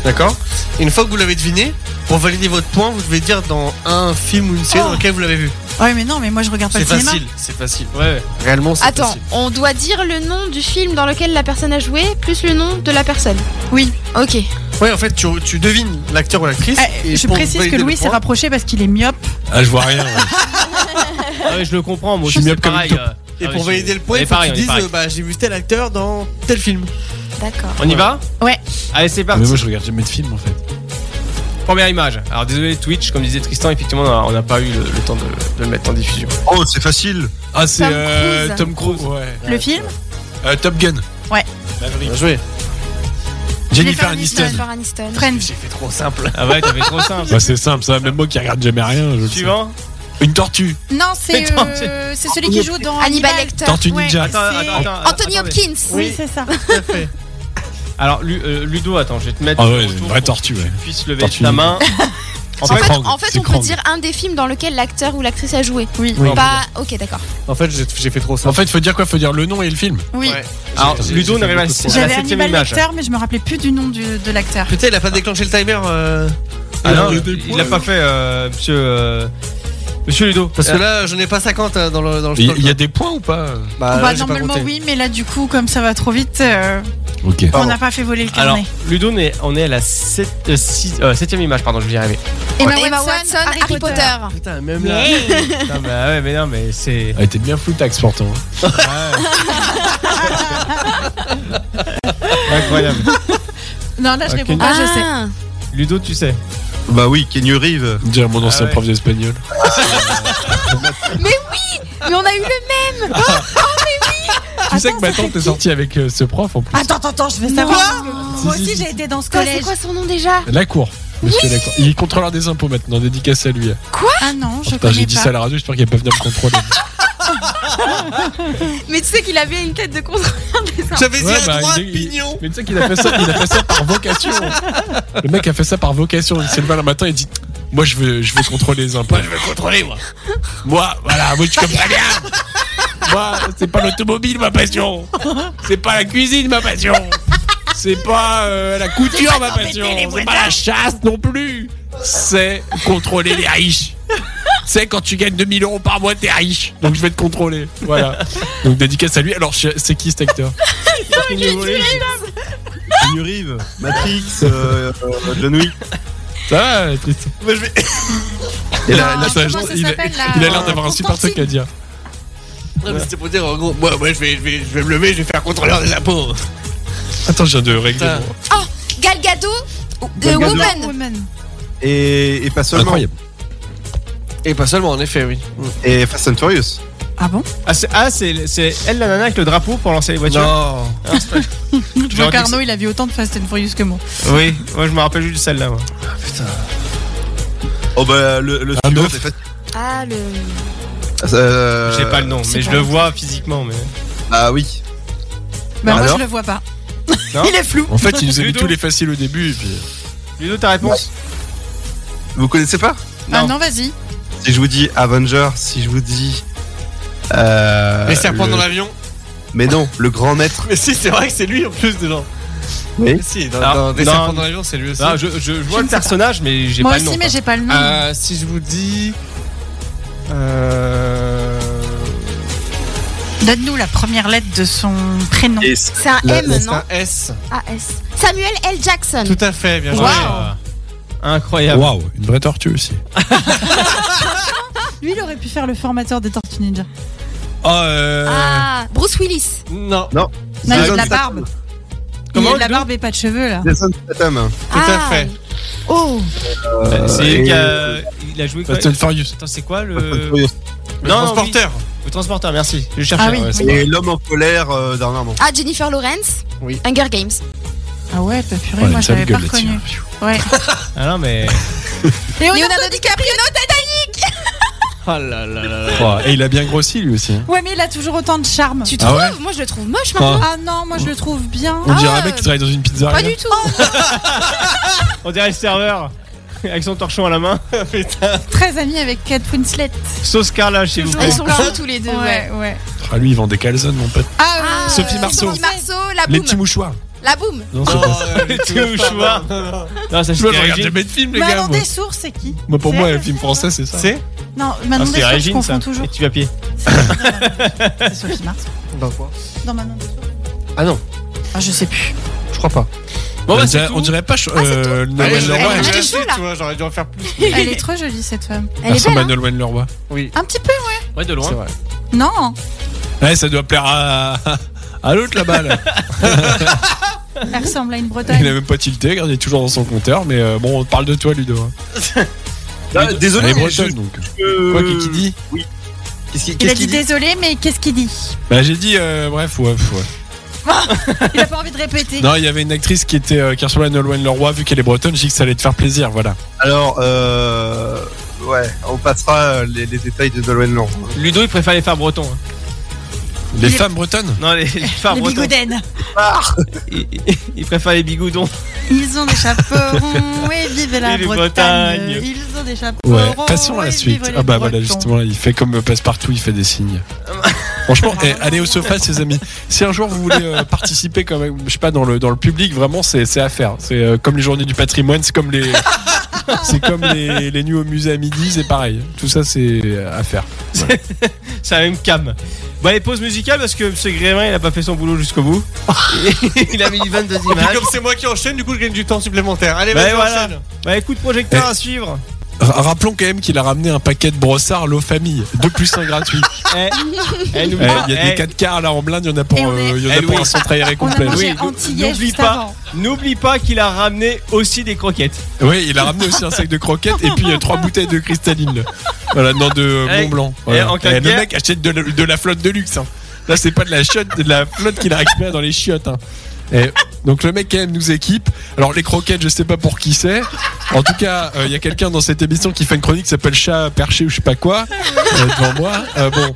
F: D'accord Et Une fois que vous l'avez deviné, pour valider votre point, vous devez dire dans un film ou une série
E: Oh.
F: dans lequel vous l'avez vu.
E: Ouais, mais non, mais moi je regarde pas
F: C'est
E: le cinéma.
F: facile, c'est facile.
B: Ouais, ouais.
F: Réellement c'est
G: Attends,
F: facile.
G: on doit dire le nom du film dans lequel la personne a joué, plus le nom de la personne.
E: Oui.
G: Ok.
F: Ouais, en fait tu, tu devines l'acteur ou l'actrice.
E: Eh,
F: et
E: je
F: pour
E: précise que
F: valider le
E: Louis s'est
F: point-
E: rapproché parce qu'il est myope.
D: Ah, je vois rien. ouais.
B: Ah ouais, je le comprends. Moi,
F: Je suis
B: c'est
F: myope comme
B: pareil.
F: une
B: euh,
F: Et
B: ah
F: pour
B: ouais,
F: valider le point,
B: on est
F: il faut que
B: pareil, on
F: tu
B: est
F: dises
B: pareil.
F: euh, bah, j'ai vu tel acteur dans tel film.
G: D'accord.
F: euh,
B: On y va
E: Ouais.
B: Allez, c'est
D: Ah,
B: parti.
D: mais moi je regarde jamais de film en fait.
B: Première image. Alors désolé Twitch, comme disait Tristan, effectivement on a- on n'a pas eu le, le temps de, de le mettre en diffusion.
H: Oh, c'est facile.
D: Ah, c'est
G: Tom
D: euh,
G: Cruise.
D: Tom Cruise. Ouais.
E: Le film
D: Euh, Top Gun.
E: Ouais.
D: Maverick.
F: Bien joué.
D: Jennifer
E: Jennifer
D: Aniston.
G: Jennifer Aniston.
E: Friends.
F: fait trop simple.
B: Ah ouais, t'avais trop simple.
D: Bah, c'est simple, ça. Même moi qui regarde jamais rien. Je le sais.
B: Suivant.
D: Une tortue.
E: Non, c'est
B: Attends,
E: euh,
B: c'est-
E: c'est celui qui joue dans
G: Hannibal
E: Hannibal.
G: Lecter.
D: Tortue
E: Ouais.
D: Ninja.
B: Attends,
E: C'est-
B: attends, attends,
G: Anthony
B: attendez.
G: Hopkins.
E: Oui, c'est ça.
F: Tout à fait.
B: Alors Lu- euh, Ludo, attends, je vais te mettre
D: Ah
B: au
D: ouais,
B: retour
D: une
B: pour
D: vraie
B: que
D: tortue, ouais.
B: Tu puisses lever
D: Tortue
B: ta
D: ninja.
B: main. En
G: En
D: C'est
B: fait,
G: fait,
D: Krang,
G: en fait,
D: c'est
G: on peut
D: Krang.
G: dire un des films dans lequel l'acteur ou l'actrice a joué.
E: Oui.
B: Oui.
G: Pas. Ok, d'accord.
F: En fait, j'ai j'ai fait trop
D: En
F: simple.
D: fait, faut dire quoi Faut dire le nom et le film.
E: Oui.
F: Ouais.
B: alors
D: J'ai-
B: Ludo,
D: j'ai
B: on arrive
D: fait
B: à
D: beaucoup
B: la
D: de
B: à la
E: J'avais
B: septième
E: Hannibal
B: image.
E: Lecter, mais je me rappelais plus du nom du- de l'acteur.
F: Putain, il a pas déclenché le timer. euh,
B: Ah non,
D: Il a des
B: il
D: points,
B: l'a
D: là.
B: pas fait, euh, monsieur, euh, monsieur Ludo.
F: Parce que
B: Euh,
F: là, je n'ai pas 50 hein, dans le, dans le
D: Il
F: stock.
D: il y a des points ou pas
F: Bah,
E: Bah,
F: j'ai pas
E: normalement
F: compté.
E: oui, mais là du coup comme ça va trop vite, euh,
D: Ok.
E: On
H: Pardon.
E: n'a pas fait voler le
B: Euh, Alors,
E: carnet.
B: Ludo, on est, on est à la 7 euh, septième image, pardon, je vais y arriver.
G: Emma,
E: Ouais.
G: Watson, Harry, Potter.
I: Putain, même
B: là. Non, mais, ah ouais, mais non, mais c'est.
D: Ah, t'es bien tax pourtant.
B: Incroyable.
E: Non, là, je
B: Ok.
E: réponds pas.
G: Ah,
E: je sais.
B: Ludo, tu sais.
H: Bah oui, Kenny Reeves.
D: On dirait mon ancien
B: ouais.
D: prof d'espagnol.
G: Mais on a eu le Ah,
D: Tu sais que ma tante est sortie avec euh, ce prof en plus.
E: Ah, Attends, attends, attends, je vais savoir. Moi aussi, j'ai été dans ce
G: quoi C'est
E: collège.
G: quoi son nom déjà
D: La cour. Monsieur Lacour. Il est contrôleur des impôts maintenant, dédicace à lui.
E: Ah non,
D: Oh,
E: je
D: putain,
E: connais
D: j'ai dit ça à
E: pas.
D: la radio, j'espère qu'il va pas venir me contrôler.
G: Mais tu sais qu'il avait une tête de contrôle.
H: J'avais
D: Ouais, bah, il- il- Mais tu sais qu'il a fait ça, il a fait ça par vocation. Le mec a fait ça par vocation. Il s'est levé le matin et dit Moi, je veux, je veux contrôler les impôts. je veux contrôler, moi. Moi, voilà, moi, je comprends bien. Moi, c'est pas l'automobile, ma passion. C'est pas la cuisine, ma passion. C'est pas euh, la couture, ma passion. C'est pas la chasse non plus. C'est contrôler les riches. C'est quand tu gagnes 2000 euros par mois, t'es riche. Donc je vais te contrôler. Voilà. Donc dédicace à lui. Alors, je- c'est qui cet acteur
H: Kenny Reeves, Matrix, euh, euh, John Wick.
D: Ça va, Tristan
H: Et là, là,
D: ça, je- il a- Il a l'air d'avoir un super truc à dire.
J: C'était pour dire en gros, moi, moi, je, vais, je, vais, je vais me lever, je vais faire contrôleur des impôts.
D: Attends, je viens de régler.
J: Putain.
D: mon-
G: Gal Gadot, de
H: Gal Gadot.
G: Woman.
E: Woman.
H: et, et pas seulement.
D: Incroyable.
F: Et pas seulement, en effet, oui.
H: Et Fast and Furious.
E: Ah bon
B: Ah, c'est ah, c'est- c'est elle, la nana, avec le drapeau pour lancer les
H: Bah,
B: voitures
F: Non.
E: Je vois
B: J'aurais dit
E: qu'Arnaud, il a vu autant de Fast and Furious que moi. Bah,
B: Oui, moi, je me rappelle juste de celle-là. moi.
H: Oh bah le, le
D: Un
H: suivant,
D: œuf.
H: c'est Fast-
G: Ah, le.
H: euh,
B: J'ai pas le nom,
E: c'est
B: mais je
E: pas
B: le
E: grave.
B: vois physiquement. Mais...
H: Ah oui.
E: Bah, moi,
H: Alors
E: je le vois pas.
B: Non.
E: Il est flou.
D: En fait, il nous a mis
B: Ludo.
D: tous les faciles au début. Et puis...
B: Ludo, ta réponse
H: Vous connaissez pas
E: Ah
B: Non.
E: non, vas-y.
H: Si je vous dis Avenger, si je vous dis. Euh,
F: Les serpents
H: le-
F: dans l'avion.
H: Mais non, le grand maître.
F: Mais si, c'est vrai que c'est lui en plus, déjà.
H: Oui.
F: Mais si, dans,
B: Alors,
F: dans les
B: non.
F: serpents dans l'avion, c'est lui aussi.
B: Ah, je, je- je vois
E: ne
B: le
E: sais pas.
B: personnage, mais j'ai
E: Moi
B: pas le
E: aussi,
B: nom.
E: mais
B: quoi.
E: j'ai pas le nom.
F: Euh, si je vous dis.
E: Donne-nous la première lettre de son prénom.
H: Et
G: C'est un
H: La-
G: M,
H: la-
G: non
F: Un S.
G: Ah, S. Samuel L. Jackson.
F: Tout à fait, bien joué.
B: Ouais, euh, Incroyable.
D: Waouh, une vraie tortue aussi.
E: Lui, il aurait pu faire le formateur des Tortues Ninja.
G: Ah, Bruce Willis.
F: Non,
E: Non, il a de
H: Jason
E: la
H: Statham.
E: barbe. il
B: Comment,
E: a de la
B: Ludo
E: barbe et pas de cheveux, là.
H: Jason Statham.
F: tout
G: ah,
F: à fait.
G: Oh,
H: Euh,
B: C'est
H: et-
B: lui qui a- il a joué quoi
D: Fast and Furious.
B: Attends, bah, c'est quoi
H: Fast and
B: le.
H: Furious.
F: Le
B: Non, non,
F: transporteur.
B: oui. Le transporteur, merci. Je cherchais.
E: Ah oui.
D: ouais, c'est
H: Et l'homme en colère euh, dernièrement.
G: ah, Jennifer Lawrence.
F: Oui.
G: Hunger Games.
E: Ah ouais, bah purée,
D: Ouais,
E: moi, je
D: sale
E: l'avais pas
D: gueule, là-dessus.
E: reconnu. Ouais.
B: Ah non, mais.
G: Leonardo DiCaprio.
D: Oh, et il a bien grossi lui aussi. hein.
E: Ouais, mais il a toujours autant de charme.
G: Tu
D: Ah
G: trouves
D: ouais
G: Moi, je le trouve moche
D: Ah.
G: maintenant.
E: Ah non, moi, je le trouve bien.
D: On
G: Ah,
D: dirait un mec qui travaille dans une pizzeria.
G: Pas du tout.
B: On dirait le serveur avec son torchon à la main. Putain.
E: Très ami avec Kate Winslet.
B: Sauce Carla chez vous.
G: Ils sont chauds tous les deux. ouais.
E: ouais.
D: Ah lui, il vend des calzones, mon pote.
E: Ah,
G: Ah, bah.
E: euh,
D: Sophie Marceau.
G: Sophie Marceau, la
D: Les
G: boum.
D: petits mouchoirs.
G: La boum.
D: Non, c'est pas ça.
B: Tout au choix. Non, ça
D: Je
B: c'était
D: me regarde
B: Régine.
D: jamais de films, les
E: Mais
D: gars.
E: Manon
D: Moi,
E: des sources, c'est qui
D: Moi, pour
E: C'est
D: moi,
E: elle,
D: le film
E: c'est
D: français, Bah, c'est ça.
B: C'est
E: Non,
B: Ah,
E: Manon des
B: C'est
E: sources, je
B: Régine, ça.
E: confonds toujours.
B: Et tu vas pied.
E: C'est Sophie Marceau.
F: Dans quoi
E: Dans Manon des sources.
F: Ah non,
E: Ah, je sais plus.
F: je crois pas.
B: Bon,
D: on,
B: bah, c'est
D: dirait, on
B: tout.
D: dirait pas ch-
G: Ah, c'est
D: euh, Noël
G: je-
D: Leroy. Ah,
G: elle
F: j'aurais
G: est- j'étais chaud,
F: su,
G: là.
F: tu vois, j'aurais dû en faire plus.
E: Elle est trop jolie, cette femme.
D: Elle
G: Elle est
D: ressemble
G: belle.
D: à
G: hein.
D: Nolwenn Leroy.
F: Oui.
E: Un petit peu, ouais.
B: Ouais, de loin.
D: C'est vrai.
E: Non,
D: Ouais, ça doit plaire à, à l'autre là-bas. là.
E: elle ressemble à une
D: Il a
E: Bretonne.
D: même pas tilté, regarde, il est toujours dans son compteur. Mais euh, bon, on parle de toi, Ludo. hein.
H: Ah, désolé,
D: Elle est
H: mais
D: bretonne,
H: je-
D: donc.
H: euh,
D: Quoi, qu'est-ce qu'il dit
H: Qu'est-ce qu'il
E: Il
H: qu'est-ce
E: a dit
H: qu'il dit
E: désolé, mais qu'est-ce qu'il dit
D: Bah j'ai dit euh, bref ouais, ouais.
E: Il a pas envie de répéter.
D: Non il y avait une actrice qui était euh, qui ressemblait à Nolwenn Leroy vu qu'elle est bretonne, j'ai dit que ça allait te faire plaisir, voilà.
H: Alors, euh, ouais, on passera euh, les, les détails de Dolwen Long.
B: Ludo, il préfère les femmes bretons. hein.
D: Les
E: Il est-
D: femmes bretonnes
B: Non, les, les femmes
E: Les
B: bretons.
E: bigoudens.
B: Il, il- il préfère les bigoudons.
E: Ils ont des chapeaux ronds et vive la
B: Et les
E: Bretagne.
B: Bretagnes.
E: Ils ont des chapeaux
D: Ouais.
E: ronds.
D: Passons à la
E: et
D: suite.
E: vive les
D: Ah bah voilà
E: Bretons.
D: justement il fait comme passe partout, il fait des signes. Franchement, eh, allez au sofa, les amis. Si un jour vous voulez euh, participer, comme, je sais pas, dans le, dans le public, vraiment, c'est c'est à faire. C'est euh, comme les journées du patrimoine, c'est comme les, C'est comme les, les nuits au musée à midi, c'est pareil. Tout ça, c'est à faire.
B: C'est la même cam. Bah, Bon, allez, pause musicale parce que M. Grévin, il a pas fait son boulot jusqu'au bout. il a mis 22
F: Puis
B: images.
F: comme c'est moi qui enchaîne, du coup je gagne du temps supplémentaire. Allez,
B: Bah,
F: vas-y,
B: voilà.
F: enchaîne.
B: Bah, écoute, projecteur
D: Eh.
B: à suivre.
D: R- Rappelons quand même qu'il a ramené un paquet de brossards l'eau famille. 2 plus 1 gratuit.
B: Eh, eh,
D: Eh,
B: n'oublie
D: Il
B: pas,
D: y a
B: eh,
D: des 4 quarts là en blinde, il y en a pour,
E: Et on
D: euh,
E: est-
D: il y en a
B: Eh,
D: pour
B: Louis.
D: un centre aéré
E: On a
D: complet.
E: mangé
B: Oui,
E: antillais
B: n'oublie
E: juste
B: pas.
E: avant.
B: n'oublie pas qu'il a ramené aussi des croquettes.
D: Oui, il a ramené aussi un sac de croquettes et puis euh, trois bouteilles de cristalline. Voilà, non, de euh,
B: Eh,
D: Mont Blanc.
B: eh,
D: Voilà.
B: en cas de
D: Eh, le
B: guerre-
D: mec achète de, la- de la flotte de luxe. hein. Là, c'est pas de la, chiotte, de la flotte qu'il a récupérée dans les chiottes. hein. Eh, donc le mec quand même nous équipe. Alors les croquettes, je sais pas pour qui c'est. En tout cas, euh, il y a quelqu'un dans cette émission qui fait une chronique qui s'appelle Chat perché ou je sais pas quoi euh, devant moi. Euh, bon,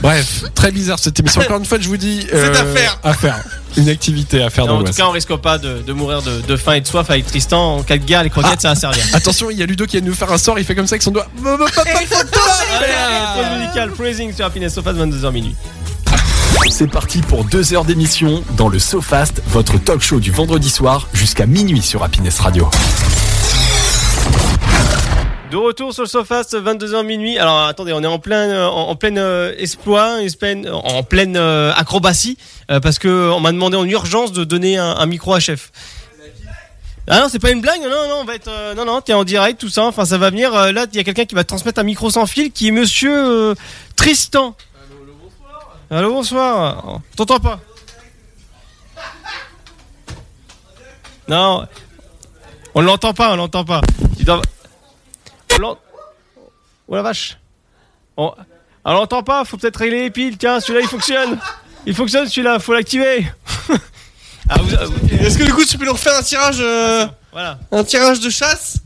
D: bref, très bizarre cette émission. Encore une fois, je vous dis, euh,
F: C'est à faire.
D: à faire, une activité à faire
B: Non,
D: dans
B: en tout
D: l'Ouest.
B: cas, on risque pas de, de mourir de, de faim et de soif avec Tristan. En cas de guerre, les
D: Ah.
B: croquettes, ça va servir.
D: Attention, il y a Ludo qui vient de nous faire un sort. Il fait comme ça avec son doigt.
B: Allez, allez, pause musicale, Praising sur Happiness Sofas, 22h minuit.
K: C'est parti pour deux heures d'émission dans le SoFast, votre talk show du vendredi soir jusqu'à minuit sur Happiness Radio.
B: De retour sur le sofa, ce 22h minuit. Alors attendez, on est en plein, euh, en, en plein euh, exploit, en pleine- en pleine euh, acrobatie, euh, parce que on m'a demandé en urgence de donner un, un micro à chef. Ah non, c'est pas une blague, non, non, on va être, euh, non, non, t'es en direct, tout ça. Enfin, ça va venir. euh, là, il y a quelqu'un qui va transmettre un micro sans fil, qui est Monsieur euh, Tristan. Allô, bonsoir. Oh, T'entends pas Non, on l'entend pas, on l'entend pas. Tu dois- on l'en- Oh la vache On, on l'entend pas, faut peut-être régler les piles. Tiens, celui-là il fonctionne Il fonctionne celui-là, faut l'activer Ah, vous- ah, vous-
F: Est-ce que du coup tu peux nous refaire un tirage euh,
B: Voilà.
F: un tirage de chasse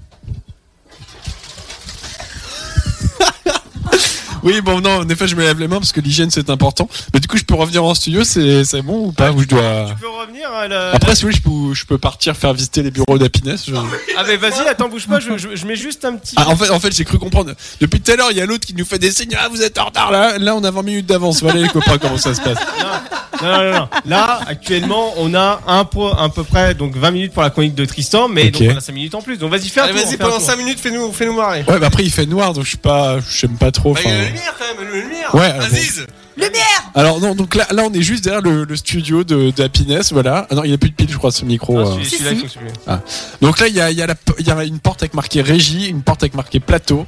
D: Oui, bon, non, en effet, je me lève les mains parce que l'hygiène c'est important. Mais du coup, je peux revenir en studio, c'est c'est bon ou pas Ou je dois.
B: Tu peux revenir hein, le-
D: Après, si oui, je peux, je peux partir faire visiter les bureaux d'Happiness. je-
B: Ah mais vas-y, attends, bouge pas, je, je- je mets juste un petit.
D: Ah, en fait, en fait j'ai cru comprendre. Depuis tout à l'heure, il y a l'autre qui nous fait des signes. Ah, vous êtes en retard là. Là, on a 20 minutes d'avance. Voilà les copains, comment ça se passe.
B: Non, non, non, non. Là, actuellement, on a un po- à peu près donc 20 minutes pour la chronique de Tristan, mais
D: Ok.
B: donc on a 5 minutes en plus. Donc vas-y, fais un
F: Allez,
B: tour,
F: vas-y,
B: fais un
F: pendant
B: tour.
F: 5 minutes, fais-nous fais-nous marrer.
D: Ouais, bah après, il fait noir, donc je suis pas. J'aime pas trop.
F: Bah, il y a la
D: enfin.
F: lumière quand même, la lumière.
D: Ouais,
F: Aziz
E: Lumière
D: Alors, non, donc là, là, on est juste derrière le, le studio de, de Happiness. Voilà. Ah non, il y a plus de pile, je crois, ce micro.
B: Ah,
D: euh.
B: celui- celui-là, il faut que celui-là.
D: Donc là, il y a, il y a la p- il y a une porte avec marqué régie, une porte avec marqué plateau.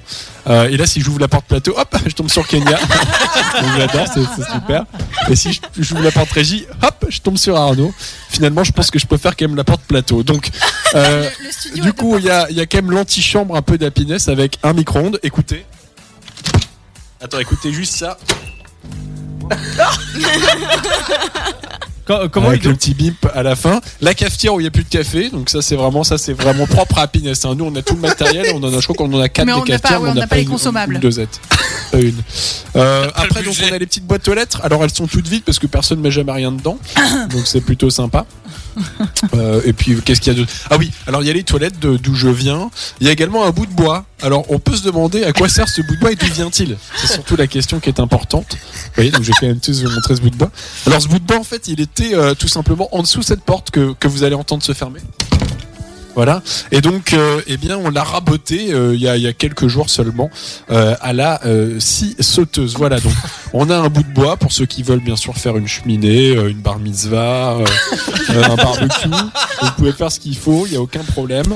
D: Euh, et là, si j'ouvre la porte plateau, hop, je tombe sur Kenya. Donc J'adore, c'est c'est super. Et si je- j'ouvre la porte régie, hop, je tombe sur Arnaud. Finalement, je pense que je peux faire quand même la porte plateau. Donc, euh,
E: Le studio
D: du coup, il y a, il y a quand même l'antichambre un peu d'happiness avec un micro-ondes. Écoutez. Attends, écoutez juste ça.
B: Co- Comment
D: avec
B: il
D: le petit bip à la fin. La cafetière où il n'y a plus de café. Donc ça, c'est vraiment ça, c'est vraiment propre à Happiness. hein. Nous, on a tout le matériel. On en a, je crois qu'on en a quatre
E: Mais
D: des
E: on n'a pas-
D: cafetières,
E: ouais,
D: mais
E: on n'a pas les
D: une-
E: consommables.
D: Une dosette. Pas une. Euh, après, donc,
F: budget.
D: on a les petites boîtes aux lettres. Alors, elles sont toutes vides parce que personne ne met jamais rien dedans. donc, c'est plutôt sympa. Euh, et puis, qu'est-ce qu'il y a d'autre Ah oui, alors il y a les toilettes de- d'où je viens. Il y a également un bout de bois. Alors, on peut se demander à quoi sert ce bout de bois et d'où vient-il C'est surtout la question qui est importante. Vous voyez, donc je vais quand même tous vous montrer ce bout de bois. Alors, ce bout de bois, en fait, il était euh, tout simplement en dessous de cette porte que, que vous allez entendre se fermer. Voilà. Et donc, euh, eh bien, on l'a raboté euh, il y, a, il y a quelques jours seulement euh, à la euh, scie sauteuse. Voilà. Donc, on a un bout de bois pour ceux qui veulent bien sûr faire une cheminée, euh, une bar mitzvah, euh, euh, un barbecue. Vous pouvez faire ce qu'il faut, il n'y a aucun problème.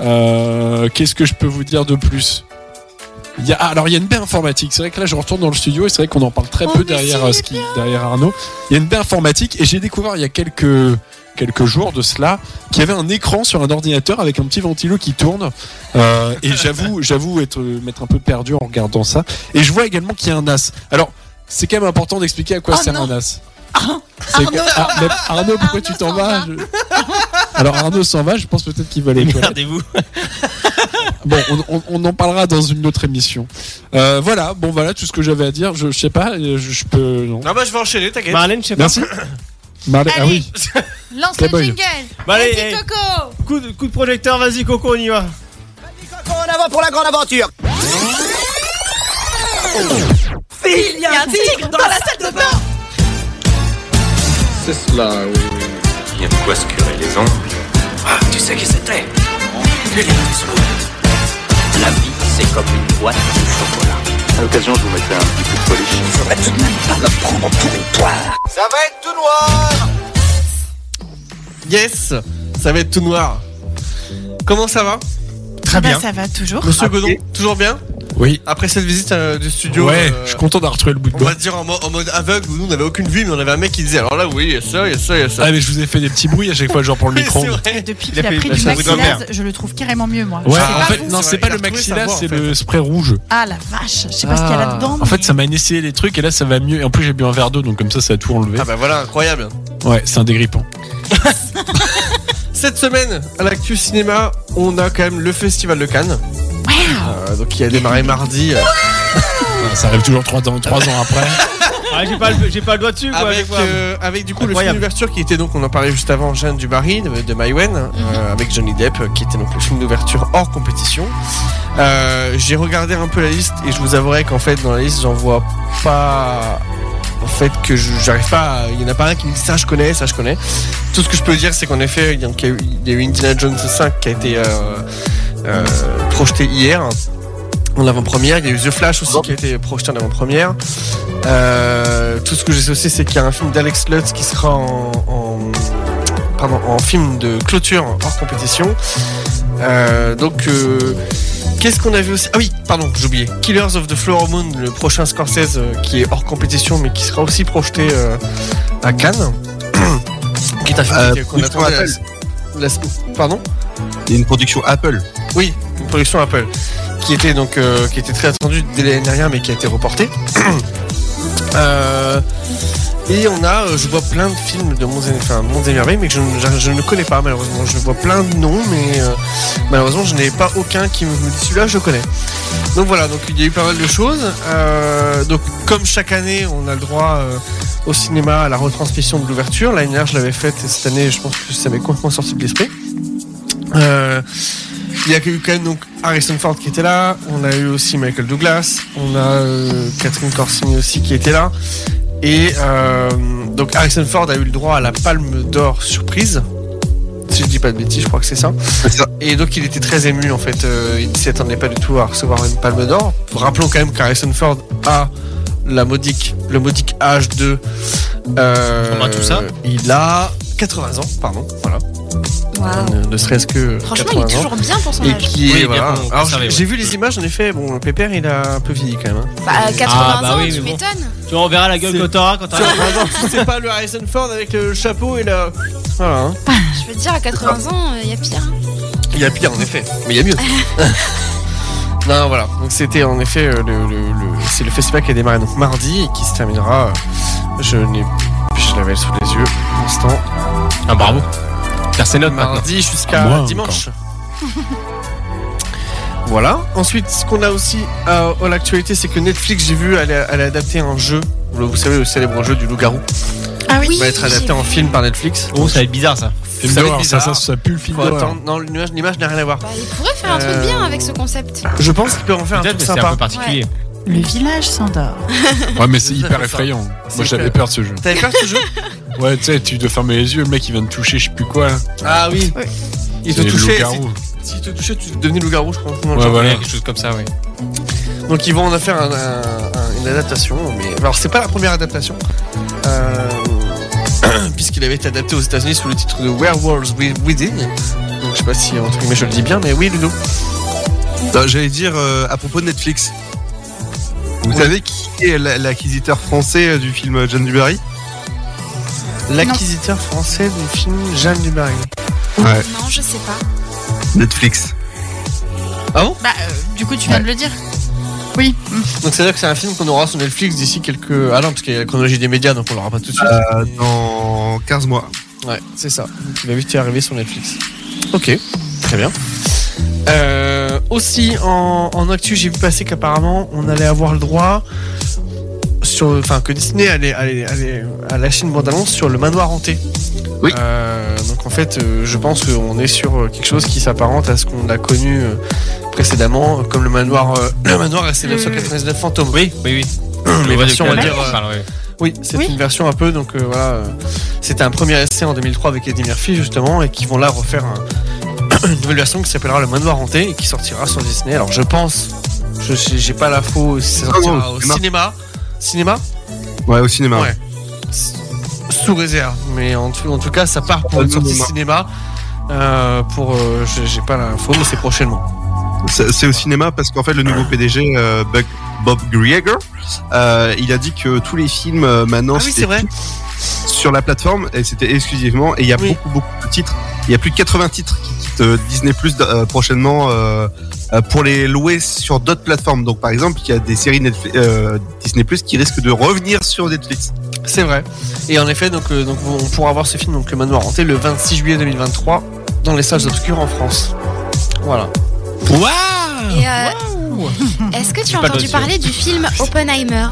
D: Euh, Qu'est-ce que je peux vous dire de plus il y a, ah, alors il y a une baie informatique. C'est vrai que là je retourne dans le studio et c'est vrai qu'on en parle
E: Oh,
D: très peu derrière euh, ce qui, derrière Arnaud. Il y a une baie informatique et j'ai découvert il y a quelques quelques jours de cela qu'il y avait un écran sur un ordinateur avec un petit ventilo qui tourne. Euh, et j'avoue j'avoue être m'être un peu perdu en regardant ça. Et je vois également qu'il y a un as. Alors c'est quand même important d'expliquer à quoi
E: Oh
D: sert
E: non.
D: un as. C'est
E: Arnaud
D: que-
E: s'en
D: Ah, mais Arnaud, pourquoi
E: Arnaud
D: tu t'en
E: s'en
D: vas
E: va.
D: Je- Alors Arnaud s'en va, je pense peut-être qu'il va aller aux toilettes.
B: Regardez-vous.
D: Bon, on, on- on en parlera dans une autre émission. Euh, voilà, bon voilà tout ce que j'avais à dire. Je, je sais pas, euh, je, je peux. Non.
F: Non bah je vais enchaîner, t'inquiète.
B: Marlène, je sais pas.
D: Merci.
L: Bah,
D: Marley- ah
G: Allez.
D: oui.
G: hein. Lance
D: Très
G: le
D: bonne.
G: jingle.
B: Bah, allez,
G: Vas-y,
B: eh,
G: Coco.
B: coup, de, coup de projecteur, vas-y, Coco, on y va.
M: Il y a un tigre dans la salle de bain
H: Il y a de quoi se curer les ongles. Ah, tu sais qui c'était Enculé de
N: La vie, c'est comme une boîte de chocolat.
O: À l'occasion, je vous mettrai un petit peu de polish.
N: Il faudrait tout de même pas la prendre pour une poire.
C: Ça va être tout noir
F: Yes Ça va être tout noir. Comment ça va
B: Très
E: Bah,
B: bien.
E: ça va toujours.
F: Monsieur Godon, toujours bien
L: Oui.
F: Après cette visite euh, du studio,
L: Ouais,
F: euh,
L: je suis content d'avoir retrouvé le bout de
F: on
L: bois.
F: va dire en, mo- en mode aveugle où nous on n'avait aucune vue, mais on avait un mec qui disait alors là oui, il y a ça, il y a ça, il y a ça.
L: Ah, mais je vous ai fait des petits bruits à chaque fois, genre pour le
F: Oui,
L: micro.
F: c'est vrai.
E: Et depuis
B: Il a
E: qu'il a
B: fait
E: pris
B: une
E: du
B: machine à
E: maxillaz,
B: merde.
E: je le trouve carrément mieux, moi.
L: Ouais,
E: Je sais
L: en
E: pas
L: fait,
E: vous.
L: non,
F: c'est
L: c'est
F: vrai,
L: pas le
F: j'ai retrouvé sa
L: maxilla,
F: voix, en
L: c'est
F: fait.
L: le spray rouge.
E: Ah la vache, je sais pas ce qu'il y a
L: Ah.
E: là-dedans.
L: En fait, ça
E: mais-
L: m'a essayé les trucs et là, ça va mieux. Et en plus, j'ai bu un verre d'eau, donc comme ça, ça a tout enlevé.
F: Ah bah voilà, incroyable.
L: Ouais, c'est un dégrippant.
F: Cette semaine, à l'actu cinéma, on a quand même le festival de Cannes. Euh, donc il a démarré mardi euh,
L: Ça arrive toujours trois ans, trois ans après.
B: Ah, j'ai pas, le- j'ai pas le doigt dessus, quoi.
F: avec,
B: des fois.
F: euh, avec du coup le film
B: Incroyable.
F: d'ouverture qui était donc on en parlait juste avant Jeanne du Barry de, de Maïwen
B: Mhm.
F: euh, avec Johnny Depp euh, qui était donc le film d'ouverture hors compétition. Euh, J'ai regardé un peu la liste et je vous avouerai qu'en fait dans la liste j'en vois pas. En fait que je- j'arrive pas. à- Il y en a pas un qui me dit ça je connais, ça je connais. Tout ce que je peux dire c'est qu'en effet il y, a, il y a eu- il y a eu Indiana Jones 5 qui a été euh, euh, projeté hier. En avant-première, il y a eu The Flash aussi qui a été projeté en avant-première. Euh, tout ce que je sais aussi, c'est qu'il y a un film d'Alex Lutz qui sera en, en- pardon, en film de clôture hors compétition. Euh, donc, euh, qu'est-ce qu'on a vu aussi Ah oui, pardon, j'ai oublié. Killers of the Flower Moon, le prochain Scorsese euh, qui est hors compétition mais qui sera aussi projeté euh, à Cannes. qui est un film
H: Euh,
F: qui- qu'on
H: production
F: attendait. la- la- pardon
H: Il y a une production Apple.
F: oui, une production Apple qui était donc euh, qui était très attendue dès l'année dernière mais qui a été reportée. Euh, et on a, euh, je vois plein de films de Mondes, enfin, Mondes et Merveilles, mais que je, ne- je- je ne connais pas malheureusement. Je vois plein de noms, mais euh, malheureusement je n'ai pas aucun qui me dit celui-là je le connais. Donc voilà, donc il y a eu pas mal de choses. Euh, donc comme chaque année, on a le droit euh, au cinéma à la retransmission de l'ouverture. L'année dernière, je l'avais faite et cette année, je pense que ça m'est complètement sorti de l'esprit. Euh, il y a eu quand même donc Harrison Ford qui était là, on a eu aussi Michael Douglas, on a euh, Catherine Corsini aussi qui était là. Et euh, donc Harrison Ford a eu le droit à la palme d'or surprise. Si je dis pas de bêtises, je crois que c'est ça.
H: C'est ça.
F: Et donc il était très ému en fait, euh, il ne s'y attendait pas du tout à recevoir une palme d'or. Rappelons quand même qu'Harrison Ford a la modique, le modique âge de... euh,
B: On va tout ça.
F: Il a 80 ans, pardon. Voilà.
G: Waouh.
F: Ne, ne serait-ce que...
G: Franchement, il
F: 80
G: est
F: ans.
G: toujours bien pour son
F: Et
G: âge.
F: qui
B: Oui,
F: est,
B: bien
F: voilà.
B: qu'on- qu'on
F: Alors,
B: savait,
F: j'ai
B: ouais.
F: j'ai vu les images, en effet, bon, le pépère, il a un peu vieilli quand même. hein.
G: Bah, 80
B: Ah, bah
G: ans,
B: oui,
G: tu
B: mais bon.
G: m'étonnes.
B: Tu vois, on verra la gueule
F: C'est-
B: que t'auras quand t'arrives.
F: Ah c'est pas le Harrison Ford avec le chapeau et la. Voilà. hein.
G: Je veux te dire, à 80 ans, il y a pire.
F: Il y a pire, en effet. Mais il y a mieux. non, voilà. Donc, c'était en effet euh, le, le- le- c'est le festival qui a démarré donc mardi et qui se terminera. euh, je n'ai. Je l'avais sous les yeux pour l'instant.
B: Ah, bravo. Faire ses notes maintenant.
F: Mardi jusqu'à
L: Ah, moi,
F: dimanche. voilà. Ensuite, ce qu'on a aussi euh, à l'actualité, c'est que Netflix, j'ai vu, elle a, elle a adapté un jeu. Vous vous savez, le célèbre jeu du loup-garou.
E: Ah oui.
F: Il va être adapté en film par Netflix.
B: Oh, ça va être bizarre ça.
L: Et
F: Ça va être
L: dehors, ça,
F: bizarre.
L: ça, ça pue le film
F: Faut
L: d'horreur.
F: attendre. Non, l'image l'image n'a rien à voir.
G: Bah, il pourrait faire un truc
F: Euh,
G: bien avec ce concept.
F: Je pense qu'il peut en faire un
B: Peut-être,
F: truc
B: mais c'est un
F: sympa.
B: peu particulier.
E: Le village s'endort.
L: Ouais, mais c'est
F: C'est
L: hyper
F: ça.
L: effrayant.
F: C'est
L: Moi, j'avais
F: hyper-
L: peur de ce jeu.
F: T'avais peur de ce jeu
L: Ouais, tu sais, tu dois fermer les yeux, le mec il vient de toucher, je sais plus quoi. là.
F: Ah oui. Il te
L: C'est le
F: touchait.
L: loup-garou.
F: Si, si te touchait, tu devenais loup-garou, je crois. Non,
L: Ouais,
F: je-
L: voilà.
B: Quelque chose comme ça, oui.
F: Donc ils vont en faire un- un- un- une adaptation. Mais alors c'est pas la première adaptation, Euh, puisqu'il avait été adapté aux États-Unis sous le titre de Werewolves Wi- Within. Donc je sais pas si entre guillemets je le dis bien, mais oui Ludo.
H: Non, J'allais dire euh, à propos de Netflix. Vous
F: Oui.
H: savez qui est la- l'acquisiteur français euh, du film euh, Jeanne Dubarry
F: L'acquisiteur français du film Jeanne du Barry.
H: Ouais.
G: Non, je sais pas.
H: Netflix.
E: Bah, euh, du coup, tu viens de le dire. Oui. Mm.
F: Donc c'est à dire que c'est un film qu'on aura sur Netflix d'ici quelques. Ah non, parce qu'il y a la chronologie des médias, donc on l'aura pas tout de suite.
H: Euh, dans 15 mois.
F: Ouais, c'est ça. Donc, il va vite y arriver sur Netflix. Ok, très bien. Euh, aussi, en, en actu, j'ai vu passer qu'apparemment, on allait avoir le droit, sur, enfin, que Disney allait, allait, allait à la Chine bande-annonce sur le manoir hanté.
H: Oui.
F: Euh, donc en fait, euh, je pense qu'on est sur euh, quelque chose qui s'apparente à ce qu'on a connu euh, précédemment, comme le manoir, euh, le manoir SC999 fantôme.
B: Oui, oui, oui.
F: mais version, on va dire,
B: on parle, oui.
F: oui, c'est
E: Oui.
F: une version un peu, donc euh, voilà. euh, C'était un premier essai en 2003 avec Eddie Murphy, justement, et qui vont là refaire un, une nouvelle version qui s'appellera Le Manoir Hanté et qui sortira sur Disney. Alors je pense, je j'ai- j'ai pas l'info si ça
H: Non, non,
F: sortira
H: au
F: au
H: cinéma.
F: cinéma. Cinéma
H: Ouais, au cinéma.
F: Ouais. S- Sous réserve, mais en tout, en tout cas, ça part pour une sortie cinéma. Euh, pour euh, j'ai- j'ai pas l'info, mais c'est prochainement.
H: C'est c'est au cinéma parce qu'en fait le nouveau PDG euh, Buck- Bob Grieger, euh, il a dit que tous les films euh, maintenant
F: Ah oui,
H: c'était
F: c'est vrai.
H: tout sur la plateforme et c'était exclusivement et il y a
F: Oui.
H: beaucoup beaucoup de titres. Il y a plus de 80 titres qui quittent euh, Disney Plus prochainement euh, euh, pour les louer sur d'autres plateformes. Donc par exemple il y a des séries Netflix, euh, Disney Plus qui risquent de revenir sur Netflix.
F: C'est vrai. Et en effet, donc, euh, donc on pourra voir ce film, donc Le Manoir Hanté, le 26 juillet 2023, dans les salles obscures en France. Voilà.
G: Et, euh, Est-ce que tu as
F: pas
G: entendu
F: d'autres
G: parler du film Oppenheimer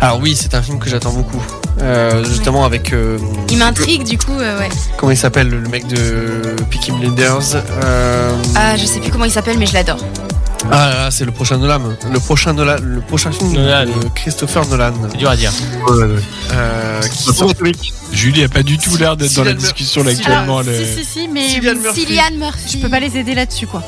F: Alors oui, c'est un film que j'attends beaucoup. Euh, justement avec... euh,
G: Il m'intrigue du coup, euh, ouais.
F: Comment il s'appelle le mec de Peaky Blinders euh,
G: Ah, je sais plus comment il s'appelle, mais je l'adore.
F: Ah là là, c'est le prochain Nolan. Le prochain Nolan, le prochain film
B: Nolan.
F: de Christopher Nolan.
B: C'est dur à dire.
F: Euh, qui
H: Attends,
F: sort-
H: Atomic.
D: Julie a pas du tout l'air d'être
F: Si
D: dans la
F: elle meurt-
D: discussion là
F: si-
D: actuellement.
F: ah,
D: elle est-
E: Si, si, si, mais
F: Cillian Murphy.
G: Cillian Murphy.
E: je peux pas les aider là-dessus, quoi.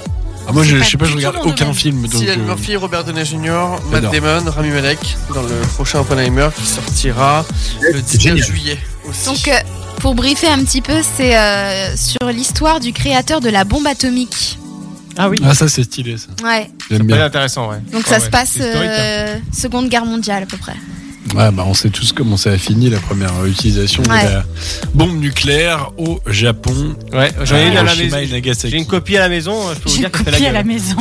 D: Ah, moi je, je
E: c'est
D: sais
E: pas
D: pas, je
E: du tout
D: regarde
E: mon
D: aucun
E: domaine.
D: film donc.
F: Cillian
D: euh,
F: Murphy, Robert Downey Jr., Matt
D: J'adore.
F: Damon, Rami Malek dans le prochain Oppenheimer qui sortira le 19
H: génial.
F: juillet. aussi.
G: Donc, euh, pour briefer un petit peu, c'est euh, sur l'histoire du créateur de la bombe atomique.
B: Ah oui.
D: Ah, ça c'est stylé ça.
G: Ouais.
D: J'aime
B: C'est
D: bien.
B: intéressant, ouais.
G: Donc
B: Ouais,
G: ça
B: Ah ouais.
G: se passe
B: C'est historique, hein.
G: euh, Seconde Guerre mondiale à peu près.
D: Ouais, bah on sait tous comment ça a fini la première euh, utilisation
G: Ouais.
D: de la bombe nucléaire au Japon.
B: Ouais, j'en ai une à la
D: Hiroshima et
B: maison.
D: Nagasaki.
B: J'ai une copie à la maison, je peux vous
E: J'ai
B: dire que c'est la
E: copié à la
B: gueule.
E: maison.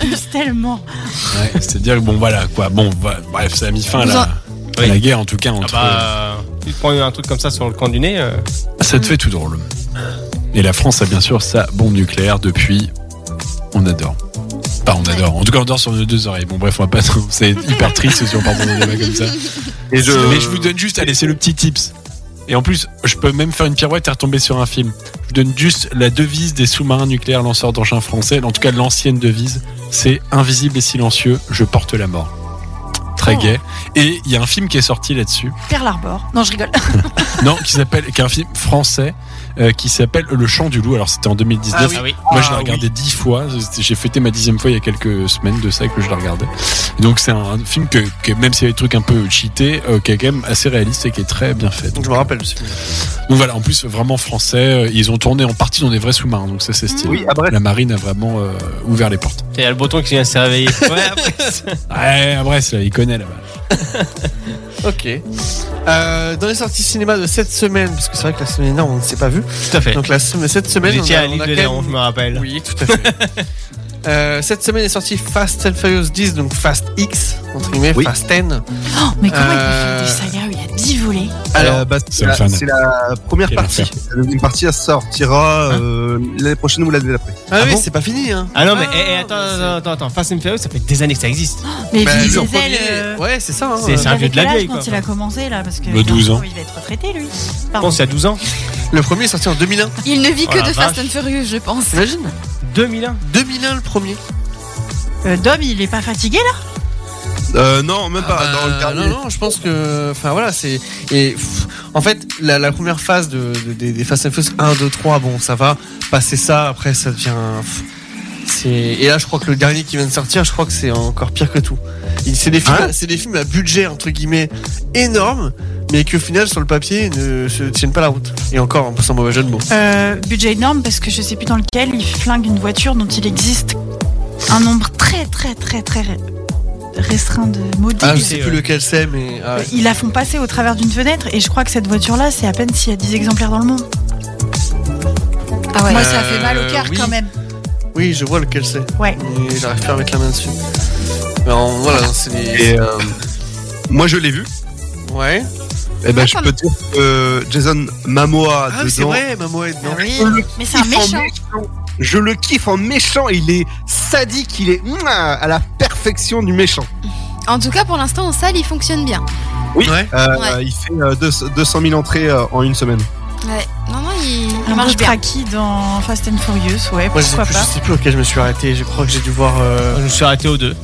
E: Plus tellement.
D: Ouais, C'est-à-dire que bon voilà quoi, bon bah, bref, ça a mis fin à la, à
B: Oui.
D: la guerre en tout cas
B: Ah
D: entre.
B: bah, tu te prends un truc comme ça sur le coin du nez. euh,
D: Ça te fait tout drôle. Et la France a bien sûr sa bombe nucléaire depuis. On adore. Pas on adore. En tout cas, on dort sur nos deux oreilles. Bon, bref, on va pas. C'est hyper triste si on part dans des débats comme ça.
H: Et je,
D: Mais je vous donne juste, allez, c'est le petit tips. Et en plus, je peux même faire une pirouette et retomber sur un film. Je vous donne juste la devise des sous-marins nucléaires lanceurs d'engins français. En tout cas, l'ancienne devise, c'est invisible et silencieux, je porte la mort. Très
E: Oh.
D: gai. Et il y a un film qui est sorti là-dessus.
E: Pearl Harbor. Non, je rigole.
D: Non, qui s'appelle, qui est un film français euh, qui s'appelle Le Chant du Loup. Alors c'était en 2019.
B: Ah oui.
D: Moi, je l'ai regardé dix fois. C'était- J'ai fêté ma dixième fois il y a quelques semaines de ça que je la regardais. Et donc c'est un film que, que même s'il y a des trucs un peu cheatés, euh, qui est quand même assez réaliste et qui est très bien fait.
F: Donc je me rappelle de ce film.
D: Donc voilà, en plus vraiment français. euh, Ils ont tourné en partie dans des vrais sous-marins, donc ça c'est stylé.
H: Oui, à Brest.
D: La marine a vraiment euh, ouvert les portes.
B: Il y a le breton qui vient de se réveiller. Ouais, après,
D: Ouais, à Brest, là, il connaît là-bas.
F: Ok. Euh, dans les sorties cinéma de cette semaine, parce que c'est vrai que la semaine dernière on ne s'est pas vu.
B: tout à fait.
F: Donc la semaine, cette semaine,
B: J'étais
F: on a,
B: à
F: on
B: l'île
F: a
B: de
F: quand
B: Léon,
F: même-
B: je me rappelle.
F: Oui, tout à fait. Euh, cette semaine est sorti Fast and Furious 10, donc Fast X, entre guillemets,
H: Oui.
F: Fast 10.
E: Oh, mais comment
F: Euh,
E: il peut faire des sagas où il y a 10 volets
H: Alors, bah,
D: c'est
H: c'est
D: le
H: la,
D: fan.
H: c'est la première
D: Quel
H: partie. La deuxième partie, elle sortira
D: Hein
H: euh, l'année prochaine ou l'année d'après.
F: Ah, oui,
B: bon
F: c'est pas fini, hein.
B: Ah non, mais
F: Ah,
B: eh, eh, attends,
F: mais c'est-
B: attends, attends, attends, Fast and Furious, ça fait des années que ça existe.
E: Mais
F: Bah,
E: Vin
F: le
E: Diesel,
F: premier-
E: euh,
F: Ouais, c'est ça. hein.
B: C'est ça. un
E: il avait
B: vieux de la
E: quel âge
B: vieille,
E: quand
B: quoi.
E: il a commencé là parce que
D: Le 12 ans.
E: il va être retraité lui.
B: Je
E: Pardon.
B: pense il y a 12 ans.
F: Le premier est sorti en 2001.
G: Il ne vit
B: Oh
G: que
B: la
G: de Fast
B: vache.
G: and Furious, je pense.
F: T'imagines
B: 2001.
F: 2001 le premier.
E: Euh, Dom, il est pas fatigué là
H: Euh, non, même pas.
F: Ah,
H: dans le
F: bah,
H: dernier.
F: non, non, je pense que. Enfin voilà, c'est. Et pff, en fait, la, la première phase de, de- des, des Fast and Furious 1, 2, 3, bon, ça va. Passer ça, après, ça devient. pff, c'est- Et là, je crois que le dernier qui vient de sortir, je crois que c'est encore pire que tout. Il- C'est des, films,
H: Hein
F: c'est des films à budget, entre guillemets, énorme, mais qui au final, sur le papier, ne se tiennent pas la route. Et encore, sans mauvais jeu de mots.
E: Euh, Budget énorme parce que je sais plus dans lequel il flingue une voiture dont il existe un nombre très très très très restreint de modèles.
F: Ah, je sais
B: c'est,
F: plus
B: ouais.
F: lequel c'est, mais. ah,
E: Euh, Ils la font passer au travers d'une fenêtre et je crois que cette voiture là c'est à peine s'il y a 10 exemplaires dans le monde.
G: Ah ouais.
E: Moi
F: Euh,
E: ça fait mal au cœur
F: oui.
E: quand même.
F: Oui, je vois lequel c'est.
E: Ouais.
F: Mais j'arrive pas à mettre la main dessus. Mais en- voilà, c'est des.
H: Et, euh, moi, je l'ai vu.
F: Ouais.
H: Et ben, je
G: D'accord.
H: peux dire que Jason Mamoa
F: Ah, c'est
H: dedans.
F: vrai, maman est dedans.
E: Mais c'est un
H: kiffe en
E: méchant.
H: méchant. Je le kiffe en méchant. Il est sadique. Il est mouah, à la perfection du méchant.
G: En tout cas, pour l'instant, en salle, il fonctionne bien.
H: Oui.
F: Ouais.
H: Euh,
G: Ouais.
H: Il fait euh, deux- 200 000 entrées euh, en une semaine.
G: Ouais. Non, non, il, il
E: Un
G: marche bien.
E: Traki dans Fast and Furious, ouais,
F: Moi, je sais,
E: pourquoi
F: plus, je
E: pas.
F: sais plus auquel je me suis arrêté. Je crois que j'ai dû voir.
B: Je
F: Euh,
B: me suis arrêté aux deux.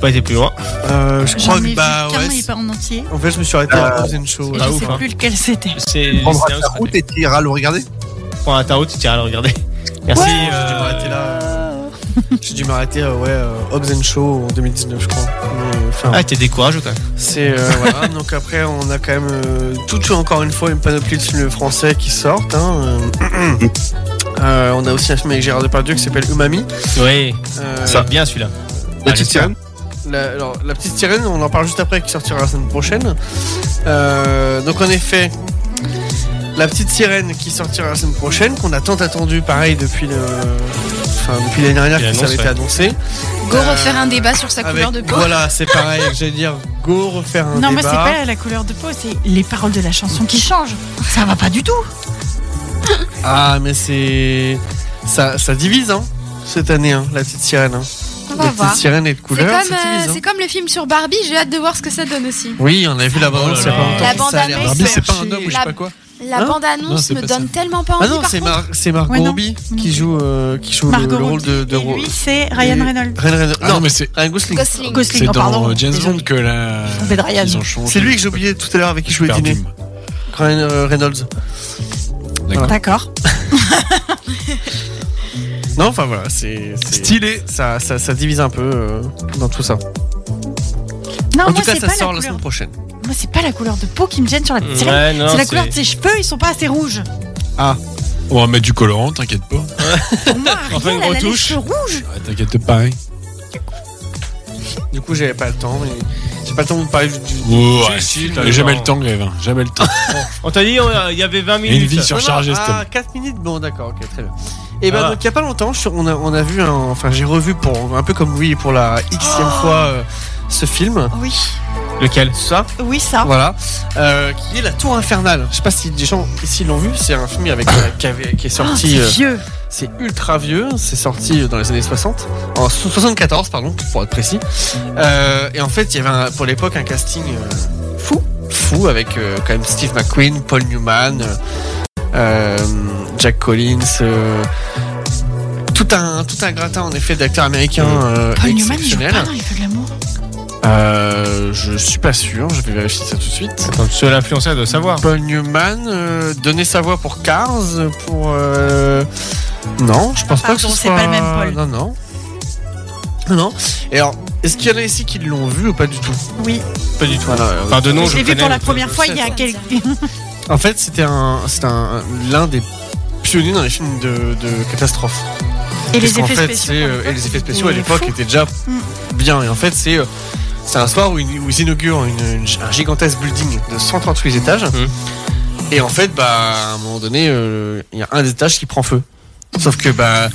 B: Pas été plus loin.
F: euh, je
E: J'en
F: crois
E: ai
F: que.
E: vu
F: Bah,
E: qu'un, il
F: ouais. Oh,
E: est pas en entier.
F: En fait, je me suis arrêté à Frozen Show.
E: Et
F: ouais.
B: Ah,
E: je
B: ouf,
E: sais
B: hein.
E: plus lequel c'était.
B: C'est
H: Tu prendras
B: c'est un
H: ta route et tu iras le regarder.
B: Prends ta route, tiens, à le regarder. Merci. euh,
F: J'ai dû m'arrêter là. J'ai dû m'arrêter, euh, ouais, euh, Hobbs and Show en 2019, je crois. Mais, enfin,
B: Ah, t'es décourageux quand même.
F: C'est euh, voilà. Donc après, on a quand même euh, toute encore une fois une panoplie de films français qui sortent. hein. Euh, euh, on a aussi un film avec Gérard Depardieu qui s'appelle Umami.
B: Oui,
F: Euh,
B: ça bien celui-là.
H: La petite sirène
F: La, alors, la petite sirène, on en parle juste après, qui sortira la semaine prochaine. Euh, donc en effet, la petite sirène qui sortira la semaine prochaine, qu'on a tant attendu, pareil depuis le, enfin depuis l'année dernière,
B: Depuis
F: que ça avait
B: l'annonce,
F: été annoncé.
G: Go
F: Euh,
G: refaire un débat sur sa couleur de
F: Avec-
G: peau.
F: Voilà, c'est pareil. J'allais dire go refaire un
E: Non, mais c'est
F: débat.
E: pas la couleur de peau, c'est les paroles de la chanson qui changent. Ça va pas du tout.
F: Ah, mais c'est ça, ça divise hein cette année hein, la petite sirène. hein.
G: On
F: La
G: va
F: petite
G: voir.
F: sirène est de
G: C'est comme,
F: couleur, ça
G: euh,
F: divise.
G: c'est
F: hein.
G: comme le film sur Barbie, j'ai hâte de voir ce que ça donne aussi.
F: Oui, on a vu la bande.
L: Oh là
F: c'est
L: là.
F: pas longtemps
G: La
F: que ça a l'air
G: bande-annonce,
F: de
L: c'est pas un
F: marcher.
L: homme ou je sais pas quoi.
G: La
F: Hein Non,
G: bande-annonce
L: c'est
G: me
L: pas
G: donne tellement pas
F: Ah
G: envie
F: non,
G: par
F: c'est
G: contre.
F: Mar- c'est Margot
E: Ouais, non.
F: Robbie qui joue, euh, qui joue le,
E: Margot
F: le rôle
E: Robbie,
F: de, de
E: et
F: Ro-
E: lui, c'est Ryan
F: et-
E: Reynolds.
F: Ryan Reynolds.
L: Ah
F: non,
L: non, mais c'est
F: Ryan Gosling.
G: Gosling.
E: Gosling,
L: c'est
E: oh,
L: dans
E: pardon.
L: euh, James Bond que la.
E: Ils ont Ryan.
L: ils ont changé.
F: C'est lui que j'ai oublié tout à l'heure avec qui je jouais
L: Super
F: dîner.
L: Doom.
F: Ryan euh, Reynolds.
E: D'accord.
F: Non, enfin voilà, c'est c'est-
L: Stylé.
F: Ça, ça, ça divise un peu euh, dans tout ça.
E: Non,
F: en
E: moi,
F: tout cas,
E: c'est
F: ça
E: pas, la
F: sort la
E: couleur-
F: semaine prochaine.
E: moi, c'est pas la couleur de peau qui me gêne sur la petite sirène.
B: Ouais, non,
E: c'est la
B: c'est-
E: couleur de ses cheveux, ils sont pas assez rouges.
L: On va mettre du colorant, t'inquiète pas.
E: Pour moi,
B: Enfin, une
E: Ariel, elle a les
B: retouche.
E: cheveux rouges.
L: Ouais, t'inquiète pas, hein.
F: Du coup, j'avais pas le temps. mais J'ai pas le temps de vous parler du. du-
L: Ouais,
B: si,
L: si,
B: t'as
L: t'as
B: le
L: jamais
B: temps.
L: le temps, Grévin. Jamais le temps.
B: On t'a dit, euh, il y avait 20
L: Et une vie
B: minutes.
L: surchargée, cet homme.
F: ah, 4 minutes, bon d'accord, ok, très bien. Et ben
B: Ah.
F: donc il y a pas longtemps, je- on a, on a vu, un- enfin j'ai revu pour un peu comme oui pour la xème
E: Oh.
F: fois euh, ce film,
E: Oui,
B: Lequel
F: ça,
E: oui, ça.
F: voilà, euh, qui est La Tour Infernale. Je sais pas si des gens ici l'ont vu, c'est un film avec euh, qui, avait- qui est
E: Oh,
F: sorti,
E: c'est
F: euh,
E: vieux.
F: c'est ultra vieux, c'est sorti euh, dans les années 60, en so- 74 pardon, pour être précis. Euh, et en fait, il y avait un- pour l'époque un casting euh, fou, fou avec euh, quand même Steve McQueen, Paul Newman, euh, euh, Jack Collins, euh, tout un tout un gratin en effet d'acteurs américains euh,
E: Paul Newman, il joue
F: exceptionnels.
E: pas dans Les Feux de l'amour.
F: Euh, je suis pas sûr, je vais vérifier ça tout de suite.
B: Attends, tu es l'influenceur de savoir.
F: Paul Newman, euh, donner sa voix pour Cars, pour. euh, Non, je pense pas que ce
E: Pardon, c'est
F: soit-
E: pas le même Paul.
F: Non, non. Non. Et alors, est-ce qu'il y en a ici qui l'ont vu ou pas du tout
E: Oui,
F: Pas du tout.
B: Enfin, de nom,
E: je
B: je
E: l'ai vu
B: connais.
E: pour la
B: mais-
E: première fois il y a
G: sais.
E: quelques.
F: En fait, c'était un, c'était un- l'un des pionniers dans les films de, de catastrophe.
E: Et
F: Parce
E: les
F: qu'en
E: effets
F: fait,
E: spéciaux.
F: c'est,
E: pour
F: euh,
E: l'époque,
F: et les effets
E: c'était Mm.
F: spéciaux à l'époque
E: fou.
F: étaient déjà bien. Et en fait, c'est euh, c'est un soir où ils, où ils inaugurent une- une- un gigantesque building de 138 étages.
B: Mhm.
F: Et en fait, bah, à un moment donné, euh, il y a un des étages qui prend feu. Sauf que bah,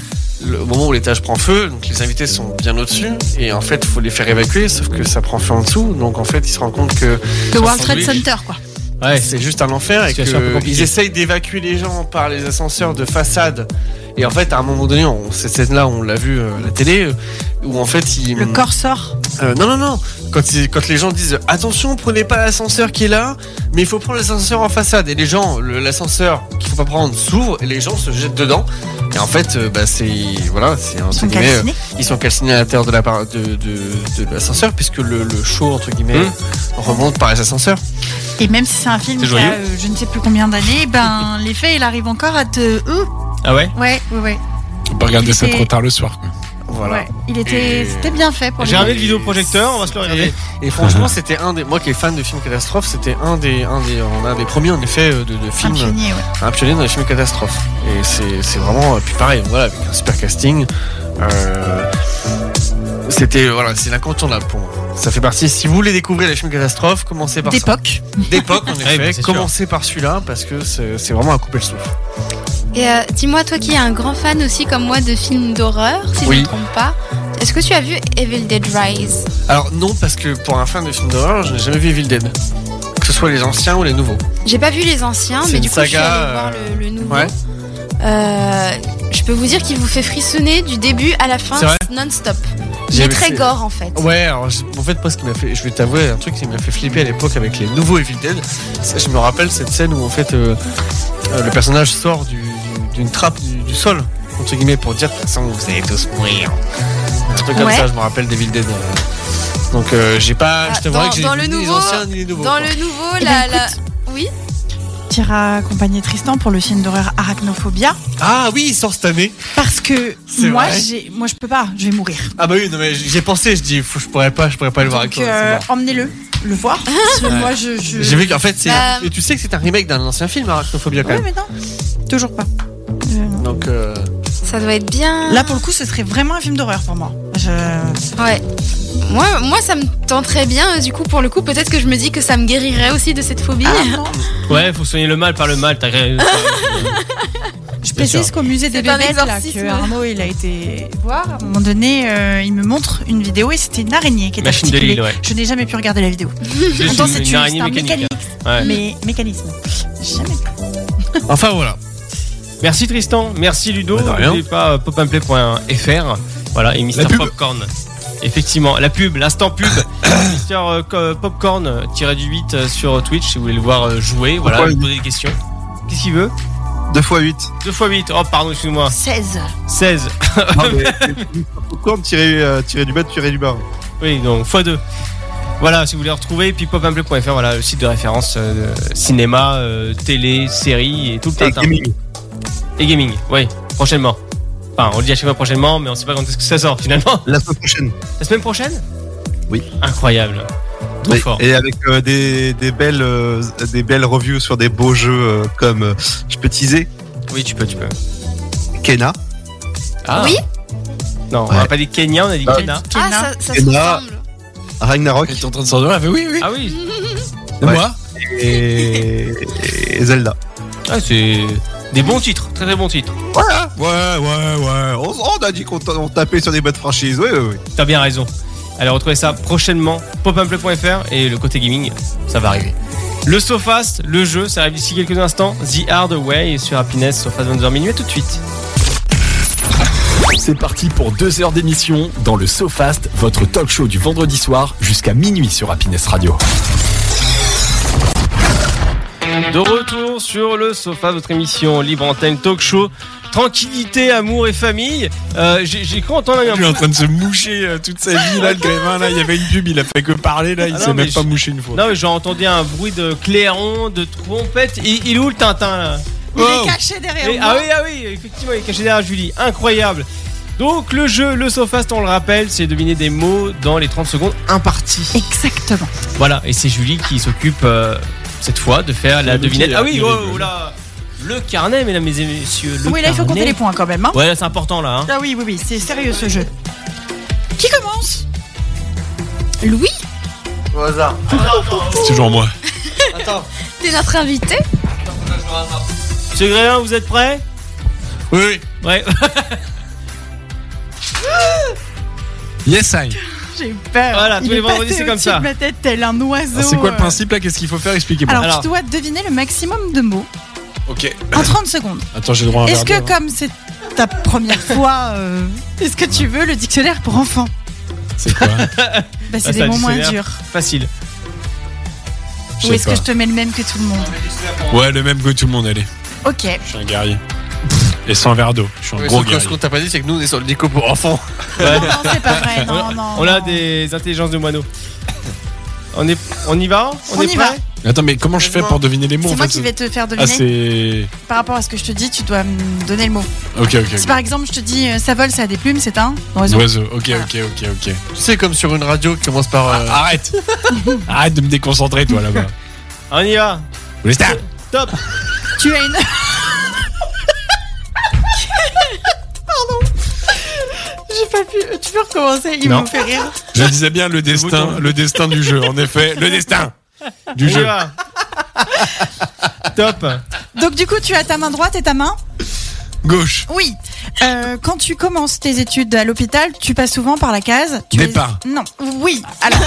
F: le au moment où l'étage prend feu, donc les invités sont bien au-dessus. Et en fait, il faut les faire évacuer. Sauf que ça prend feu en dessous. Donc en fait, ils se rendent compte que
E: Le World Trade
F: sandwich.
E: Center, quoi.
B: Ouais.
F: c'est juste un enfer et
B: Situation un peu compliquée.
F: qu'ils essayent d'évacuer les gens par les ascenseurs de façade. Et en fait, à un moment donné, on, cette scène-là, on l'a vu euh, à la télé, euh, où en fait, ils,
E: Le corps sort.
F: euh, non, non, non. Quand, ils- quand les gens disent attention, prenez pas l'ascenseur qui est là, mais il faut prendre l'ascenseur en façade. Et les gens, le- l'ascenseur qu'il faut pas prendre s'ouvre et les gens se jettent dedans. Et en fait, euh, bah, c'est voilà, c'est
E: Ils
F: entre
E: sont
F: guillemets, euh,
E: calcinés.
F: ils sont calcinés à l'intérieur de la par- de, de, de l'ascenseur puisque le, le show entre guillemets
B: Mmh.
F: remonte par les ascenseurs.
E: Et même si c'est un film
B: C'est
E: qui a
B: joyeux.
E: euh, je ne sais plus combien d'années, ben l'effet il arrive encore à te. Ouh,
B: Ah ouais
E: ouais, ouais, ouais.
L: On peut regarder ça
E: Et-
L: trop tard le soir, quoi.
F: Voilà.
E: ouais. Il était,
F: Et-
E: c'était bien fait pour
B: J'ai
E: le
B: ramené le vidéoprojecteur, on va se le regarder.
F: Et franchement, c'était un des. Moi qui est fan de films catastrophes, c'était un des, un des, un des premiers en effet euh, de, de
E: film.
F: films.
E: Un pionnier, ouais.
F: un pionnier dans les films catastrophes. Et c'est c'est vraiment. euh, Puis pareil, voilà, avec un super casting. euh, C'était. Voilà, c'est l'incontournable pour moi. Ça fait partie. Si vous voulez découvrir les films catastrophes, commencez par ça.
E: D'époque.
F: D'époque, en
B: Ouais, bah,
F: effet.
B: c'est sûr.
F: commencez par celui-là parce que c'est c'est vraiment à couper le souffle.
G: Et euh, dis-moi, toi qui es un grand fan aussi comme moi de films d'horreur, si je
F: Oui.
G: ne me trompe pas, est-ce que tu as vu Evil Dead Rise
F: Alors, non, parce que pour un fan de films d'horreur, je n'ai jamais vu Evil Dead. Que ce soit les anciens ou les nouveaux.
G: J'ai pas vu les anciens,
F: C'est
G: mais
F: une
G: du coup je suis
F: saga,
G: allée voir
F: euh,
G: le, le nouveau.
F: ouais.
G: Euh, je peux vous dire qu'il vous fait frissonner du début à la fin
F: C'est vrai
G: non-stop. Il
F: J'ai-
G: est très
F: c'est- Ah
G: gore en fait.
F: Ouais, alors je- en fait, moi, ce qui m'a fait, je vais t'avouer un truc qui m'a fait flipper à l'époque avec les nouveaux Evil Dead. c'est- Je me rappelle cette scène où en fait euh, euh, le personnage sort du- du- d'une trappe du, du sol, entre guillemets, pour dire de toute façon vous allez tous mourir. Un truc comme
G: Ouais.
F: ça, je me rappelle d'Evil Dead. euh. Donc euh, j'ai pas,
G: Ah,
F: je t'avouerai
G: dans-
F: que j'ai
G: dans
F: ni
G: le
F: les
G: nouveau-
F: anciens ni les nouveaux.
G: Dans
F: quoi.
G: le nouveau,
E: Eh
G: la,
E: ben,
G: la- Oui,
E: partira accompagner Tristan pour le film d'horreur Arachnophobia.
F: Ah oui, il sort cette année.
E: Parce que
F: C'est
E: moi,
F: vrai
E: j'ai- moi, je peux pas, je vais mourir.
F: Ah bah oui, non mais j'y ai pensé, je dis, faut- je pourrais pas, je pourrais pas le voir avec
E: Donc,
F: toi.
E: euh,
F: c'est mort.
E: emmenez-le, le voir. Parce que moi, je. je-
F: J'ai vu qu'en fait, c'est.
E: Bah,
F: Et tu sais que c'est un remake d'un ancien film, hein, Arachnophobia quand
E: Ouais,
F: même.
E: mais non, toujours pas.
F: Donc. euh,
G: Ça doit être bien.
E: Là, pour le coup, ce serait vraiment un film d'horreur pour moi. Je...
G: Ouais. Moi, moi, ça me tenterait bien. euh, Du coup, pour le coup, peut-être que je me dis que ça me guérirait aussi de cette phobie.
B: Ouais, faut soigner le mal par le mal. T'as raison.
E: Je
B: Bien sûr.
E: précise qu'au musée des
G: C'est un
E: bébêtes, là,
G: exorcisme.
E: que Arnaud, il a été voir. À un moment donné, euh, il me montre une vidéo et c'était une araignée qui était
B: Machine de
E: articulée.
B: Lille, ouais.
E: Je n'ai jamais pu regarder la vidéo.
B: C'est
E: Pourtant,
B: une-
E: c'est
B: une
E: une-
B: araignée
E: c'est un
B: mécanique,
E: mécanique.
B: hein. Ouais.
E: Mais mécanisme. Jamais.
F: Enfin voilà.
B: Merci Tristan, merci Ludo.
F: Bah, de rien.
B: N'oubliez pas euh, popandplay.fr. Voilà, et Mister
F: pub.
B: Popcorn. Effectivement, la pub, l'instant pub. Mister euh, co- euh, Popcorn tiré du 8 euh, sur Twitch si vous voulez le voir euh, jouer. Voilà,
H: Pourquoi
B: lui poser des questions. Qu'est-ce qu'il veut
H: 2 x 8.
B: 2 x 8. Oh, pardon, excuse-moi.
E: 16.
B: 16.
H: Popcorn tiré, euh, tiré du bas, tiré du bas.
B: Oui, donc x2. Voilà, si vous voulez retrouver, puis popandplay.fr, voilà, le site de référence euh, de cinéma, euh, télé, séries et tout le
H: Et
B: tintin.
H: gaming.
B: Et gaming, oui, prochainement. Enfin, on le dit à chaque fois prochainement, mais on sait pas quand est-ce que ça sort finalement.
H: La semaine prochaine.
B: La semaine prochaine
H: Oui.
B: Incroyable. Trop
H: Oui,
B: fort.
H: Et avec euh, des, des belles, euh, des belles reviews sur des beaux jeux euh, comme, euh, je peux teaser,
B: Oui, tu peux, tu peux.
H: Kena.
B: Ah.
G: Oui
B: Non, on
H: Ouais.
B: n'a pas dit Kenya, on a dit
H: Bah.
B: Kena.
G: Ah,
E: Kenna.
G: ça, ça se
H: Kenna.
G: ressemble.
H: Ragnarok
L: T'es en train de s'endormir Elle fait oui, oui.
B: Ah oui
L: Et
H: ouais.
L: Moi
H: et, et Zelda.
B: ah, C'est des bons titres, très très bons titres.
H: Ouais, ouais, ouais. On, on a dit qu'on t- on tapait sur des bonnes franchises. Ouais, ouais, ouais.
B: T'as bien raison. Allez, retrouvez ça prochainement, popumple.fr et le côté gaming, ça va arriver. Le SoFast, le jeu, ça arrive d'ici quelques instants. The Hard Way sur Happiness, SoFast 22h minuit, à tout de suite.
A: C'est parti pour deux heures d'émission dans le SoFast, votre talk show du vendredi soir jusqu'à minuit sur Happiness Radio.
B: De retour sur le sofa, votre émission libre antenne talk show, tranquillité, amour et famille. Euh, J'ai j'ai cru entendre un
L: Lui est en train de se moucher euh, toute sa vie là, le grévin là, il y avait une pub, il a fait que parler là, il
B: Ah non,
L: s'est même
B: mais
L: pas
B: je-
L: mouché une fois.
B: Non, mais j'ai entendu un bruit de clairon, de trompette. Il, il est où le Tintin là
E: Il
L: Wow.
E: est caché derrière
B: Et-
E: moi.
B: Ah oui, ah oui, effectivement, il est caché derrière Julie. Incroyable. Donc, le jeu, le Sofast, on le rappelle, c'est deviner des mots dans les 30 secondes imparties.
E: Exactement.
B: Voilà, et c'est Julie qui s'occupe euh, cette fois de faire la
L: Le petit, euh,
B: devinette.
L: là,
B: Ah oui,
L: il
B: oh,
L: rigole.
B: là Le carnet, mesdames et messieurs. Le
E: oui, là, il faut
B: carnet.
E: compter les points quand même. hein.
B: Ouais, là, c'est important là. hein.
E: Ah oui, oui, oui, c'est sérieux ce jeu. Qui commence
G: Louis,
F: Au hasard.
L: C'est toujours moi.
F: Attends.
G: t'es notre invité.
B: Monsieur Grévin, vous êtes prêts
F: Oui, oui.
B: Ouais.
L: Yes, I.
E: J'ai eu peur.
B: Voilà, tous
E: Il
B: les
E: est passé
B: vendredis, c'est comme
E: au-dessus
B: ça.
E: de ma tête tel un oiseau.
L: Alors, Ah, C'est quoi le
E: euh.
L: principe là Qu'est-ce qu'il faut faire Expliquez-moi.
E: Alors,
B: Alors.
E: tu dois deviner le maximum de mots
L: Ok.
E: en 30 secondes.
L: Attends, j'ai le droit à un
E: Est-ce que
L: verre d'eau, hein.
E: comme c'est ta première fois, euh, est-ce que tu veux le dictionnaire pour enfants
L: C'est quoi
E: bah,
B: Ah,
E: C'est
B: c'est
E: des
B: un
E: mots moins
B: dictionnaire.
E: durs.
B: Facile.
L: Je
E: Ou
L: sais
E: est-ce que je
L: pas.
E: te mets le même que tout le monde
L: Ouais, le même que tout le monde, allez.
E: Ok.
L: Je suis un guerrier. Et sans verre d'eau. Je suis un
F: Mais
L: gros
F: sauf que ce qu'on
L: guerrier.
F: t'a pas dit, c'est que nous, on est sur le déco pour enfants.
B: Ouais.
E: Non, c'est pas vrai. Non, non.
B: On a
E: non.
B: des intelligences de moineaux. On, est, on y va
E: On
B: est
E: y
B: prêt
E: va.
L: Attends, mais comment je fais pour deviner les mots
E: C'est
L: en
E: moi
L: fait
E: qui vais te faire
L: Ah,
E: deviner.
L: c'est.
E: Par rapport à ce que je te dis, tu dois me donner le mot.
L: Ok, ok,
E: Si
L: ok.
E: par exemple je te dis euh, ça vole, ça a des plumes, c'est un oiseau.
L: Oiseau. Ok, ok, ok, ok.
F: Tu sais, comme sur une radio qui commence par.
L: Ah.
F: euh,
L: Arrête Arrête de me déconcentrer, toi là-bas.
B: On y va.
L: Vous laissez-
B: Top.
E: Tu as une. Pardon. J'ai pas pu. Tu peux recommencer Il
L: Non.
E: me fait rire.
L: Je disais bien le destin, le destin du jeu, en effet. Le destin
B: On
L: du
B: y
L: jeu.
B: va. Top.
E: Donc du coup, tu as ta main droite et ta main
L: Gauche.
E: Oui. Euh, quand tu commences tes études à l'hôpital, tu passes souvent par la case. Tu
L: Départ.
E: Non. Oui. Alors,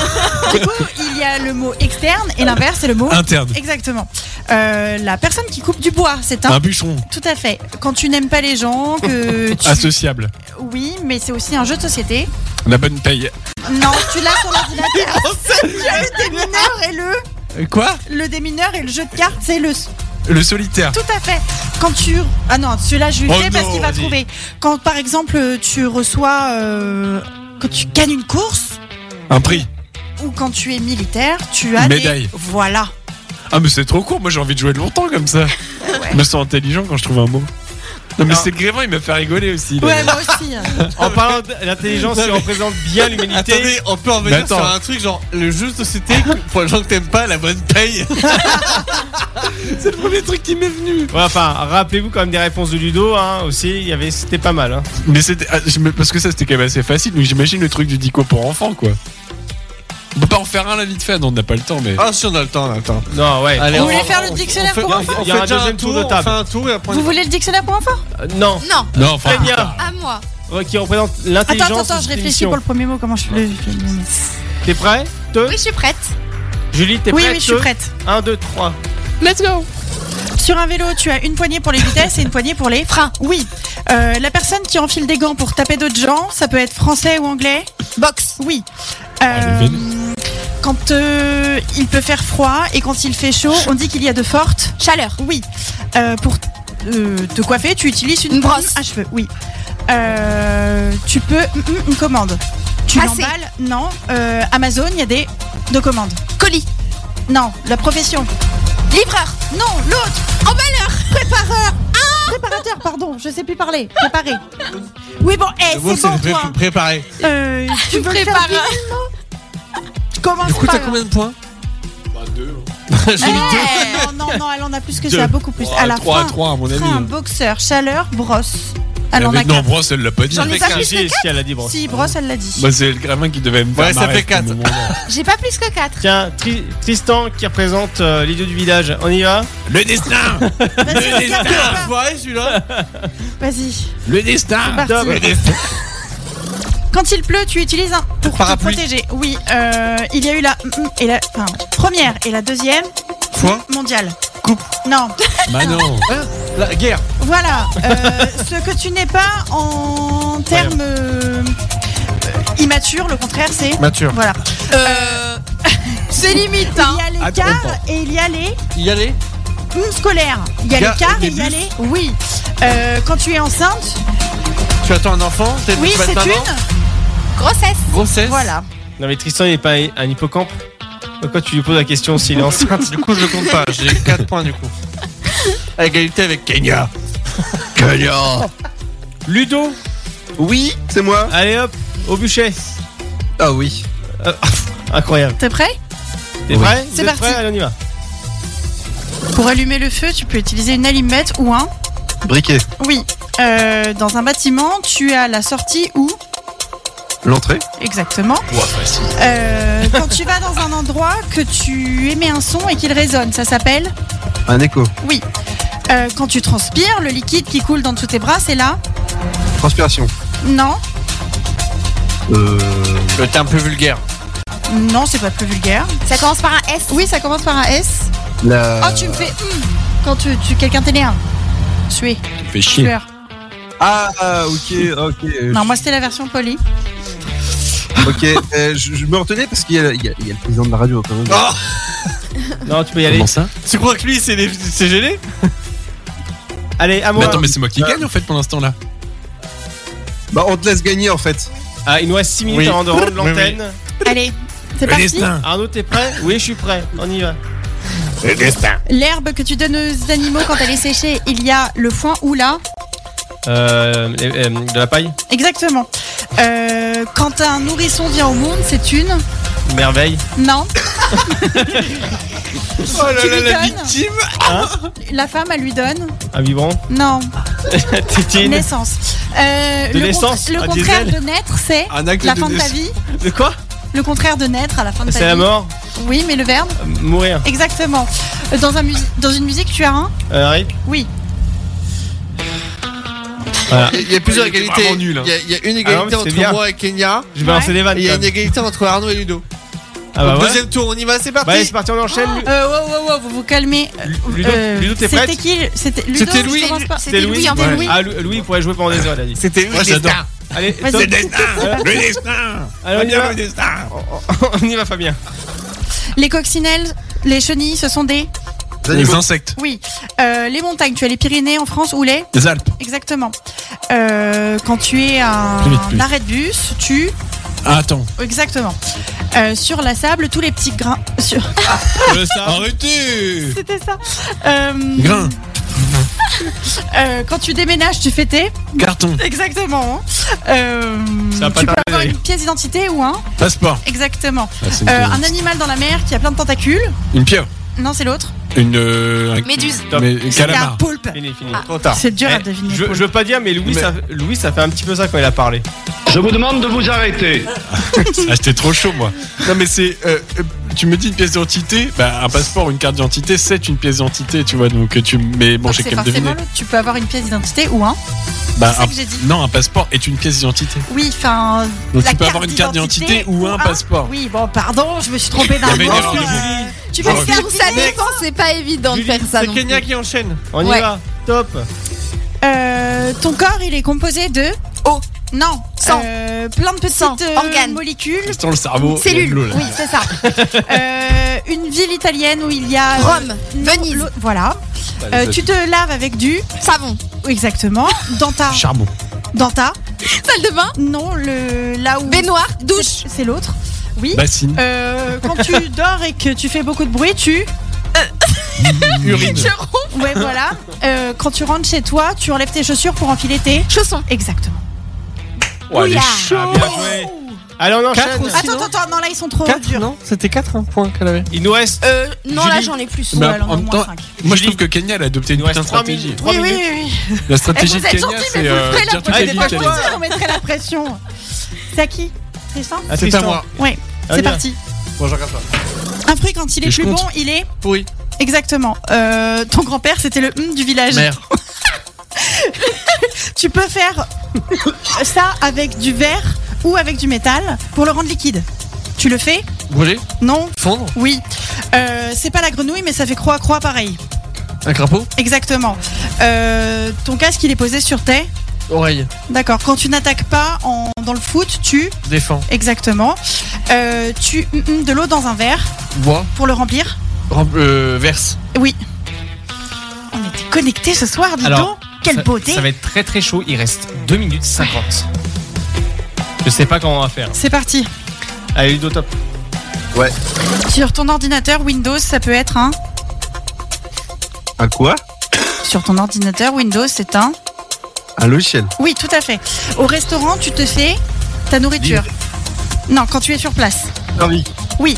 E: du coup, il y a le mot externe et l'inverse, c'est le mot.
L: Interne.
E: Exactement. Euh, la personne qui coupe du bois, c'est un.
L: Un bûcheron.
E: Tout à fait. Quand tu n'aimes pas les gens, que
D: Ah,
E: tu-
L: Associable.
E: Oui, mais c'est aussi un jeu de société.
L: La bonne paye.
E: Non, tu l'as sur l'ordinateur. tu as le démineur et le.
L: Quoi
E: Le démineur et le jeu de cartes, c'est le.
L: Le solitaire.
E: Tout à fait. Quand tu. Ah non, celui-là, je lui
L: Oh
E: sais parce
L: non,
E: qu'il va
L: vas-y.
E: trouver. Quand, par exemple, tu reçois. euh, Quand tu gagnes une course
L: Un prix.
E: ou quand tu es militaire, tu as. des-
L: Médaille.
E: Voilà.
D: Ah, mais c'est trop court, moi j'ai envie de jouer de longtemps comme ça. Je me sens intelligent quand je trouve un mot. Non, mais
B: Non.
D: c'est Grévin, il m'a fait rigoler aussi.
E: Ouais, moi aussi. hein.
B: En parlant d'intelligence, il représente bien
L: Ah,
B: l'humanité.
C: Attendez, on peut en
D: Mais
C: venir sur
D: attends.
C: un truc genre le jeu de société pour les gens que t'aimes pas, la bonne paye.
D: C'est le premier truc qui m'est venu.
B: Ouais, enfin, rappelez-vous quand même des réponses de Ludo, hein, aussi, il y avait, c'était pas mal. Hein.
D: Mais c'était. ah, je me- Parce que ça, c'était quand même assez facile. Donc j'imagine le truc du dico pour enfants, quoi. On peut pas en faire un là vite fait, non, on n'a pas le temps, mais.
C: Ah, si, on a le temps, on a le temps.
B: Non, ouais.
C: Allez,
E: Vous voulez faire le dictionnaire pour enfants
B: Il y a un deuxième tour de table.
C: On fait un tour et après
E: Vous voulez le dictionnaire pour enfants
B: Euh, non,
G: Non,
E: Oh.
D: Non, enfin.
B: très bien.
G: à moi.
B: Ouais, Qui représente
E: Attends,
B: l'intelligence.
E: attends,
B: de
E: attends, je
B: cette
E: réfléchis
B: émission.
E: pour le premier mot, comment je le.
B: T'es prêt Te
G: Oui, je suis prête.
B: Julie, t'es
E: Oui,
B: prête
E: oui, je suis prête.
B: 1, 2, 3.
G: Let's go.
E: Sur un vélo, tu as une poignée pour les vitesses et une poignée pour les freins. Oui. Euh, la personne qui enfile des gants pour taper d'autres gens, ça peut être français ou anglais. Box. Oui. Euh,
D: les
E: quand euh, il peut faire froid et quand il fait chaud, on dit qu'il y a de fortes.
G: Chaleur.
E: Oui. Euh, pour euh, te coiffer, tu utilises une,
G: Une brosse.
E: brosse à cheveux. Oui. Euh, tu peux hum, hum, une commande. Tu
G: Passer.
E: l'emballes Non. Euh, Amazon, il y a des deux commandes.
G: Colis.
E: Non. La profession.
G: Livreur.
E: Non. L'autre.
G: Emballeur.
E: Prépareur Ah Préparateur, pardon, je sais plus parler. Préparé. Oui, bon, eh,
C: Le mot,
E: c'est bon,
C: pré-
E: toi.
C: préparé.
E: Euh, tu veux le faire
G: Prépareur.
E: vite, non Je Commence
C: Du coup,
E: par-
C: t'as combien de points
E: Eh, Non, non, non, elle en a plus que ça, beaucoup plus. à la
D: 3 à
E: fin,
D: 3, à mon avis.
E: frein, boxeur, chaleur, brosse. Elle en
D: Mais
E: a
D: non,
E: quatre.
D: Brosse, elle l'a pas dit. hein.
E: J'en ai
B: Avec
E: pas
B: un
E: plus que
B: G, si elle a dit bon.
E: Si, brosse, elle l'a dit.
D: Bah, c'est le Grévin qui devait me faire
C: Ouais, ça
D: marrer
C: fait
D: à ce
C: quatre.
D: moment-là.
G: J'ai pas plus que 4.
B: Tiens, Tri- Tristan qui représente euh, les dieux du village. On y va
D: Le destin
E: Vas-y, regarde, regarde.
C: Ouais, celui-là.
E: Vas-y,
D: Le destin
E: parti.
B: Dom.
E: Quand il pleut, tu utilises un pour
C: Parapluie.
E: te protéger. Oui, euh, il y a eu la, et la enfin, première et la deuxième
C: Fois
E: mondiale. Coupe. Non.
D: Bah non
C: La guerre.
E: Voilà, euh, ce que tu n'es pas en termes euh, immatures, le contraire c'est.
F: Mature.
E: Voilà. Euh,
G: C'est limite, hein.
E: Il y a l'écart et il y a les
C: Y aller
E: hum, scolaires. Il y a
C: Il y a
E: l'écart
C: des
E: et il y a
C: bus.
E: les. Oui. Euh, quand tu es enceinte,
C: Tu attends un enfant t'es-
E: oui,
C: tu vas
E: c'est
C: être maman
E: une.
G: Grossesse.
C: Grossesse.
E: Voilà.
B: Non, mais Tristan, il n'est pas un hippocampe Pourquoi tu lui poses la question s'il est enceinte
C: Du coup, je compte pas. J'ai 4 points du coup. À égalité avec Kenya.
B: Ludo
H: Oui, c'est moi.
B: Allez hop, au bûcher
H: Ah oui.
B: Euh, Incroyable.
E: T'es prêt
B: T'es prêt Vous
E: C'est
B: êtes
E: parti.
B: prêts Allez, on y va.
E: Pour allumer le feu, tu peux utiliser une allumette ou un.
H: Briquet.
E: Oui. Euh, dans un bâtiment, tu as la sortie ou
H: L'entrée.
E: exactement. Euh, quand tu vas dans un endroit que tu émets un son et qu'il résonne, ça s'appelle.
H: Un écho.
E: Euh, quand tu transpires, le liquide qui coule dans tous tes bras, c'est là
H: Transpiration.
E: Non,
H: Euh.
C: Le terme plus vulgaire.
E: non, c'est pas plus vulgaire.
G: Ça commence par un S.
E: Oui, ça commence par un S.
H: La.
E: Oh, tu me fais hum quand tu, tu quelqu'un t'énerve. Sué,
D: Tu fais chier.
E: sueur.
H: Ah, ah, ok, ok. euh,
E: Non, moi c'était la version polie.
H: Ok, euh, je, je me retenais parce qu'il y, a- il y a il y a le président de la radio quand même.
C: Oh,
B: Non, tu peux y aller.
D: ça
C: tu crois que lui, c'est les- c'est gêné
B: Allez, à
D: Mais
B: moi.
D: attends, mais c'est moi qui gagne en fait pour l'instant là.
H: Bah, on te laisse gagner en fait.
B: Ah, il nous reste 6 minutes
C: Oui.
B: avant de rendre
C: Oui, oui.
B: l'antenne.
E: Allez, c'est parti.
B: Arnaud, t'es prêt Oui, je suis prêt. On y va.
E: L'herbe que tu donnes aux animaux quand elle est séchée, il y a le foin ou là.
B: Euh, euh, euh, de la paille
E: Exactement. Euh, quand un nourrisson vient au monde, c'est une.
B: Merveille.
E: Non.
C: Oh là
E: Tu
C: là, la
E: m'étonnes.
C: victime.
B: Hein
E: La femme, elle lui donne.
B: Un biberon
E: Non.
B: Ah, Tétine
E: Naissance. Euh,
B: De
E: le
B: naissance, un
E: contra- le contraire
B: diesel.
E: de naître, c'est
C: Un acte
E: la
C: de
E: fin de ta
C: naissance.
E: vie.
B: De quoi
E: Le contraire de naître à la fin de ta
B: C'est la
E: vie.
B: mort
E: Oui, mais le verbe.
B: Euh, Mourir.
E: Exactement. Euh, Dans, un musi- dans une musique, tu as un
B: Euh, un rythme
E: Oui.
B: Voilà.
C: Il y a plusieurs
D: Il était
C: égalités.
D: vraiment nul, hein.
C: Il y a- il y a une
B: Ah non, mais
C: égalité
B: c'est
C: entre
B: bien.
C: moi et Kenya.
B: Je vais balancer des vannes.
C: Et il y a
B: quand
C: une
B: même.
C: égalité entre Arnaud et Ludo.
B: Ah bah
C: Donc,
B: ouais.
C: Deuxième tour, on y va, c'est
B: Bah allez, c'est
C: parti.
B: parti, on enchaîne. Lu-
E: Euh, wow, wow, wow, vous vous calmez. Euh,
B: Ludo,
E: euh,
B: Ludo, t'es
E: C'était
B: prête
E: qui le- C'était Ludo,
C: C'était
E: je
C: Louis.
E: commence pas.
G: C'était Louis,
E: C'était
G: en fait.
E: Louis.
B: Ah, Lu- Louis, il pourrait jouer pendant des heures, elle a dit.
C: C'était une
D: Moi, j'adore.
C: destin.
B: Allez,
E: Vas-y.
B: top.
E: Le
C: destin.
D: Le destin
B: Allez, on y va.
D: destin
B: Ah, On y va, Fabien.
E: Les coccinelles, les chenilles, ce sont des.
H: Les
D: Les
H: animaux.
D: insectes,
E: Oui. Euh, les montagnes, tu as les Pyrénées en France ou les.
D: les Alpes,
E: Exactement. Euh, quand tu es un,
D: Plus vite, plus vite.
E: arrêt de bus, tu.
D: Ah, attends,
E: Exactement. euh, sur la sable tous les petits grains. Sur...
L: Arrêtez
E: C'était ça. Euh,
L: Grain,
E: euh, quand tu déménages, tu fais tes.
L: carton,
E: Exactement. Euh,
B: Ça va pas
E: tu peux
B: tarder,
E: avoir une
B: d'ailleurs.
E: pièce d'identité ou un.
L: passeport,
E: Exactement.
L: Ah, c'est une
E: Euh,
L: pièce
E: un animal dans la mer qui a plein de tentacules.
L: une pierre,
E: Non, c'est l'autre.
L: une. euh, un-
G: Méduse.
B: Top.
L: mais- un
E: C'est la
L: calamar.
E: poulpe.
B: Fini, fini.
F: Trop tard.
E: C'est dur à
B: Eh,
E: deviner.
B: Je,
E: poulpe.
B: je veux pas dire, mais Louis, ça, Louis, ça fait un petit peu ça quand il a parlé.
O: Je vous demande de vous arrêter.
L: Ah, j'étais trop chaud, moi. Non, mais c'est. euh, euh, tu me dis une pièce d'identité Bah, un passeport, une carte d'identité, c'est une pièce d'identité, tu vois. Donc, tu. Mais
D: Ah,
L: bon,
E: Donc,
L: j'ai
E: Ah, c'est
L: quand même
E: forcément
L: deviné.
E: l'autre. Tu peux avoir une pièce d'identité ou un.
L: Bah,
E: C'est ça
L: un-
E: que j'ai dit.
L: non, un passeport est une pièce d'identité.
E: Oui, enfin.
L: Donc,
E: la
L: tu peux avoir une carte d'identité ou un passeport.
E: Oui, bon, pardon, je me suis trompée
L: Il y
E: d'un
L: avait une
E: mot.
L: erreur de
E: Euh, Tu
G: Parce
E: veux
G: que
E: faire
G: vous savez, Ah, c'est pas évident de faire ça.
C: C'est
G: non
C: Kenya
G: plus.
C: qui enchaîne.
B: On y
G: Ouais.
B: va. Top.
E: Euh, ton corps, il est composé de
G: Eau.
E: Non,
G: Oh. Sang.
E: Euh, plein de petites
G: Sang.
E: euh,
G: Organes.
E: molécules.
L: Dans le cerveau. il y a de l'eau,
G: Cellule.
L: là.
G: Oui, c'est ça.
E: Euh, une ville italienne où il y a euh,
G: Rome,
E: non,
G: Venise,
E: l'eau- Voilà.
L: Ah,
E: Euh, tu te laves avec du
G: savon,
E: exactement dans ta
L: Charbon.
E: dans ta
G: salle de bain,
E: non le là où
G: baignoire, douche.
E: C'est- c'est l'autre. Oui.
L: Bassine.
E: Euh, quand tu dors et que tu fais beaucoup de bruit, tu
L: Urine.
G: Je romps.
E: ouais voilà. Euh, quand tu rentres chez toi, tu enlèves tes chaussures pour enfiler tes
G: Chaussons.
E: exactement.
L: Oh, elle est
G: Ouya.
L: chaude.
B: Ah, bien joué. Allez, on
F: Quatre
B: enchaîne.
F: aussi.
E: Attends,
F: Sinon-
E: attends, attends, non, là ils sont trop
F: 4
E: durs.
F: Non C'était 4
C: hein,
F: un point qu'elle avait.
B: Il nous reste.
G: Euh, non,
L: Julie.
G: là j'en ai plus.
L: Mais
E: Ouais, elle en a
L: Bah, en
E: au
L: même
E: moins
L: temps,
E: cinq.
L: Moi, je
B: Julie.
L: trouve que Kenya, elle a adopté
B: Il
L: une
B: nous
L: putain
B: reste
L: de
B: 3
L: stratégie.
B: minutes. Trois
E: Oui, oui,
B: minutes.
E: oui.
L: La stratégie
G: Eh,
L: de
G: vous êtes
L: Kenya,
G: gentils, mais
L: c'est
G: vous
L: euh,
G: ferez
L: dire
G: la
L: toutes
G: prochaine
L: les
E: Allez,
L: villes
E: pas
L: qu'elle
E: toi,
L: est.
E: on mettrait la pression. C'est à qui Tristan
B: Ah,
F: C'est à
B: Tristan.
F: moi.
E: Ouais,
B: Allez,
E: c'est parti.
F: Bon, je regarde pas.
E: Un fruit, quand il est
L: Et je
E: plus
L: compte.
E: bon, il est.
F: Pourri.
E: Exactement. Euh, ton grand-père, c'était le hum du village.
F: Mère.
E: Tu peux faire ça avec du verre ou avec du métal pour le rendre liquide. Tu le fais
F: Brûler.
E: Non
F: Fondre.
E: Oui. Euh, c'est pas la grenouille, mais ça fait croix-croix pareil.
F: Un crapaud.
E: Exactement. Euh, ton casque, il est posé sur tes.
F: Oreille.
E: D'accord. Quand tu n'attaques pas en- dans le foot, tu.
F: Défend.
E: Exactement. Euh, tu hum, hum, de l'eau dans un verre
F: Bois.
E: pour le remplir.
F: Rem- euh, verse.
E: Oui. On était connectés ce soir, dis
B: Alors,
E: donc. Quelle
B: ça,
E: beauté.
B: Ça va être très très chaud. Il reste 2 minutes 50. Je sais pas comment on va faire.
E: C'est parti.
B: Allez, Ludo, top.
E: Sur ton ordinateur Windows, ça peut être un.
H: Un quoi
E: Sur ton ordinateur Windows, c'est un.
H: Un logiciel.
E: Oui, tout à fait. Au restaurant, tu te fais ta nourriture. Non, quand tu es sur place.
H: Servi.
E: Oui.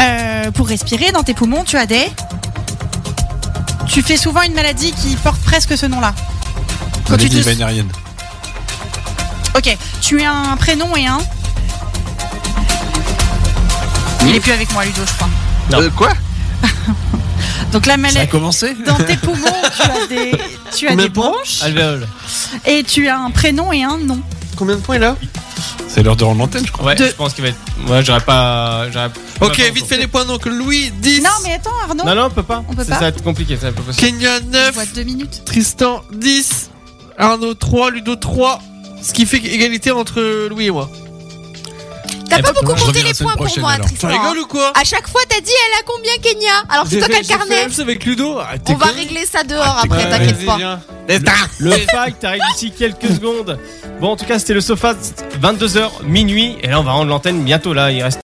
E: Euh, pour respirer dans tes poumons, tu as des. Tu fais souvent une maladie qui porte presque ce nom-là. Quand tu
L: Lady
E: te...
L: Vénérienne.
E: Ok, tu as un prénom et un. Il est plus avec moi, Ludo, je crois.
B: Non.
H: Euh, quoi
E: Donc la
L: Ça a
E: maladie.
L: commencé
E: Dans tes poumons, tu as des, tu as des bronches
B: Alvéole.
E: et tu as un prénom et un nom.
F: Combien de points il a
L: C'est l'heure de rendre l'antenne, je crois.
B: Ouais,
E: Deux.
B: je pense qu'il va être. Moi, j'aurais pas. j'aurais pas-
C: Ok,
B: pas
C: vite fait les points donc Louis 10,
E: Non, mais attends, Arnaud,
B: Non, non, on peut pas.
E: On peut
B: ça,
E: pas.
B: ça va être compliqué. Ça va être pas possible.
C: Kenya
E: on
C: 9,
E: voit deux minutes.
F: Tristan.
C: 10, Arnaud 3, Ludo 3, ce qui fait égalité entre Louis et moi.
G: T'as
B: Eh
G: pas
B: ben,
G: beaucoup
L: je
G: compté
L: reviens la
G: les
L: semaine
G: points pour
L: prochaine,
G: moi,
L: alors.
C: Tu
G: Tristan. hein.
C: rigoles ou quoi
G: À chaque fois, t'as dit elle a combien Kenya Alors c'est
C: J'ai
G: toi qui as
C: fait-
G: le
C: j'ai fait
G: carnet.
C: la même avec Ludo. Ah, t'es
G: On va
C: con.
G: régler ça dehors après,
C: Ouais,
G: t'inquiète
C: vas-y,
G: pas.
C: viens.
B: Le fact arrive d'ici quelques secondes. Bon, en tout cas, c'était le sofa 22h minuit. Et là, on va rendre l'antenne bientôt. Là, il reste